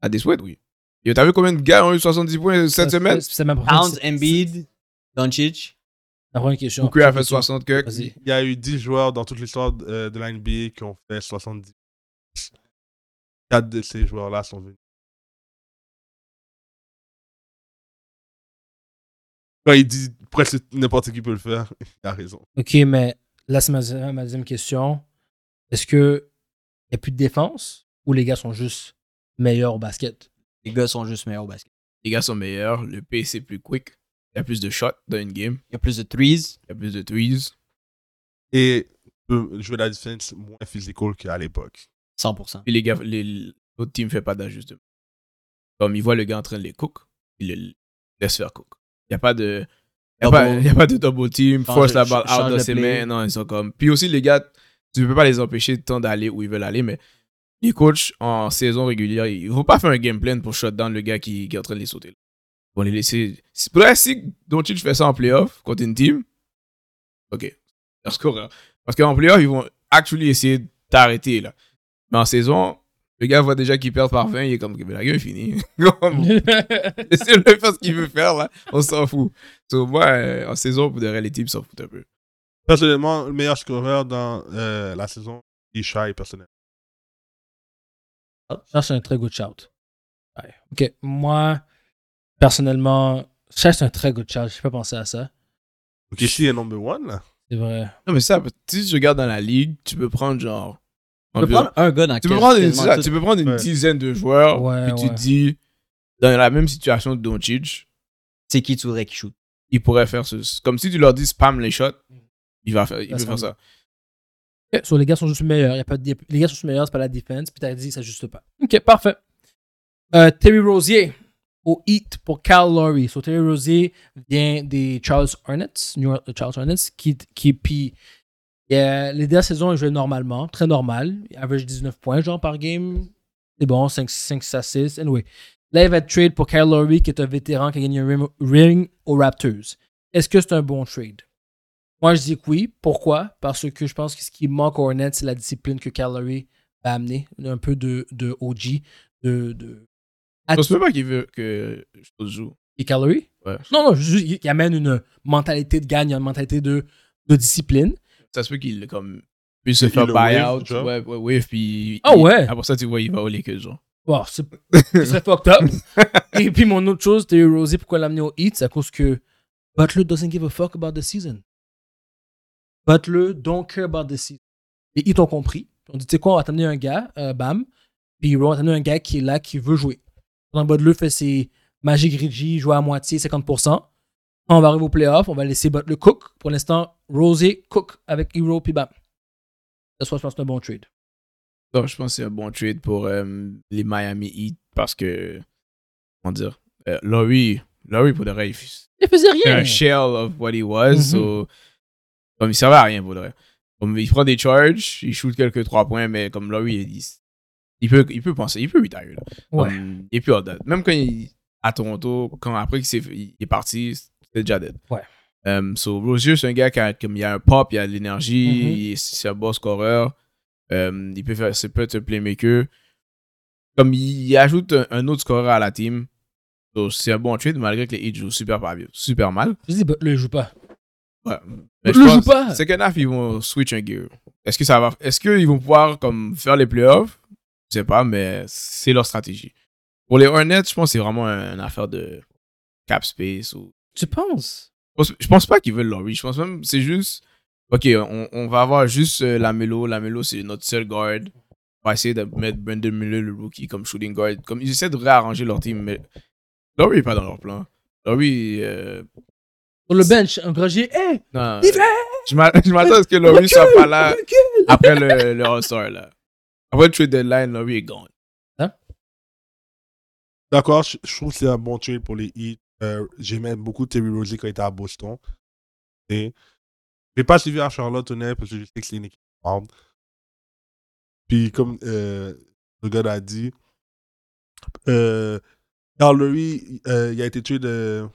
[SPEAKER 3] À des souhaits, oui. Yo, T'as vu combien de gars ont eu 70 points cette
[SPEAKER 1] Ça,
[SPEAKER 3] semaine
[SPEAKER 1] c'est- c'est ma prochaine-
[SPEAKER 2] Towns,
[SPEAKER 1] c'est-
[SPEAKER 2] Embiid,
[SPEAKER 1] c'est
[SPEAKER 2] Doncic.
[SPEAKER 1] La première question.
[SPEAKER 3] Booker a fait 60 que
[SPEAKER 1] Vas-y.
[SPEAKER 4] Il y a eu 10 joueurs dans toute l'histoire euh, de la NBA qui ont fait 70. 4 de ces joueurs-là sont venus. Quand il dit presque n'importe qui peut le faire, il a raison.
[SPEAKER 1] Ok, mais là, c'est ma, ma deuxième question. Est-ce qu'il n'y a plus de défense ou les gars sont juste meilleurs au basket
[SPEAKER 2] Les gars sont juste meilleurs au basket.
[SPEAKER 3] les gars sont meilleurs, le pace est plus quick, il y a plus de shots dans une game,
[SPEAKER 2] Il y a plus de threes.
[SPEAKER 3] il y a plus de threes.
[SPEAKER 4] Et peut jouer la défense moins physical qu'à l'époque.
[SPEAKER 2] 100%.
[SPEAKER 3] Puis les gars, les- l'autre team fait pas d'ajustement. Comme ils voient le gars en train de les cook, ils le laissent faire cook. Il n'y a pas de. Il n'y a, pas-
[SPEAKER 2] Double.
[SPEAKER 3] y a pas de double team,
[SPEAKER 2] Change-
[SPEAKER 3] force la
[SPEAKER 2] ch-
[SPEAKER 3] balle out
[SPEAKER 2] change
[SPEAKER 3] dans
[SPEAKER 2] de
[SPEAKER 3] ses
[SPEAKER 2] play.
[SPEAKER 3] mains. Non, ils sont comme. Puis aussi, les gars, tu ne peux pas les empêcher de temps d'aller où ils veulent aller, mais les coachs en saison régulière, ils ne vont pas faire un game plan pour shut down le gars qui, qui est en train de les sauter. là. Ils vont les laisser. Si- Pour vrai, si Doncic fait ça en playoff contre une team, ok. Parce que- parce qu'en playoff, ils vont actually essayer de t'arrêter. là. Mais en saison, le gars voit déjà qu'il perd par 20, il est comme, mais la gueule est finie. Laissez-le faire ce qu'il veut faire, là. On s'en fout. So, moi, euh, en saison, pour de vrai, les teams s'en foutent un peu.
[SPEAKER 4] Personnellement, le meilleur scoreur dans euh, la saison, Ishai, personnellement.
[SPEAKER 1] Ça, c'est un très good shout. Ouais. Ok, moi, personnellement, ça, c'est un très good shout. Je pas pensé à ça.
[SPEAKER 4] Ok, si il est number one, là.
[SPEAKER 1] C'est vrai.
[SPEAKER 3] Non, mais ça, si tu regardes dans la ligue, tu peux prendre genre.
[SPEAKER 2] Tu peux
[SPEAKER 3] environ-
[SPEAKER 2] prendre un gars dans
[SPEAKER 3] tu peux
[SPEAKER 2] quel-
[SPEAKER 3] prendre une,
[SPEAKER 2] quasiment
[SPEAKER 3] ça,
[SPEAKER 2] tout-
[SPEAKER 3] tu peux prendre une
[SPEAKER 4] Ouais.
[SPEAKER 3] dizaine de joueurs,
[SPEAKER 1] Ouais,
[SPEAKER 3] puis tu
[SPEAKER 1] ouais.
[SPEAKER 3] te dis, dans la même situation de Doncic,
[SPEAKER 2] C'est qui tu voudrais qui shoot
[SPEAKER 3] il pourrait faire ce. Comme si tu leur dis spam les shots, il va faire, il
[SPEAKER 1] Ça
[SPEAKER 3] peut
[SPEAKER 1] semble-
[SPEAKER 3] faire ça.
[SPEAKER 1] So, les gars sont juste meilleurs. Y a pas de... dé- Les gars sont juste meilleurs, c'est pas la défense. Puis t'as dit, ça juste pas. Ok, parfait. Euh, Terry Rosier au Heat pour Cal Lowry. So, Terry Rosier vient des Charles Hornets, New York Charles Hornets, qui, qui puis euh, les dernières saisons, il jouait normalement, très normal. Il average 19 points, genre, par game. C'est bon, 5, 5 6. Anyway. Là, il va être trade pour Kyle Lowry, qui est un vétéran qui a gagné un ring- ring aux Raptors. Est-ce que c'est un bon trade? Moi, je dis que oui. Pourquoi? Parce que je pense que ce qui manque aux Hornets, c'est la discipline que Callery va amener. Un peu de, de OG, de, de...
[SPEAKER 3] Je pense même pas qu'il veut que je joue.
[SPEAKER 1] Et Callery?
[SPEAKER 3] Ouais.
[SPEAKER 1] Non, non, juste, il il amène une mentalité de gagne, une mentalité de, de discipline.
[SPEAKER 3] Ça se peut qu'il comme, puisse se
[SPEAKER 4] Il
[SPEAKER 3] faire
[SPEAKER 4] le
[SPEAKER 3] buy
[SPEAKER 4] wave,
[SPEAKER 3] out.
[SPEAKER 4] genre.
[SPEAKER 3] Ouais, ouais, wave, puis.
[SPEAKER 1] Ah
[SPEAKER 3] il-
[SPEAKER 1] ouais?
[SPEAKER 3] Après ça, tu vois, il va au Lakers, genre.
[SPEAKER 1] Bon, c'est ce serait fucked up. Et puis, mon autre chose, Terry Rosie, pourquoi l'amener au Heat? C'est à cause que Butler doesn't give a fuck about the season. Butler don't care about the season. Les Heat ont compris. On dit, tu sais quoi, on va t'amener un gars, euh, bam. Puis, on va t'amener un gars qui est là, qui veut jouer. Pendant que Butler fait ses Magic Reggie, jouer à moitié, 50%. Quand on va arriver au playoff, on va laisser Butler cook. Pour l'instant, Rosie cook avec Hero, puis bam. Ça soit, je pense, que c'est un bon trade.
[SPEAKER 3] Non, je pense que c'est un bon trade pour euh, les Miami Heat parce que, comment dire, euh, Laurie, Laurie pour de vrai, il f-
[SPEAKER 1] Il faisait
[SPEAKER 3] c'est
[SPEAKER 1] rien.
[SPEAKER 3] un shell of what he was.
[SPEAKER 1] Mhm.
[SPEAKER 3] so, comme il servait à rien pour de vrai. Comme il prend des charges, il shoot quelques trois points, mais comme Laurie, il, il, peut, il peut penser, il peut retire. là.
[SPEAKER 1] Ouais.
[SPEAKER 3] Comme, il est plus hors date. Même quand il à Toronto, quand après qu'il s'est- il est parti, c'était déjà dead.
[SPEAKER 1] Ouais.
[SPEAKER 3] Euh, so, Rozier, c'est un gars qui a, comme, il a un pop, il a de l'énergie,
[SPEAKER 1] Mhm.
[SPEAKER 3] il est- c'est un bon scoreur. Euh, il peut faire, c'est peut être un playmaker. Comme il, il ajoute un, un autre scoreur à la team. So, c'est un bon trade, malgré que les Heat jouent super, pas- super mal.
[SPEAKER 1] Je dis, Butler, il joue pas.
[SPEAKER 3] Ouais.
[SPEAKER 1] Le joue pas.
[SPEAKER 3] C'est half, ils vont switch un gear. Est-ce que ça va. Est-ce qu'ils vont pouvoir comme, faire les playoffs Je sais pas, mais c'est leur stratégie. Pour les Hornets, je pense que c'est vraiment un- une affaire de cap space. Ou...
[SPEAKER 1] Tu penses?
[SPEAKER 3] Je pense- Je pense pas qu'ils veulent Laurie. Je pense même c'est juste. Ok, on, on va avoir juste euh, Lamelo. Lamelo, c'est notre seul guard. On va essayer de mettre Brandon Miller, le rookie, comme shooting guard. Comme ils essaient de réarranger leur team, mais Laurie est pas dans leur plan. Laurie. euh,
[SPEAKER 1] Sur le bench, un groggier. Hey,
[SPEAKER 3] non,
[SPEAKER 1] Divin!
[SPEAKER 3] je m'a- je m'attends à ce que Laurie soit pas là après le, le All-Star, là. Après le trade deadline, Laurie est gone.
[SPEAKER 1] Hein?
[SPEAKER 4] D'accord, je, je trouve que c'est un bon trade pour les Heat. Euh, J'aimais beaucoup Terry Rozier quand il était à Boston. Et j'ai pas suivi à Charlotte honnêtement parce que je sais que c'est une équipe grande. Puis comme euh, le gars l'a dit, euh, Carl Lowry, euh, il a été tué de,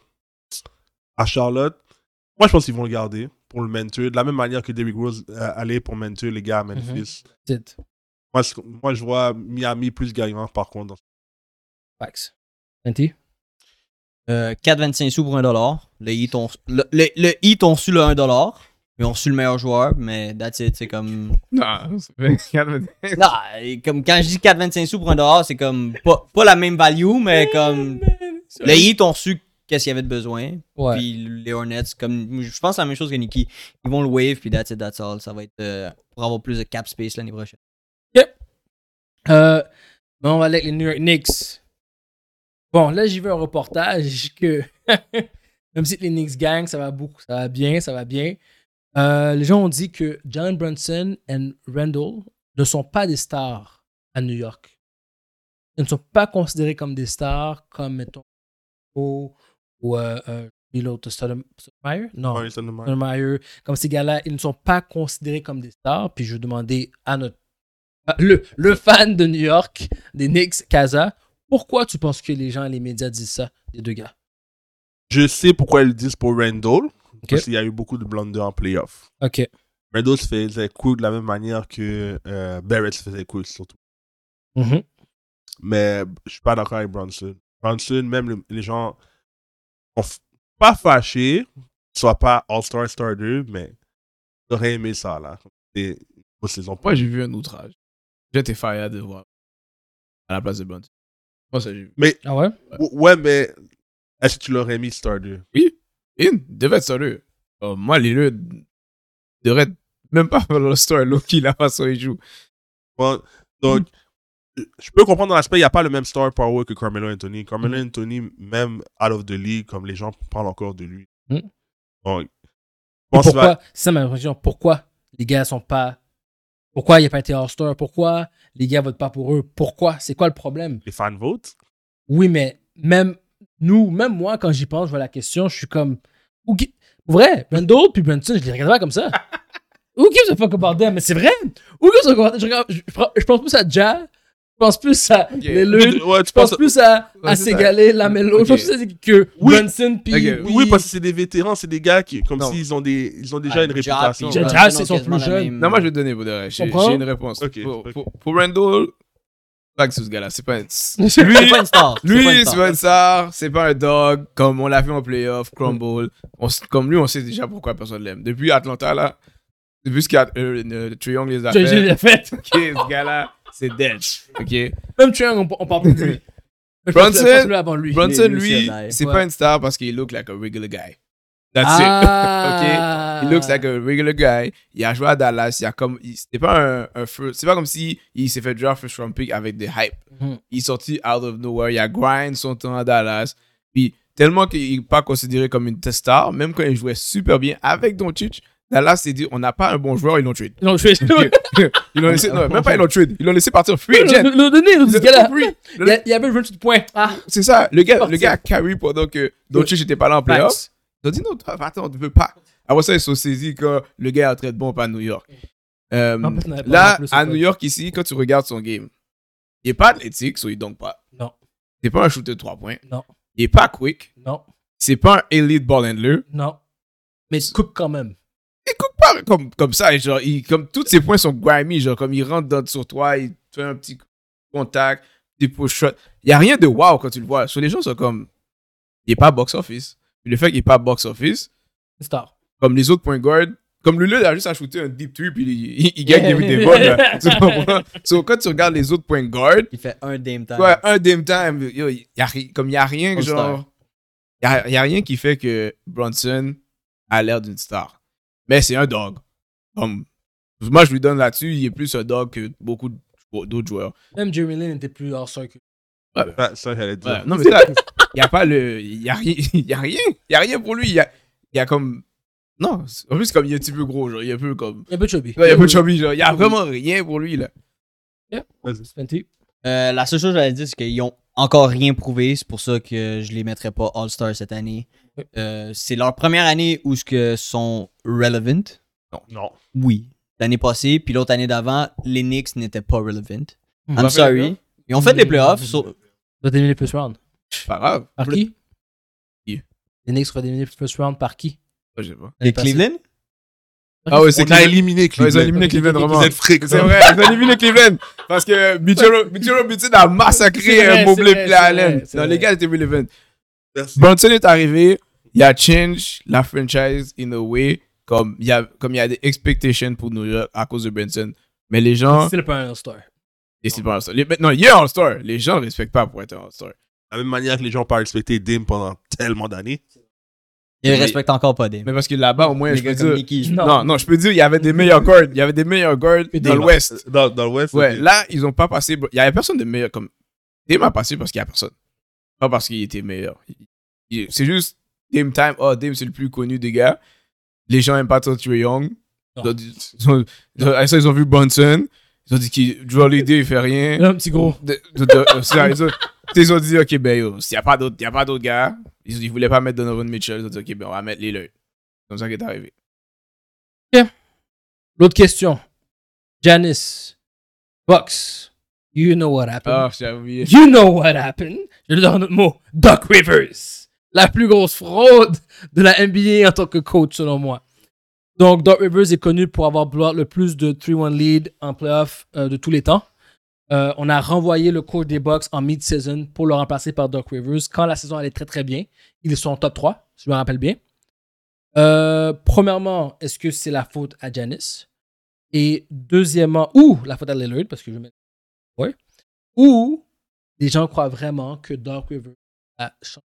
[SPEAKER 4] à Charlotte. Moi, je pense qu'ils vont le garder pour le mentor, de la même manière que Derrick Rose euh, allait pour mentor les gars à Memphis.
[SPEAKER 1] That's it.
[SPEAKER 4] Moi, je, moi, je vois Miami plus gagnant, par contre. dans-
[SPEAKER 1] Facts. Senti?
[SPEAKER 2] Euh, 4,25 sous pour 1 dollar. Le Heat ont, le, le- le Heat ont reçu le 1 dollar. Ils ont reçu le meilleur joueur, mais that's it. C'est comme.
[SPEAKER 3] Non, ça fait
[SPEAKER 2] Non, et comme quand je dis 4,25 sous pour 1 dollar, c'est comme pas, pas la même value, mais comme. Le Heat ont reçu qu'est-ce qu'il y avait de besoin.
[SPEAKER 1] Ouais.
[SPEAKER 2] Puis les Hornets, comme. Je pense la même chose que Nikki. Ils vont le wave, puis that's it, that's all. Ça va être euh, pour avoir plus de cap space l'année prochaine.
[SPEAKER 1] Euh, mais on va aller avec les New York Knicks. Bon, là, j'ai vu un reportage que même si les Knicks gagnent, ça va beaucoup, ça va bien, ça va bien. Euh, les gens ont dit que John Brunson et Randall ne sont pas des stars à New York. Ils ne sont pas considérés comme des stars, comme, mettons, ou, ou euh, euh, puis l'autre, Stoudem- Stoudemire? Non.
[SPEAKER 4] Ouais, ça nous manque.
[SPEAKER 1] Stoudemire. Comme ces gars-là, ils ne sont pas considérés comme des stars. Puis je vais demander à notre à le, le fan de New York, des Knicks, Kaza, pourquoi tu penses que les gens, les médias disent ça, les deux gars
[SPEAKER 4] Je sais pourquoi ils le disent pour Randall. Parce qu'il y a eu beaucoup de blunders en playoff.
[SPEAKER 1] Ok.
[SPEAKER 4] Randall se faisait cool de la même manière que euh, Barrett se faisait cool, surtout.
[SPEAKER 1] Mhm.
[SPEAKER 4] Mais je suis pas d'accord avec Bronson. Bronson, même le- les gens sont f- pas fâchés, soit pas All-Star Starter, mais j'aurais aimé ça, là. C'est une grosse saison.
[SPEAKER 3] Moi, j'ai vu un outrage. J'étais fier de voir à la place de Blunt. Moi, ça, j'ai vu.
[SPEAKER 1] Ah ouais
[SPEAKER 4] Ou- Ouais, mais est-ce que tu l'aurais mis Starter?
[SPEAKER 3] Il devait être sérieux. Euh, moi, les deux devraient même pas faire leur story Loki la façon ils jouent.
[SPEAKER 4] Bon, donc,
[SPEAKER 1] Mm.
[SPEAKER 4] je peux comprendre dans l'aspect, il n'y a pas le même star power que Carmelo Anthony. Carmelo
[SPEAKER 1] Mm.
[SPEAKER 4] Anthony, même out of the league, comme les gens parlent encore de lui.
[SPEAKER 1] Mm.
[SPEAKER 4] Donc, je
[SPEAKER 1] Et
[SPEAKER 4] pense qu'il va-
[SPEAKER 1] Pourquoi C'est ça ma question. Pourquoi les gars sont pas. Pourquoi il n'y a pas été All-Star Pourquoi les gars votent pas pour eux Pourquoi C'est quoi le problème
[SPEAKER 4] les fans votent.
[SPEAKER 1] Oui, mais même nous, même moi, quand j'y pense, je vois la question, je suis comme. Who gi- Vrai, Randall puis Brunson, je les regarde pas comme ça. Who gives a fuck about them? Mais c'est vrai! Who gives a fuck about them? Je, regarde- je prends- je pense plus à Ja, je pense plus à les Lunes,
[SPEAKER 4] Ouais, tu
[SPEAKER 1] je pense
[SPEAKER 4] penses-
[SPEAKER 1] plus à,
[SPEAKER 3] Ouais,
[SPEAKER 1] à
[SPEAKER 3] c'est ça.
[SPEAKER 1] Ségalé, Lamelo, je pense plus à- que
[SPEAKER 4] Oui.
[SPEAKER 1] Brunson puis.
[SPEAKER 3] Ok,
[SPEAKER 4] Oui, parce que c'est des vétérans, c'est des gars qui, comme
[SPEAKER 3] Non.
[SPEAKER 4] s'ils ont, des, ils ont déjà
[SPEAKER 2] Ah,
[SPEAKER 4] une
[SPEAKER 2] Ja,
[SPEAKER 4] réputation.
[SPEAKER 2] puis
[SPEAKER 1] Ja-
[SPEAKER 2] Johnson
[SPEAKER 1] Ja, c'est
[SPEAKER 2] ont
[SPEAKER 1] son
[SPEAKER 2] quasiment
[SPEAKER 1] plus
[SPEAKER 2] la
[SPEAKER 1] jeune.
[SPEAKER 2] même-
[SPEAKER 3] Non, moi, je vais te donner pour de vrai. J'ai
[SPEAKER 1] Comprends?
[SPEAKER 3] j'ai une réponse.
[SPEAKER 4] Ok,
[SPEAKER 3] pour,
[SPEAKER 4] ok.
[SPEAKER 3] pour, pour Randall, back sur ce gars-là. C'est pas un. Lui,
[SPEAKER 1] C'est
[SPEAKER 2] C'est pas une star. c'est pas une
[SPEAKER 3] lui,
[SPEAKER 2] star.
[SPEAKER 3] c'est pas une star. C'est pas un dog. Comme on l'a vu en playoff,
[SPEAKER 2] Mm.
[SPEAKER 3] Crumble. On s- comme lui, on sait déjà pourquoi personne l'aime. Depuis Atlanta, là, depuis ce qu'il y a. Euh, euh, Trae Young les a
[SPEAKER 1] J'ai- j'ai
[SPEAKER 3] fait.
[SPEAKER 1] la fête.
[SPEAKER 3] Ok, ce gars-là, c'est dead. Ok.
[SPEAKER 1] Même Triangle, on, on parle plus de lui. Je pense que- je pense
[SPEAKER 3] Brunson-
[SPEAKER 1] que lui avant lui.
[SPEAKER 3] Brunson,
[SPEAKER 2] lui aussi
[SPEAKER 3] lui,
[SPEAKER 2] a nice.
[SPEAKER 3] c'est
[SPEAKER 1] Ouais.
[SPEAKER 3] pas une star parce qu'il look like a regular guy. That's
[SPEAKER 1] Ah.
[SPEAKER 3] it. He looks like a regular guy. Il a joué à Dallas. Il a comme, il- c'était pas un, un feu- C'est pas comme si il s'est fait draft first round pick avec des hype.
[SPEAKER 1] Mhm.
[SPEAKER 3] Il est sorti out of nowhere. Il a grind son temps à Dallas. Puis tellement qu'il n'est pas considéré comme une test star, même quand il jouait super bien avec Doncic, Dallas s'est dit, on n'a pas un bon joueur, ils l'ont trade.
[SPEAKER 1] Non, je vais.
[SPEAKER 3] Ils l'ont laissé, non, même pas ils l'ont trade. Ils l'ont laissé partir free agent.
[SPEAKER 1] Le donné,
[SPEAKER 3] Ils
[SPEAKER 1] le
[SPEAKER 3] l'ont
[SPEAKER 1] gars là.
[SPEAKER 3] free.
[SPEAKER 1] Il y a- il y avait 28 points. Ah,
[SPEAKER 3] C'est ça, le gars, le
[SPEAKER 1] Parti.
[SPEAKER 3] gars a carry pendant que Doncic n'était pas là en playoff.
[SPEAKER 1] Max.
[SPEAKER 3] Ils ont dit non, toi, attends, on ne veut pas. Après ça, ils se sont saisis que le gars est en train de bombe à New York. Euh,
[SPEAKER 1] En plus, on avait pas
[SPEAKER 3] là,
[SPEAKER 1] en plus, c'est
[SPEAKER 3] à
[SPEAKER 1] pas-
[SPEAKER 3] New York, ici, quand tu regardes son game, il n'est pas athlétique, so il donc pas.
[SPEAKER 1] Non.
[SPEAKER 3] C'est pas un shooter de 3 points.
[SPEAKER 1] Non.
[SPEAKER 3] Il n'est pas quick.
[SPEAKER 1] Non,
[SPEAKER 3] C'est pas un elite ball handler.
[SPEAKER 1] non. Mais il coupe quand même.
[SPEAKER 3] Il coupe pas comme, comme ça. et Genre, il- comme tous ses points sont grimy. Genre, comme il rentre dans, sur toi, il fait un petit contact, petit push shot. Il n'y a rien de wow quand tu le vois. Sur les gens sont comme. Il n'est pas box office. Puis le fait qu'il n'est pas box office,
[SPEAKER 1] C'est Star.
[SPEAKER 3] comme les autres point guard, comme Lulu, il a juste à shooter un deep three, puis il, il- il gagne des des bonnes. là. Tu comprends? So, quand tu regardes les autres point guard,
[SPEAKER 2] Il fait un dame time.
[SPEAKER 3] Ouais, un dame time. Yo, y a ri- comme il n'y a rien,
[SPEAKER 2] All
[SPEAKER 3] genre. Il n'y a, rien qui fait que Bronson a l'air d'une star. Mais c'est un dog. Comme, moi, je lui donne là-dessus, il est plus un dog que beaucoup d'autres joueurs.
[SPEAKER 1] Même Jeremy Lin n'était plus hors-star que.
[SPEAKER 4] Ouais, ça, j'allais dire.
[SPEAKER 3] Ouais, non, mais ça, il n'y a pas le. Il n'y a, ri- y a rien. Il n'y a rien pour lui. Il y a, y a comme. Non, c'est- en plus, comme il est un petit peu gros, genre, il est un peu comme.
[SPEAKER 1] Il y a peu de chubby.
[SPEAKER 3] Il y a un peu de chubby, genre, il n'y a vraiment rien pour lui, là.
[SPEAKER 1] Spenty.
[SPEAKER 2] Euh, la seule chose que j'allais dire, c'est qu'ils ont encore rien prouvé. C'est pour ça que je les mettrai pas All-Star cette année. Euh, c'est leur première année où ce que sont relevant.
[SPEAKER 4] Non.
[SPEAKER 2] Oui. L'année passée, puis l'autre année d'avant, les Knicks n'étaient pas relevant. I'm
[SPEAKER 1] va faire les
[SPEAKER 2] sorry. Ils ont fait
[SPEAKER 1] Mm.
[SPEAKER 2] les playoffs. sauf-
[SPEAKER 1] On Mm. va terminer les plus round.
[SPEAKER 3] Pas grave.
[SPEAKER 1] Par qui
[SPEAKER 3] Qui?
[SPEAKER 1] Les Knicks vont terminer les plus round par qui
[SPEAKER 3] Ah, je sais pas.
[SPEAKER 2] Les
[SPEAKER 1] L'année passée.
[SPEAKER 2] Cleveland?
[SPEAKER 3] Ah ouais, c'est
[SPEAKER 4] On a
[SPEAKER 3] Cleveland.
[SPEAKER 4] éliminé
[SPEAKER 3] Ouais, ils ont
[SPEAKER 4] Cleveland.
[SPEAKER 3] éliminé Cleveland, vraiment.
[SPEAKER 4] Vous êtes frics.
[SPEAKER 3] C'est
[SPEAKER 4] hein.
[SPEAKER 3] vrai, ils ont éliminé Cleveland. Parce que Mitchell Mitchell Robinson a
[SPEAKER 1] C'est vrai,
[SPEAKER 3] massacré
[SPEAKER 1] c'est
[SPEAKER 3] euh,
[SPEAKER 1] vrai,
[SPEAKER 3] Mobley et la
[SPEAKER 1] c'est vrai,
[SPEAKER 3] Allen.
[SPEAKER 1] c'est
[SPEAKER 3] Non,
[SPEAKER 1] vrai.
[SPEAKER 3] les gars étaient relevant.
[SPEAKER 4] Merci.
[SPEAKER 3] Brunson est arrivé, il a change la franchise in a way, comme il y a, comme il y a des expectations pour New York à cause de Brunson. Mais les gens,
[SPEAKER 1] C'est le premier All-Star.
[SPEAKER 3] et c'est pas un star. Les- maintenant, il est un star. Les gens ne respectent pas pour être un star.
[SPEAKER 4] De la même manière que les gens n'ont pas respecté Dame pendant tellement d'années.
[SPEAKER 2] Ils
[SPEAKER 3] Mais-
[SPEAKER 2] respectent encore pas des.
[SPEAKER 3] Mais parce que là-bas, au moins,
[SPEAKER 2] Les
[SPEAKER 3] je peux
[SPEAKER 2] gars comme
[SPEAKER 3] dire.
[SPEAKER 2] Nicky.
[SPEAKER 1] Non.
[SPEAKER 3] Non, non, je peux dire, il y avait des meilleurs guards. Il y avait des meilleurs guards
[SPEAKER 1] Que
[SPEAKER 3] dans
[SPEAKER 1] des-
[SPEAKER 3] l'Ouest.
[SPEAKER 4] Dans, dans l'Ouest.
[SPEAKER 3] Ouais,
[SPEAKER 4] ok.
[SPEAKER 3] là, ils ont pas passé. Il y avait personne de meilleur comme. Dame a passé parce qu'il y a personne. Pas parce qu'il était meilleur. Il- il- C'est juste Dame Time. Oh, Dame, c'est le plus connu des gars. Les gens aiment pas trop Trey Young.
[SPEAKER 1] Non.
[SPEAKER 3] Ils ont dit- ils ont- ils ont- avec ça, ils ont vu Brunson. Ils ont dit qu'il joue l'idée, il fait rien.
[SPEAKER 1] Un petit gros.
[SPEAKER 3] De- de- de- euh, ça, ils, ont, ils ont dit, OK, ben, yo, s'il n'y a pas d'autres- il y a pas d'autres gars, ils, ils voulaient pas mettre Donovan Mitchell. Ils ont dit, OK, ben, on va mettre les leurs. C'est comme ça qu'il est arrivé.
[SPEAKER 1] L'autre question. Janice. Box. You know what happened.
[SPEAKER 3] Ah, j'ai oublié.
[SPEAKER 1] You know what happened. Je lui donne notre mot. Doc Rivers. La plus grosse fraude de la NBA en tant que coach, selon moi. Donc, Doc Rivers est connu pour avoir bloqué le plus de 3-1 lead en playoff euh, de tous les temps. Euh, on a renvoyé le coach des Bucks en mid-season pour le remplacer par Doc Rivers. Quand la saison allait très très bien, ils sont en top 3, si je me rappelle bien. Euh, premièrement, est-ce que c'est la faute à Janice? Et deuxièmement, ou la faute à Lillard, parce que je mets. Ouais. Ou les gens croient vraiment que Doc Rivers
[SPEAKER 2] Ah.
[SPEAKER 1] a ch-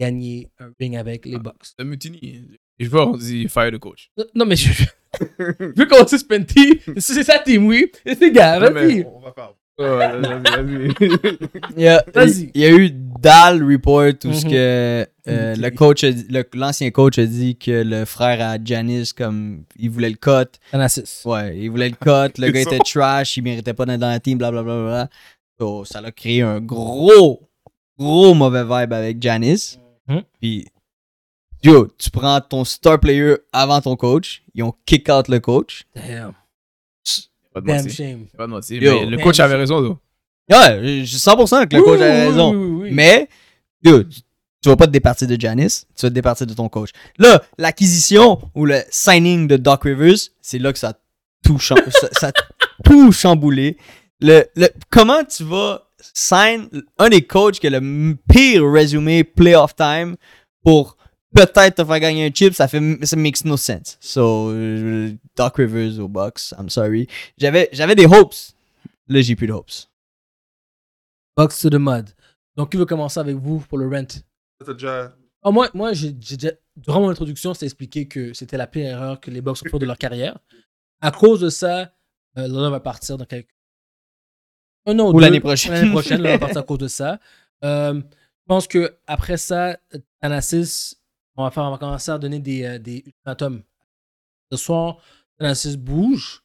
[SPEAKER 1] gagné un ring avec les Bucks.
[SPEAKER 3] La mutinie. Les joueurs ont dit, fire le coach.
[SPEAKER 1] Euh, Non, mais je. je- Vu qu'on se Spenty, c'est sa team, oui. Et C'est gars,
[SPEAKER 3] Non, mais-
[SPEAKER 1] vas-y.
[SPEAKER 4] On va pas.
[SPEAKER 3] Oh, vas-y, vas-y.
[SPEAKER 2] Il y a,
[SPEAKER 1] Vas-y.
[SPEAKER 2] il y a eu Dal Report où ce
[SPEAKER 1] Mhm.
[SPEAKER 2] que euh,
[SPEAKER 1] Ok.
[SPEAKER 2] le coach, a dit- le- l'ancien coach a dit que le frère à Janice, comme il voulait le cut.
[SPEAKER 1] Un assist.
[SPEAKER 2] Ouais, il voulait le cut. Le
[SPEAKER 4] Ils
[SPEAKER 2] gars
[SPEAKER 4] sont-
[SPEAKER 2] était trash, il méritait pas d'être dans la team, blablabla. Bla, bla. So, ça l'a créé un gros, gros mauvais vibe avec Janice.
[SPEAKER 1] Mhm.
[SPEAKER 2] Puis, yo, tu prends ton star player avant ton coach. Ils ont kick out le coach.
[SPEAKER 1] Damn.
[SPEAKER 3] Pas de
[SPEAKER 1] Damn
[SPEAKER 3] moitié.
[SPEAKER 1] shame.
[SPEAKER 3] Pas de moitié,
[SPEAKER 2] Yo.
[SPEAKER 3] mais le coach avait raison, though.
[SPEAKER 2] Ouais, je- 100% que le
[SPEAKER 1] Oui,
[SPEAKER 2] coach a
[SPEAKER 1] oui, oui,
[SPEAKER 2] raison.
[SPEAKER 1] oui, oui, oui.
[SPEAKER 2] Mais, dude, tu vas pas te départir de Janice, tu vas te départir de ton coach. Là, l'acquisition ou le signing de Doc Rivers, c'est là que ça a tout, cham- ça, ça a tout chamboulé. Le, le- comment tu vas sign un des coachs qui a le m- pire résumé playoff time pour peut-être te faire gagner un chip, ça fait ça makes no sense. So, euh, Doc Rivers au box, I'm sorry. J'avais j'avais des hopes. Là, j'ai plus de hopes.
[SPEAKER 1] Bucks to the mud. Donc, qui veut commencer avec vous pour le rent?
[SPEAKER 4] T'as déjà.
[SPEAKER 1] Ah, moi, moi j'ai j'ai déjà- durant mon introduction, c'était expliqué que c'était la pire erreur que les Bucks ont faite de leur carrière. À cause de ça, euh, Lillard va partir dans quelques. Un an
[SPEAKER 2] Ou
[SPEAKER 1] deux,
[SPEAKER 2] l'année prochaine.
[SPEAKER 1] L'année prochaine, Lillard va partir à cause de ça. Euh, je pense que après ça, Thanasis, on va, faire, on va commencer à donner des, euh, des ultimatums. Ce soir, Thanasis bouge,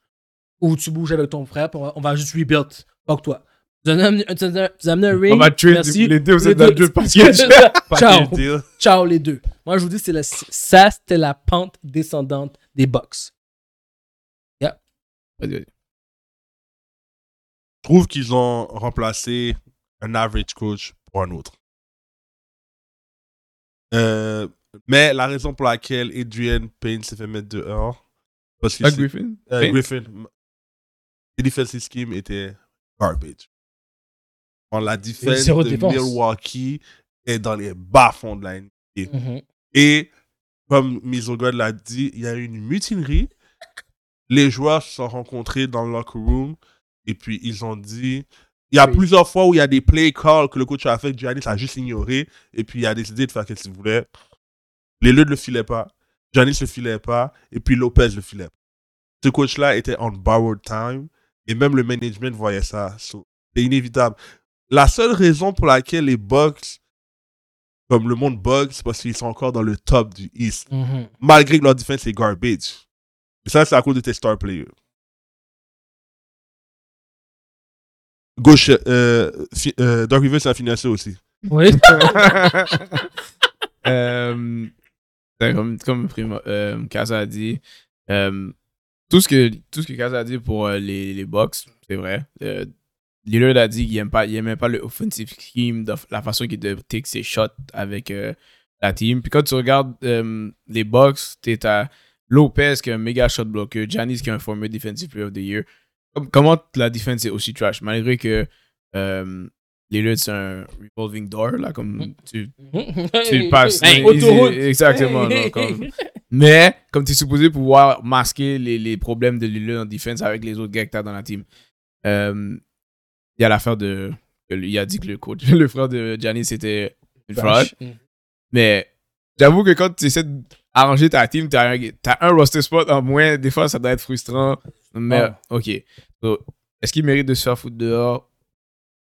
[SPEAKER 1] ou tu bouges avec ton frère, puis on va, on va juste rebuild. Pas que toi. Tu nous as amené- tu nous as tu nous as amené un ring.
[SPEAKER 3] On va trade
[SPEAKER 1] merci.
[SPEAKER 3] les deux, vous
[SPEAKER 1] Les
[SPEAKER 3] êtes dans le
[SPEAKER 1] deux.
[SPEAKER 3] jeu parce que
[SPEAKER 1] Ciao.
[SPEAKER 4] Package deal.
[SPEAKER 1] Ciao les deux. Moi, je vous dis, c'est la, ça, c'était la pente descendante des Bucks.
[SPEAKER 3] Vas-y,
[SPEAKER 4] Je trouve qu'ils ont remplacé un average coach pour un autre. Euh, mais la raison pour laquelle Adrian Payne s'est fait mettre dehors, parce que
[SPEAKER 1] Ah,
[SPEAKER 3] vas-y.
[SPEAKER 4] c'est-
[SPEAKER 3] Griffin.
[SPEAKER 4] euh,
[SPEAKER 3] Payne.
[SPEAKER 4] Griffin, les defensive schemes étaient garbage. Quand la défense
[SPEAKER 1] zéro
[SPEAKER 4] de
[SPEAKER 1] défense.
[SPEAKER 4] Milwaukee est dans les bas-fonds de la NBA.
[SPEAKER 1] Mm-hmm,
[SPEAKER 4] Et comme Mizogod l'a dit, il y a eu une mutinerie. Les joueurs se sont rencontrés dans le locker room et puis ils ont dit. Il y a
[SPEAKER 1] Oui.
[SPEAKER 4] plusieurs fois où il y a des play calls que le coach a fait, Giannis a juste ignoré et puis il a décidé de faire ce qu'il voulait. Les Leux ne le filaient pas, Giannis ne le filait pas et puis Lopez le filait pas. Ce coach-là était on borrowed time et même le management voyait ça. So, C'est inévitable. La seule raison pour laquelle les Bucks, comme le monde bug, c'est parce qu'ils sont encore dans le top du East
[SPEAKER 1] mm-hmm.
[SPEAKER 4] malgré que leur défense est garbage. Et ça, c'est à cause de tes star players. Gauche, euh, fi- euh, Doc Rivers, c'est un financier aussi.
[SPEAKER 1] Oui.
[SPEAKER 3] Euh, c'est comme comme Primo- euh, Kaza a dit, euh, tout ce que tout ce que Kaza a dit pour euh, les, les box, c'est vrai. Euh, Lillard a dit qu'il n'aimait pas, il aimait pas le offensive scheme, de- la façon qu'il devait take ses shots avec euh, la team. Puis quand tu regardes euh, les box, t'es à Lopez qui est un méga shot blocker, Giannis qui est un former defensive player of the year. Comme- Comment la défense est aussi trash, malgré que euh, Lillard c'est un revolving door, là, comme tu, tu passes.
[SPEAKER 1] Hey,
[SPEAKER 3] easy-
[SPEAKER 1] autoroute.
[SPEAKER 3] Exactement. là, comme- Mais comme tu es supposé pouvoir masquer les, les problèmes de Lillard en défense avec les autres gars que tu as dans la team. Euh, Il y a l'affaire de. Il a dit que le coach, le frère de Giannis c'était une fraude. Mais j'avoue que quand tu essaies d'arranger ta team, tu as, un roster spot en moins. Des fois, ça doit être frustrant. Mais ok. So, Est-ce qu'il mérite de se faire foutre dehors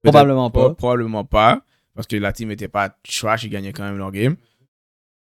[SPEAKER 3] Peut-être
[SPEAKER 2] Probablement pas.
[SPEAKER 3] Probablement pas. Parce que la team n'était pas trash, ils gagnaient quand même leur game.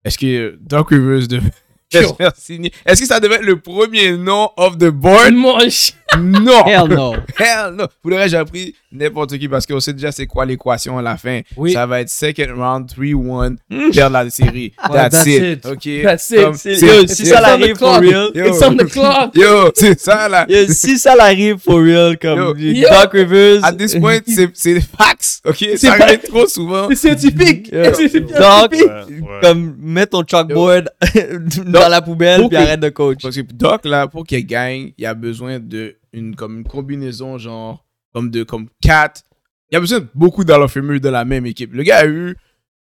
[SPEAKER 3] Est-ce que Doc Rivers devait se
[SPEAKER 1] Sure.
[SPEAKER 3] faire signer Est-ce que ça devait être le premier nom of the board
[SPEAKER 1] Moche.
[SPEAKER 3] Non
[SPEAKER 2] Hell no.
[SPEAKER 3] Hell no Vous l'aurez, j'ai appris n'importe qui parce qu'on sait déjà c'est quoi l'équation à la fin.
[SPEAKER 1] Oui.
[SPEAKER 3] Ça va être second round, 3-1, perdre la série.
[SPEAKER 2] Hmm. Ouais,
[SPEAKER 3] That's, it.
[SPEAKER 2] it.
[SPEAKER 3] Ok.
[SPEAKER 1] That's
[SPEAKER 3] Comme-
[SPEAKER 1] it.
[SPEAKER 2] Yo,
[SPEAKER 1] It's
[SPEAKER 2] si ça
[SPEAKER 1] on the
[SPEAKER 2] l'arrive for
[SPEAKER 1] clock.
[SPEAKER 2] real.
[SPEAKER 3] Yo.
[SPEAKER 1] It's on the clock.
[SPEAKER 3] Yo, c'est ça là.
[SPEAKER 2] Yo, si ça l'arrive for real,
[SPEAKER 3] Yo.
[SPEAKER 2] comme
[SPEAKER 1] Yo.
[SPEAKER 2] Doc Rivers.
[SPEAKER 3] At this point, c'est c'est des facts. Ok. Ça
[SPEAKER 1] pas-
[SPEAKER 3] arrive trop souvent.
[SPEAKER 1] C'est scientifique.
[SPEAKER 2] Yo.
[SPEAKER 1] C'est scientifique.
[SPEAKER 2] Doc,
[SPEAKER 4] ouais.
[SPEAKER 2] comme mets ton chalkboard dans la poubelle
[SPEAKER 3] Faut
[SPEAKER 2] puis
[SPEAKER 3] que-
[SPEAKER 2] arrête de coach.
[SPEAKER 3] Parce que Doc, là, pour qu'il gagne, il a besoin de une, comme une combinaison, genre, comme de comme 4. Il a besoin de beaucoup d'Alpha Fameux dans la même équipe. Le gars a eu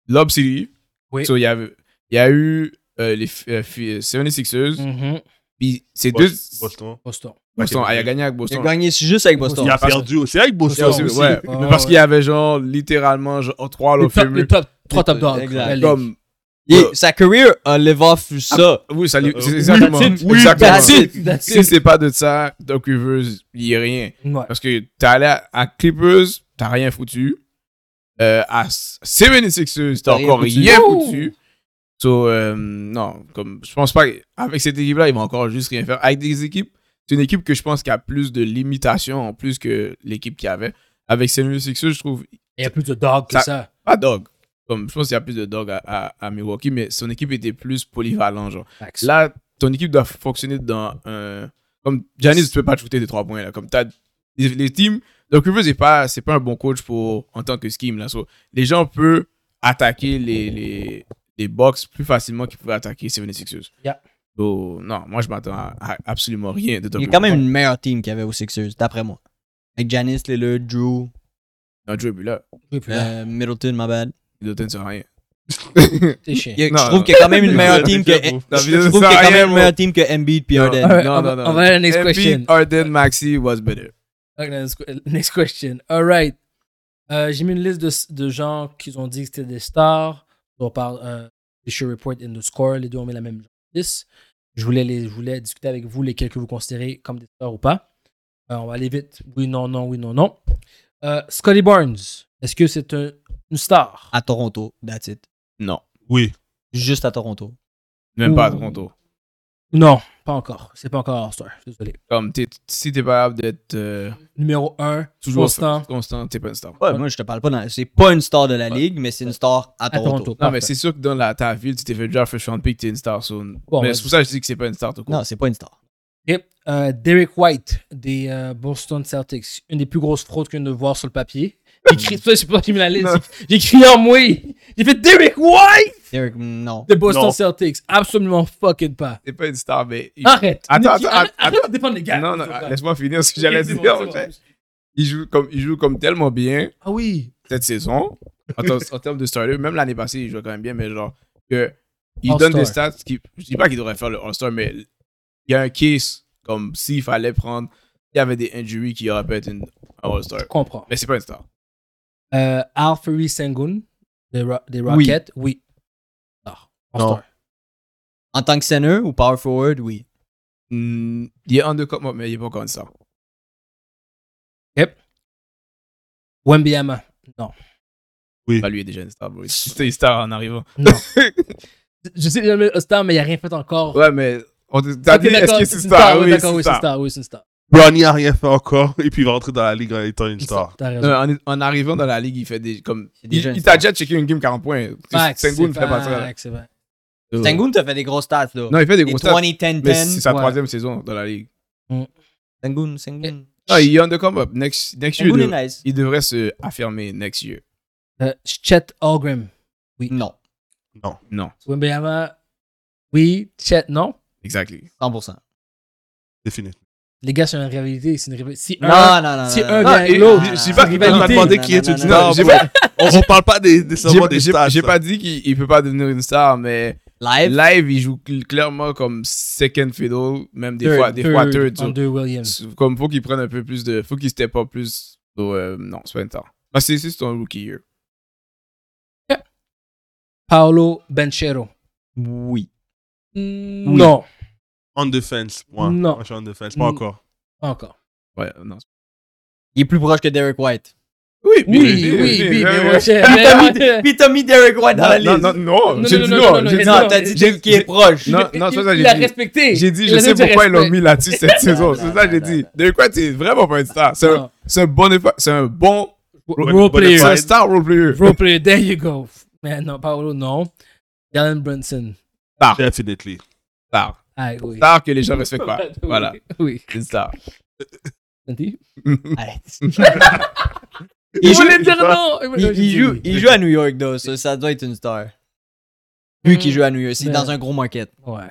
[SPEAKER 3] Lob City.
[SPEAKER 1] Oui.
[SPEAKER 3] So, il, y avait- il y a eu euh, les F- euh, F- euh, 76ers.
[SPEAKER 1] Mhm.
[SPEAKER 3] Puis ces deux.
[SPEAKER 4] Boston. Boston.
[SPEAKER 1] Boston.
[SPEAKER 3] Boston.
[SPEAKER 4] Ok.
[SPEAKER 3] Ah, il a gagné avec
[SPEAKER 2] Il a
[SPEAKER 3] Boston.
[SPEAKER 2] gagné juste avec Boston.
[SPEAKER 4] Il a
[SPEAKER 3] Parce-
[SPEAKER 4] perdu aussi avec Boston.
[SPEAKER 3] Ouais,
[SPEAKER 1] aussi.
[SPEAKER 3] ouais.
[SPEAKER 1] Ouais,
[SPEAKER 3] Mais parce
[SPEAKER 1] ouais.
[SPEAKER 3] qu'il y avait, genre, littéralement, genre, 3
[SPEAKER 1] Le
[SPEAKER 3] Alpha
[SPEAKER 1] top, le
[SPEAKER 3] Fameux.
[SPEAKER 1] top, trois top dogs.
[SPEAKER 2] Exact.
[SPEAKER 1] La ligue.
[SPEAKER 3] Comme.
[SPEAKER 2] Il- sa career a live off sur
[SPEAKER 3] Ah.
[SPEAKER 2] ça.
[SPEAKER 3] Oui, ça lui-
[SPEAKER 4] Euh,
[SPEAKER 3] c'est
[SPEAKER 4] oui,
[SPEAKER 3] exactement.
[SPEAKER 1] that's it.
[SPEAKER 3] Oui, exactement.
[SPEAKER 2] That's it.
[SPEAKER 1] That's
[SPEAKER 3] Si
[SPEAKER 1] it.
[SPEAKER 3] c'est pas de ça, Doc Rivers, il n'y a rien.
[SPEAKER 1] Ouais.
[SPEAKER 3] Parce que t'es allé à, à Clippers, t'as rien foutu. Euh, à S- 76ers, t'as
[SPEAKER 2] T'as rien
[SPEAKER 3] encore
[SPEAKER 2] foutu.
[SPEAKER 3] rien
[SPEAKER 1] Ouh.
[SPEAKER 3] foutu. So, euh, non, comme, je pense pas qu'avec cette équipe-là, ils vont encore juste rien faire. Avec des équipes, c'est une équipe que je pense qui a plus de limitations en plus que l'équipe qu'il y avait. Avec 76ers, je trouve
[SPEAKER 1] Il y a plus de dogs que
[SPEAKER 3] Ça-
[SPEAKER 1] ça.
[SPEAKER 3] pas dog. Comme, je pense qu'il y a plus de dog à, à- à Milwaukee, mais son équipe était plus polyvalente. Genre. Là, ton équipe doit fonctionner dans un. Comme Giannis, tu peux pas te shooter des trois points. Là. Comme t'as les, les teams. Donc, Rivers n'est pas, c'est pas un bon coach pour, en tant que scheme. Là. So, les gens peuvent attaquer les, les, les box plus facilement qu'ils pouvaient attaquer 76ers.
[SPEAKER 1] Yeah.
[SPEAKER 3] So, non, moi, je m'attends à, à absolument rien de Doc
[SPEAKER 2] Il y a quand
[SPEAKER 3] Rivers.
[SPEAKER 2] même une meilleure team qu'il y avait aux Sixers, d'après moi. Avec Janice, Lillard, Drew,
[SPEAKER 3] Non, Drew est plus là.
[SPEAKER 1] Oui, puis là,
[SPEAKER 2] euh, Middleton, my bad.
[SPEAKER 3] Middleton, c'est rien.
[SPEAKER 1] t'es chiant.
[SPEAKER 2] Il y a-
[SPEAKER 3] Non,
[SPEAKER 2] je trouve
[SPEAKER 3] non.
[SPEAKER 2] qu'il y a quand même une meilleure
[SPEAKER 3] Non,
[SPEAKER 2] team que.
[SPEAKER 3] c'est bon. Non,
[SPEAKER 2] Je je trouve
[SPEAKER 3] ça,
[SPEAKER 2] qu'il y a quand
[SPEAKER 3] rien,
[SPEAKER 2] même une
[SPEAKER 3] moi.
[SPEAKER 2] meilleure team que Embiid puis
[SPEAKER 3] Non.
[SPEAKER 2] Harden.
[SPEAKER 1] Alright,
[SPEAKER 3] No,
[SPEAKER 1] on
[SPEAKER 3] no,
[SPEAKER 1] va-
[SPEAKER 3] no.
[SPEAKER 1] on va à la next
[SPEAKER 3] Embiid,
[SPEAKER 1] question.
[SPEAKER 3] Harden, Maxi was better.
[SPEAKER 1] Okay, next que- Next question. All right. Euh, J'ai mis une liste de, de gens qui ont dit que c'était des stars. On parle euh, des show report and the score. Les deux, on met la même liste. Je voulais, les, je voulais discuter avec vous lesquels que vous considérez comme des stars ou pas. Euh, on va aller vite. Oui, non, non, oui, non, non. Euh, Scotty Barnes, est-ce que c'est un- une star
[SPEAKER 2] À Toronto, that's it.
[SPEAKER 3] Non,
[SPEAKER 4] Oui.
[SPEAKER 2] Juste à Toronto.
[SPEAKER 3] même pas à
[SPEAKER 1] Ouh.
[SPEAKER 3] Toronto.
[SPEAKER 1] Non, pas encore. C'est pas encore un star. Désolé.
[SPEAKER 3] Comme t'es- si t'es pas capable d'être euh,
[SPEAKER 1] Numéro 1,
[SPEAKER 3] toujours
[SPEAKER 1] constant.
[SPEAKER 3] constant, t'es pas une star.
[SPEAKER 2] Ouais, moi, je te parle pas. dans- C'est pas une star de la ligue, mais c'est une star à
[SPEAKER 1] À Toronto.
[SPEAKER 2] Toronto.
[SPEAKER 3] Non,
[SPEAKER 1] Parfait.
[SPEAKER 3] mais c'est sûr que dans la, ta ville, tu t'es fait déjà first round pick, t'es une star. so- mais
[SPEAKER 1] vas-y.
[SPEAKER 3] c'est pour ça que je dis que c'est pas une star tout court.
[SPEAKER 2] Non, c'est pas une star.
[SPEAKER 1] Et euh, Derek White des euh, Boston Celtics, une des plus grosses fraudes qu'on de voir sur le papier. J'ai crié, ça, c'est pas qui me la liste.
[SPEAKER 3] Non.
[SPEAKER 1] J'ai crié en moi. J'ai fait Derek White
[SPEAKER 2] Derek, non.
[SPEAKER 1] des Boston
[SPEAKER 4] Non.
[SPEAKER 1] Celtics. Absolument fucking pas.
[SPEAKER 3] T'es pas une star, mais. il-
[SPEAKER 1] Arrête.
[SPEAKER 3] Attends,
[SPEAKER 1] Arrête,
[SPEAKER 3] attends,
[SPEAKER 1] arrête,
[SPEAKER 3] attends.
[SPEAKER 1] arrête de défendre les gars.
[SPEAKER 3] non, non,
[SPEAKER 1] Arrête.
[SPEAKER 3] laisse-moi finir ce que j'allais
[SPEAKER 1] C'est bon,
[SPEAKER 3] dire.
[SPEAKER 1] c'est bon.
[SPEAKER 3] ok? Il, joue comme, il joue comme tellement bien
[SPEAKER 1] Ah oui.
[SPEAKER 3] cette saison, en, ter- en termes de starter. Même l'année passée, il jouait quand même bien, mais genre, que, il
[SPEAKER 1] All-star.
[SPEAKER 3] donne des stats qui. Je dis pas qu'il devrait faire le All-Star, mais il y a un case, comme s'il fallait prendre. Il y avait des injuries qui auraient pu être une un All-Star.
[SPEAKER 1] Je comprends.
[SPEAKER 3] Mais c'est pas une star.
[SPEAKER 1] Euh, Alfred Sengun des, Ro- des Rockets. Oui. Star. All
[SPEAKER 4] Non.
[SPEAKER 1] star.
[SPEAKER 2] En tant que center ou power forward, oui.
[SPEAKER 3] Hmm, il est undercut, mais il est pas encore une star.
[SPEAKER 1] Wembyama. Non.
[SPEAKER 3] Bah, lui est déjà une star, bro. C'était une star en arrivant.
[SPEAKER 1] Non. Je sais jamais star, mais il a rien fait encore.
[SPEAKER 3] Ouais, mais. On t- t'as
[SPEAKER 1] Ok,
[SPEAKER 3] dit, est-ce
[SPEAKER 1] d'accord,
[SPEAKER 3] que c'est une
[SPEAKER 1] une Oui,
[SPEAKER 3] star? Ah Oui, c'est
[SPEAKER 1] d'accord,
[SPEAKER 3] une
[SPEAKER 1] oui, c'est une
[SPEAKER 3] star.
[SPEAKER 1] star. Oui, c'est une star.
[SPEAKER 4] Ronnie a rien fait encore, et puis il va rentrer dans la ligue en étant une star.
[SPEAKER 1] T'as raison.
[SPEAKER 3] Euh, en, en arrivant dans la ligue, il fait des. Comme,
[SPEAKER 2] C'est
[SPEAKER 3] il
[SPEAKER 2] déjà une
[SPEAKER 3] il t'a
[SPEAKER 2] star.
[SPEAKER 3] déjà checké une game 40 points.
[SPEAKER 1] Facts,
[SPEAKER 3] Sengun ne
[SPEAKER 1] c'est
[SPEAKER 3] fait pas ça. là.
[SPEAKER 1] facts, c'est vrai.
[SPEAKER 2] Sengun t'a fait des grosses stats, là.
[SPEAKER 3] Non, il fait des
[SPEAKER 2] Des
[SPEAKER 3] gros stats. Mais c'est
[SPEAKER 2] 20-10-10.
[SPEAKER 3] sa
[SPEAKER 1] ouais.
[SPEAKER 3] troisième saison dans la ligue.
[SPEAKER 2] Sengun, Sengun.
[SPEAKER 3] Ah, il est on the come up. Next, next year,
[SPEAKER 2] Sengun
[SPEAKER 3] il, dev-
[SPEAKER 2] est nice.
[SPEAKER 3] il devrait se affirmer next year.
[SPEAKER 1] Euh, Chet Algrim.
[SPEAKER 2] Non,
[SPEAKER 3] Non,
[SPEAKER 1] Wembanyama. Oui, Chet, non.
[SPEAKER 3] exactly.
[SPEAKER 2] 100%.
[SPEAKER 4] C'est fini.
[SPEAKER 1] Les gars, c'est une rivalité. C'est une rivalité. Si
[SPEAKER 2] Non,
[SPEAKER 1] un-
[SPEAKER 2] non, non.
[SPEAKER 1] si
[SPEAKER 2] non,
[SPEAKER 1] un
[SPEAKER 2] non,
[SPEAKER 1] gagne
[SPEAKER 3] et-
[SPEAKER 1] l'autre,
[SPEAKER 3] je
[SPEAKER 1] c'est
[SPEAKER 3] sais
[SPEAKER 1] une
[SPEAKER 3] pas
[SPEAKER 4] qui t'a
[SPEAKER 1] rivalité.
[SPEAKER 4] demandé qui est une
[SPEAKER 2] Non, non,
[SPEAKER 3] non,
[SPEAKER 4] star.
[SPEAKER 3] j'ai
[SPEAKER 4] bro. On on parle pas des, des
[SPEAKER 3] J'ai
[SPEAKER 4] seulement des
[SPEAKER 3] j'ai-
[SPEAKER 4] stats.
[SPEAKER 3] j'ai
[SPEAKER 4] là.
[SPEAKER 3] pas dit qu'il il peut pas devenir une star, mais
[SPEAKER 2] Live.
[SPEAKER 3] live, il joue cl- clairement comme second fiddle, même des
[SPEAKER 1] Third,
[SPEAKER 3] fois, des fois third. so-
[SPEAKER 1] Andrew Williams.
[SPEAKER 3] so- Comme faut qu'il prenne un peu plus de. Faut qu'il step up plus. So, euh, non, c'est pas une star. Bah, c'est c'est son rookie year.
[SPEAKER 1] Paolo Benchero.
[SPEAKER 2] Oui.
[SPEAKER 1] Mm, Non,
[SPEAKER 4] On defense. Moi,
[SPEAKER 1] Non.
[SPEAKER 4] Moi, je suis on defense. Pas
[SPEAKER 1] Mm.
[SPEAKER 4] encore.
[SPEAKER 1] pas encore.
[SPEAKER 3] Ouais, non. c'est-
[SPEAKER 2] Il est plus proche que Derek White.
[SPEAKER 3] Oui,
[SPEAKER 1] Oui, oui, oui,
[SPEAKER 3] oui,
[SPEAKER 1] mais
[SPEAKER 3] oui.
[SPEAKER 1] moi, j'ai-
[SPEAKER 2] Puis t'as mis Derek White dans la
[SPEAKER 3] Non,
[SPEAKER 2] liste.
[SPEAKER 3] non, non,
[SPEAKER 1] Non,
[SPEAKER 3] j'ai
[SPEAKER 1] non,
[SPEAKER 3] dit
[SPEAKER 1] non,
[SPEAKER 3] non,
[SPEAKER 1] non, non,
[SPEAKER 3] j'ai
[SPEAKER 1] mais
[SPEAKER 3] dit
[SPEAKER 1] non,
[SPEAKER 3] non.
[SPEAKER 2] t'as dit
[SPEAKER 3] J'ai-
[SPEAKER 2] qui est proche.
[SPEAKER 3] Non, non,
[SPEAKER 1] Il-
[SPEAKER 3] ça, ça,
[SPEAKER 1] il
[SPEAKER 3] j'ai
[SPEAKER 1] l'a
[SPEAKER 3] dit-
[SPEAKER 1] respecté.
[SPEAKER 3] J'ai dit,
[SPEAKER 1] Il
[SPEAKER 3] je
[SPEAKER 1] a
[SPEAKER 3] sais
[SPEAKER 1] du
[SPEAKER 3] pourquoi ils l'ont
[SPEAKER 1] respect.
[SPEAKER 3] mis là-dessus cette saison.
[SPEAKER 2] non,
[SPEAKER 3] C'est
[SPEAKER 2] non,
[SPEAKER 3] ça que j'ai
[SPEAKER 2] non,
[SPEAKER 3] dit.
[SPEAKER 2] non.
[SPEAKER 3] Derek White, c'est vraiment pas une star. C'est un,
[SPEAKER 1] Non.
[SPEAKER 3] c'est un bon effort. C'est un bon.
[SPEAKER 1] Role player.
[SPEAKER 3] C'est un star role player.
[SPEAKER 1] Role player, there you go. Mais non, Paolo, non. Jalen Brunson.
[SPEAKER 4] Definitely.
[SPEAKER 3] Star.
[SPEAKER 1] Ah oui.
[SPEAKER 3] Star que les gens respectent pas. Voilà.
[SPEAKER 1] Oui.
[SPEAKER 3] C'est une star.
[SPEAKER 1] Senti?
[SPEAKER 2] Arrête.
[SPEAKER 1] Il
[SPEAKER 2] il, joue,
[SPEAKER 1] voulait dire non.
[SPEAKER 2] il- il joue- il joue à New York, though, so ça doit être une star. Vu
[SPEAKER 3] Mm.
[SPEAKER 2] qu'il joue à New York, c'est
[SPEAKER 1] Mais-
[SPEAKER 2] dans un gros market.
[SPEAKER 1] Ouais.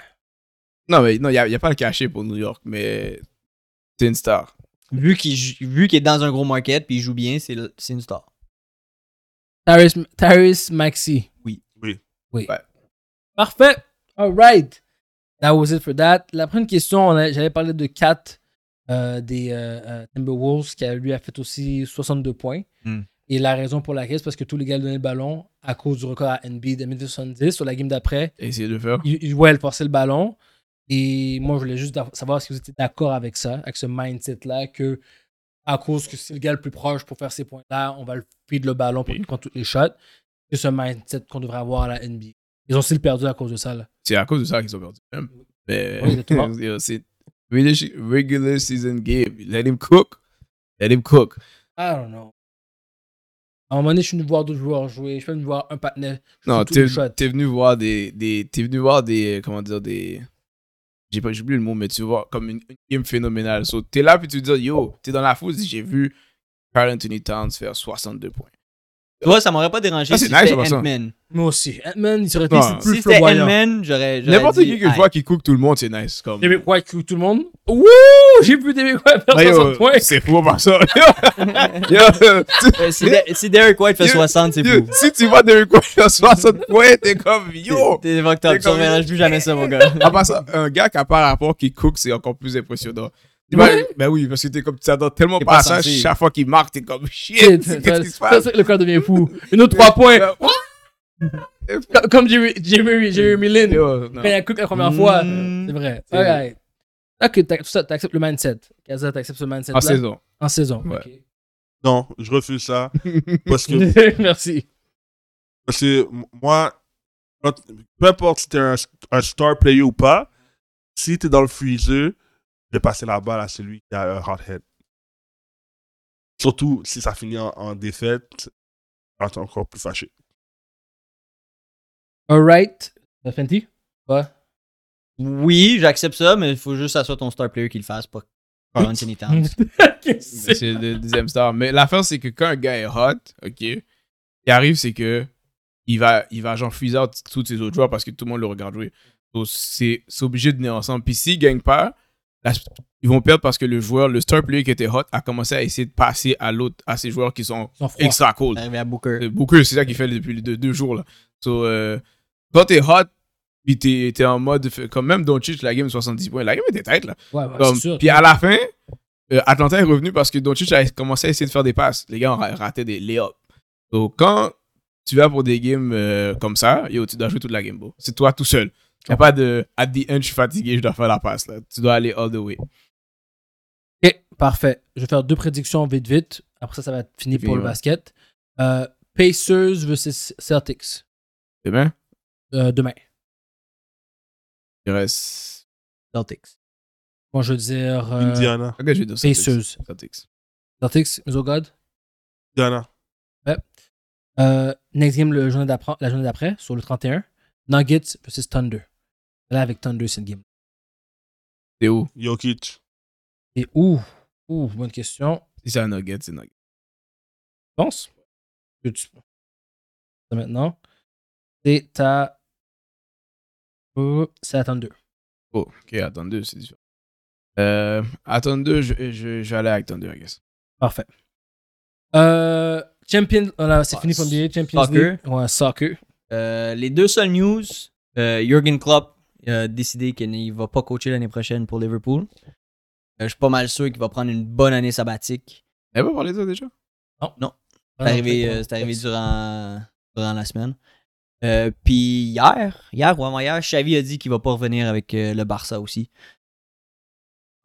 [SPEAKER 3] Non, mais non, il n'y a, y a pas le cachet pour New York, mais c'est une star.
[SPEAKER 2] Vu qu'il ju- vu qu'il est dans un gros market puis il joue bien, c'est le- c'est une star.
[SPEAKER 3] Ah.
[SPEAKER 1] Tyrese, Tyrese Maxi.
[SPEAKER 2] Oui.
[SPEAKER 4] Oui.
[SPEAKER 1] Oui.
[SPEAKER 3] Ouais.
[SPEAKER 1] Parfait. All right. That was it for that. La première question, on a- j'avais parlé de Kat euh, des euh, euh, Timberwolves qui a- lui a fait aussi 62 points.
[SPEAKER 2] Mm.
[SPEAKER 1] Et la raison pour laquelle, c'est parce que tous les gars lui donnaient le ballon à cause du record à NB de 1970 sur la game d'après.
[SPEAKER 3] Essayez de le faire.
[SPEAKER 1] Il, il- ouais, il passait le ballon. Et moi, je voulais juste d'av- savoir si vous étiez d'accord avec ça, avec ce mindset-là, que à cause que c'est le gars le plus proche pour faire ces points-là, on va le feed le ballon pour
[SPEAKER 3] Oui.
[SPEAKER 1] qu'il prend toutes les shots. C'est ce mindset qu'on devrait avoir à la NBA. Ils ont still perdu à cause de ça, là.
[SPEAKER 3] C'est à cause de ça qu'ils ont perdu. même. Mais
[SPEAKER 1] Oui, exactement.
[SPEAKER 3] Yo, c'est regular- regular season game. Let him cook. Let him cook.
[SPEAKER 1] I don't know. À un moment donné, je suis venu voir d'autres joueurs jouer. Je suis pas venu voir un partenaire.
[SPEAKER 3] Non,
[SPEAKER 1] tous les
[SPEAKER 3] t'es
[SPEAKER 1] shots.
[SPEAKER 3] t'es venu voir des, des t'es venu voir des euh, comment dire des j'ai pas j'ai oublié le mot mais tu vois comme une, une game phénoménale. So, t'es là puis tu dis yo t'es dans la foule j'ai vu Carl Anthony Towns faire 62 points.
[SPEAKER 2] Tu vois, ça m'aurait pas dérangé
[SPEAKER 3] Ah,
[SPEAKER 2] si
[SPEAKER 3] c'est nice,
[SPEAKER 2] c'était
[SPEAKER 3] ça.
[SPEAKER 2] Ant-Man.
[SPEAKER 1] Moi aussi. Ant-Man, il serait été
[SPEAKER 3] Non.
[SPEAKER 1] c'est plus
[SPEAKER 2] Si c'était
[SPEAKER 1] flamboyant.
[SPEAKER 2] Ant-Man, j'aurais. j'aurais
[SPEAKER 3] N'importe
[SPEAKER 2] dit,
[SPEAKER 3] qui que je
[SPEAKER 2] aïe.
[SPEAKER 3] vois qui cook tout le monde c'est nice comme.
[SPEAKER 1] Derrick White qui tout le monde. Wouh! J'ai vu Derrick White faire
[SPEAKER 3] Bah, yo,
[SPEAKER 1] 60 points.
[SPEAKER 3] c'est fou par ça. Yo, yo, tu-
[SPEAKER 2] Euh, Si De- si Derek White fait
[SPEAKER 3] Yo,
[SPEAKER 2] 60, c'est
[SPEAKER 3] yo,
[SPEAKER 2] fou.
[SPEAKER 3] si tu vois Derrick White faire 60 points t'es comme yo.
[SPEAKER 2] T'es t'es fucked up,
[SPEAKER 3] T'es
[SPEAKER 2] tu
[SPEAKER 3] comme-
[SPEAKER 2] reverras plus jamais ça, mon gars.
[SPEAKER 3] À part ça, un gars qui a pas rapport qui cook, c'est encore plus impressionnant. Tu vois, Ben oui, parce que t'es comme, tu t'attends tellement
[SPEAKER 2] T'es
[SPEAKER 3] pas
[SPEAKER 2] pas
[SPEAKER 3] à ça,
[SPEAKER 2] sensible.
[SPEAKER 3] chaque fois qu'il marque, t'es comme
[SPEAKER 1] Ça,
[SPEAKER 3] shit,
[SPEAKER 1] ça,
[SPEAKER 3] qu'est-ce qui se
[SPEAKER 1] ça,
[SPEAKER 3] passe?
[SPEAKER 1] ça, le corps devient fou. Une autre 3 points.
[SPEAKER 3] Ben, what?
[SPEAKER 1] Co- Comme Jerry- Jerry Jerry Lin.
[SPEAKER 3] Yo, non.
[SPEAKER 1] Quand il a cook la première fois.
[SPEAKER 2] Mm.
[SPEAKER 1] C'est vrai.
[SPEAKER 3] C'est
[SPEAKER 1] All
[SPEAKER 3] vrai.
[SPEAKER 1] right. Ok, t'ac- tout ça, t'acceptes le mindset. Kaza, t'acceptes ce mindset.
[SPEAKER 3] En saison.
[SPEAKER 1] En saison.
[SPEAKER 3] Ouais.
[SPEAKER 1] ok.
[SPEAKER 4] Non, je refuse ça. Parce que
[SPEAKER 1] Merci.
[SPEAKER 4] Parce que m- moi, quand- peu importe si t'es un, un star player ou pas, si t'es dans le freezer, je vais passer la balle à celui qui a un hot head. Surtout si ça finit en, en défaite, quand t'es encore plus fâché.
[SPEAKER 1] All right. La Fenty? Ouais.
[SPEAKER 2] Oui, j'accepte ça, mais il faut juste que ça soit ton star player qui le fasse, pas Carl Anthony Towns.
[SPEAKER 1] Qu'est-ce que c'est?
[SPEAKER 3] C'est le deuxième star. Mais l'affaire, c'est que quand un gars est hot, ok, ce qui arrive, c'est que il va, il va genre freeze out tous ses autres joueurs parce que tout le monde le regarde jouer. Donc, c'est c'est obligé de venir ensemble. Puis s'ils gagnent pas, la- ils vont perdre parce que le joueur, le star player qui était hot, a commencé à essayer de passer à l'autre, à ces joueurs qui sont
[SPEAKER 1] Ils sont froids.
[SPEAKER 3] extra cold.
[SPEAKER 2] Arrivé à Booker.
[SPEAKER 3] Euh, Booker, c'est ça qu'il fait depuis les deux, deux jours. Là. So, euh, quand t'es hot, puis t'es t'es en mode. fait- Comme même Doncic, la game 70 points. La game était tête. Là.
[SPEAKER 1] Ouais, ouais,
[SPEAKER 3] Comme-
[SPEAKER 1] c'est sûr.
[SPEAKER 3] puis à la fin, euh, Atlanta est revenu parce que Doncic a commencé à essayer de faire des passes. Les gars ont ra- raté des lay-ups. Donc quand tu vas pour des games euh, comme ça, yo, tu dois jouer toute la game. bro. C'est toi tout seul. Y a pas de at the end, je suis fatigué, je dois faire la passe. Là. Tu dois aller all the way.
[SPEAKER 1] Ok, parfait. Je vais faire deux prédictions vite, vite. Après ça, ça va être fini
[SPEAKER 3] Fini,
[SPEAKER 1] pour le
[SPEAKER 3] ouais.
[SPEAKER 1] basket. Euh, Pacers versus Celtics
[SPEAKER 3] Demain,
[SPEAKER 1] euh, demain.
[SPEAKER 3] il reste
[SPEAKER 2] Celtics.
[SPEAKER 1] Bon, je veux dire. euh,
[SPEAKER 4] Indiana.
[SPEAKER 3] Ok, je vais dire
[SPEAKER 1] Pacers.
[SPEAKER 3] Celtics. Celtics.
[SPEAKER 1] Celtics, Zo God.
[SPEAKER 4] Indiana.
[SPEAKER 1] Euh, next game, le journée d'après- la journée d'après, sur le 31. Nuggets versus Thunder. Là, avec Thunder, cette game.
[SPEAKER 3] C'est où
[SPEAKER 4] Jokic.
[SPEAKER 1] Et ouh, ouh, bonne question.
[SPEAKER 3] Si c'est un Nugget, c'est Nugget.
[SPEAKER 1] Je pense que tu. Ça, Maintenant, c'est ta. Euh, C'est à Thunder.
[SPEAKER 3] Oh, ok, attends deux, c'est différent. Euh, attends deux, je, je, je vais aller avec attendre deux, I guess.
[SPEAKER 1] Parfait. Euh, Champions. Voilà, c'est
[SPEAKER 2] Ouais,
[SPEAKER 1] fini pour NBA. Champions
[SPEAKER 2] Ah, soccer.
[SPEAKER 1] League. Ouais, soccer.
[SPEAKER 2] Euh, les deux seules news, euh, Jürgen Klopp a décidé qu'il ne va pas coacher l'année prochaine pour Liverpool. Euh, je suis pas mal sûr qu'il va prendre une bonne année sabbatique.
[SPEAKER 3] Elle va parler de ça déjà
[SPEAKER 2] C'est arrivé, euh, c'est arrivé durant, durant la semaine. Euh, Puis hier, hier ou avant-hier, Xavi a dit qu'il va pas revenir avec euh, le Barça aussi.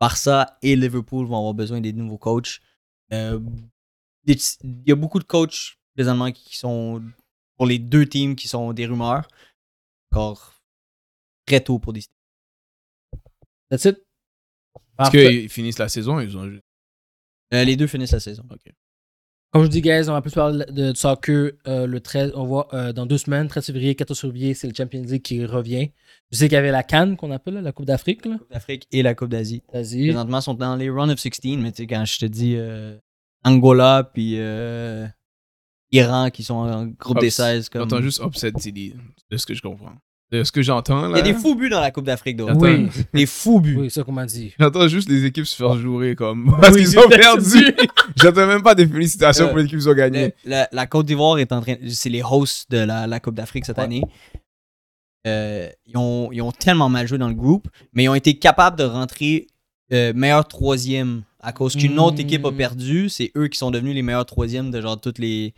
[SPEAKER 2] Barça et Liverpool vont avoir besoin des nouveaux coachs. Euh, des- Il y a beaucoup de coachs présentement qui sont pour les deux teams qui sont des rumeurs. Encore très tôt pour décider.
[SPEAKER 1] That's it.
[SPEAKER 3] Parce
[SPEAKER 1] Parfait.
[SPEAKER 3] qu'ils finissent la saison, ils ont juste.
[SPEAKER 2] Euh, les deux finissent la saison.
[SPEAKER 3] Ok.
[SPEAKER 1] Comme je vous dis, guys, on va plus parler de, de soccer euh, le 13. On voit euh, dans deux semaines, 13 février, 14 février, c'est le Champions League qui revient. Je sais qu'il y avait la Cannes qu'on appelle, là, la Coupe d'Afrique. là.
[SPEAKER 2] La Coupe d'Afrique et la Coupe d'Asie.
[SPEAKER 1] Vas-y.
[SPEAKER 2] Présentement, ils sont dans les run of 16, mais tu sais, quand je te dis euh, Angola puis euh, Iran qui sont en groupe
[SPEAKER 3] Ups.
[SPEAKER 2] des 16. Comme...
[SPEAKER 3] Ah, J'entends juste Upset City, de ce que je comprends. De ce que j'entends,
[SPEAKER 2] Il y
[SPEAKER 3] là.
[SPEAKER 2] a des fous buts dans la Coupe d'Afrique, donc.
[SPEAKER 3] Attends,
[SPEAKER 1] Oui.
[SPEAKER 2] Des fous buts.
[SPEAKER 1] Oui, c'est ça qu'on m'a dit.
[SPEAKER 3] J'entends juste les équipes se faire jouer comme. Parce
[SPEAKER 1] Oui,
[SPEAKER 3] qu'ils ont
[SPEAKER 1] c'est-
[SPEAKER 3] perdu. J'entends même pas des félicitations
[SPEAKER 2] Euh,
[SPEAKER 3] pour l'équipe qui ont
[SPEAKER 2] Le-
[SPEAKER 3] gagné.
[SPEAKER 2] la, la Côte d'Ivoire est en train. C'est les hosts de la, la Coupe d'Afrique cette
[SPEAKER 1] Ouais.
[SPEAKER 2] année. Euh, ils, ont, ils ont tellement mal joué dans le groupe, mais ils ont été capables de rentrer euh, meilleur troisième à cause qu'une
[SPEAKER 1] Mm.
[SPEAKER 2] autre équipe a perdu. C'est eux qui sont devenus les meilleurs troisièmes de genre toutes les.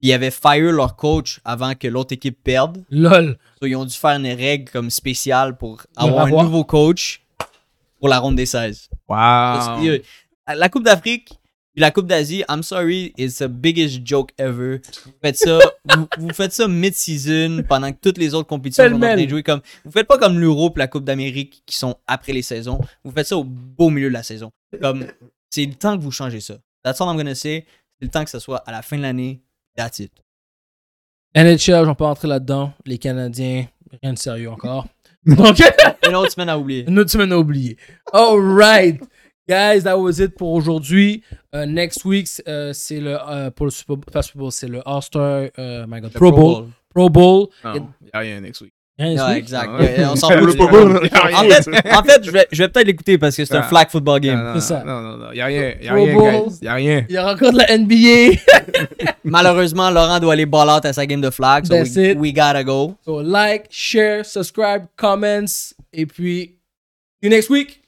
[SPEAKER 2] Ils avaient fire leur coach avant que l'autre équipe perde.
[SPEAKER 1] LOL.
[SPEAKER 2] So, ils ont dû faire une règle comme spéciale pour avoir
[SPEAKER 1] revoir.
[SPEAKER 2] un nouveau coach pour la ronde des 16. Parce que,
[SPEAKER 3] Waouh.
[SPEAKER 2] euh, la Coupe d'Afrique puis la Coupe d'Asie, I'm sorry, it's the biggest joke ever. Vous faites ça, vous, vous faites ça mid-season pendant que toutes les autres compétitions sont en train de
[SPEAKER 1] Pêle-mêle.
[SPEAKER 2] jouer comme. Vous faites pas comme l'Euro puis la Coupe d'Amérique qui sont après les saisons. Vous faites ça au beau milieu de la saison. Comme c'est le temps que vous changez ça. That's all I'm gonna say. C'est le temps que ce soit à la fin de l'année. That's it.
[SPEAKER 1] NHL, j'en peux entrer là-dedans. Les Canadiens, rien de sérieux encore. Donc,
[SPEAKER 2] Une autre semaine à oublier.
[SPEAKER 1] une autre semaine à oublier. All right. Guys, that was it pour aujourd'hui. Euh, next week, euh, c'est le, euh, pour le Super Bowl, pas Super Bowl, c'est le All-Star, euh, my God, Pro, Bowl. Pro Bowl.
[SPEAKER 3] Non, il n'y a rien next week.
[SPEAKER 1] Rien
[SPEAKER 2] Ouais,
[SPEAKER 1] next week?
[SPEAKER 2] exact.
[SPEAKER 3] Ah ouais.
[SPEAKER 2] Euh, On s'en
[SPEAKER 3] Le
[SPEAKER 2] fout.
[SPEAKER 3] Pro Bowl, il y a rien.
[SPEAKER 2] En fait, en fait, je vais, je vais peut-être l'écouter parce que c'est un
[SPEAKER 3] Ah.
[SPEAKER 2] flag football
[SPEAKER 3] Non,
[SPEAKER 2] game.
[SPEAKER 3] non,
[SPEAKER 1] C'est ça.
[SPEAKER 3] Non, non, non. Il n'y a rien. Il n'y a
[SPEAKER 1] Pro
[SPEAKER 3] rien,
[SPEAKER 1] Bowl.
[SPEAKER 3] guys. Il n'y a rien.
[SPEAKER 1] Il y aura encore de la NBA.
[SPEAKER 2] Malheureusement, Laurent doit aller ball out à sa game de flag. So
[SPEAKER 1] That's
[SPEAKER 2] we,
[SPEAKER 1] it.
[SPEAKER 2] we gotta go.
[SPEAKER 1] So, like, share, subscribe, comments. Et puis, see you next week.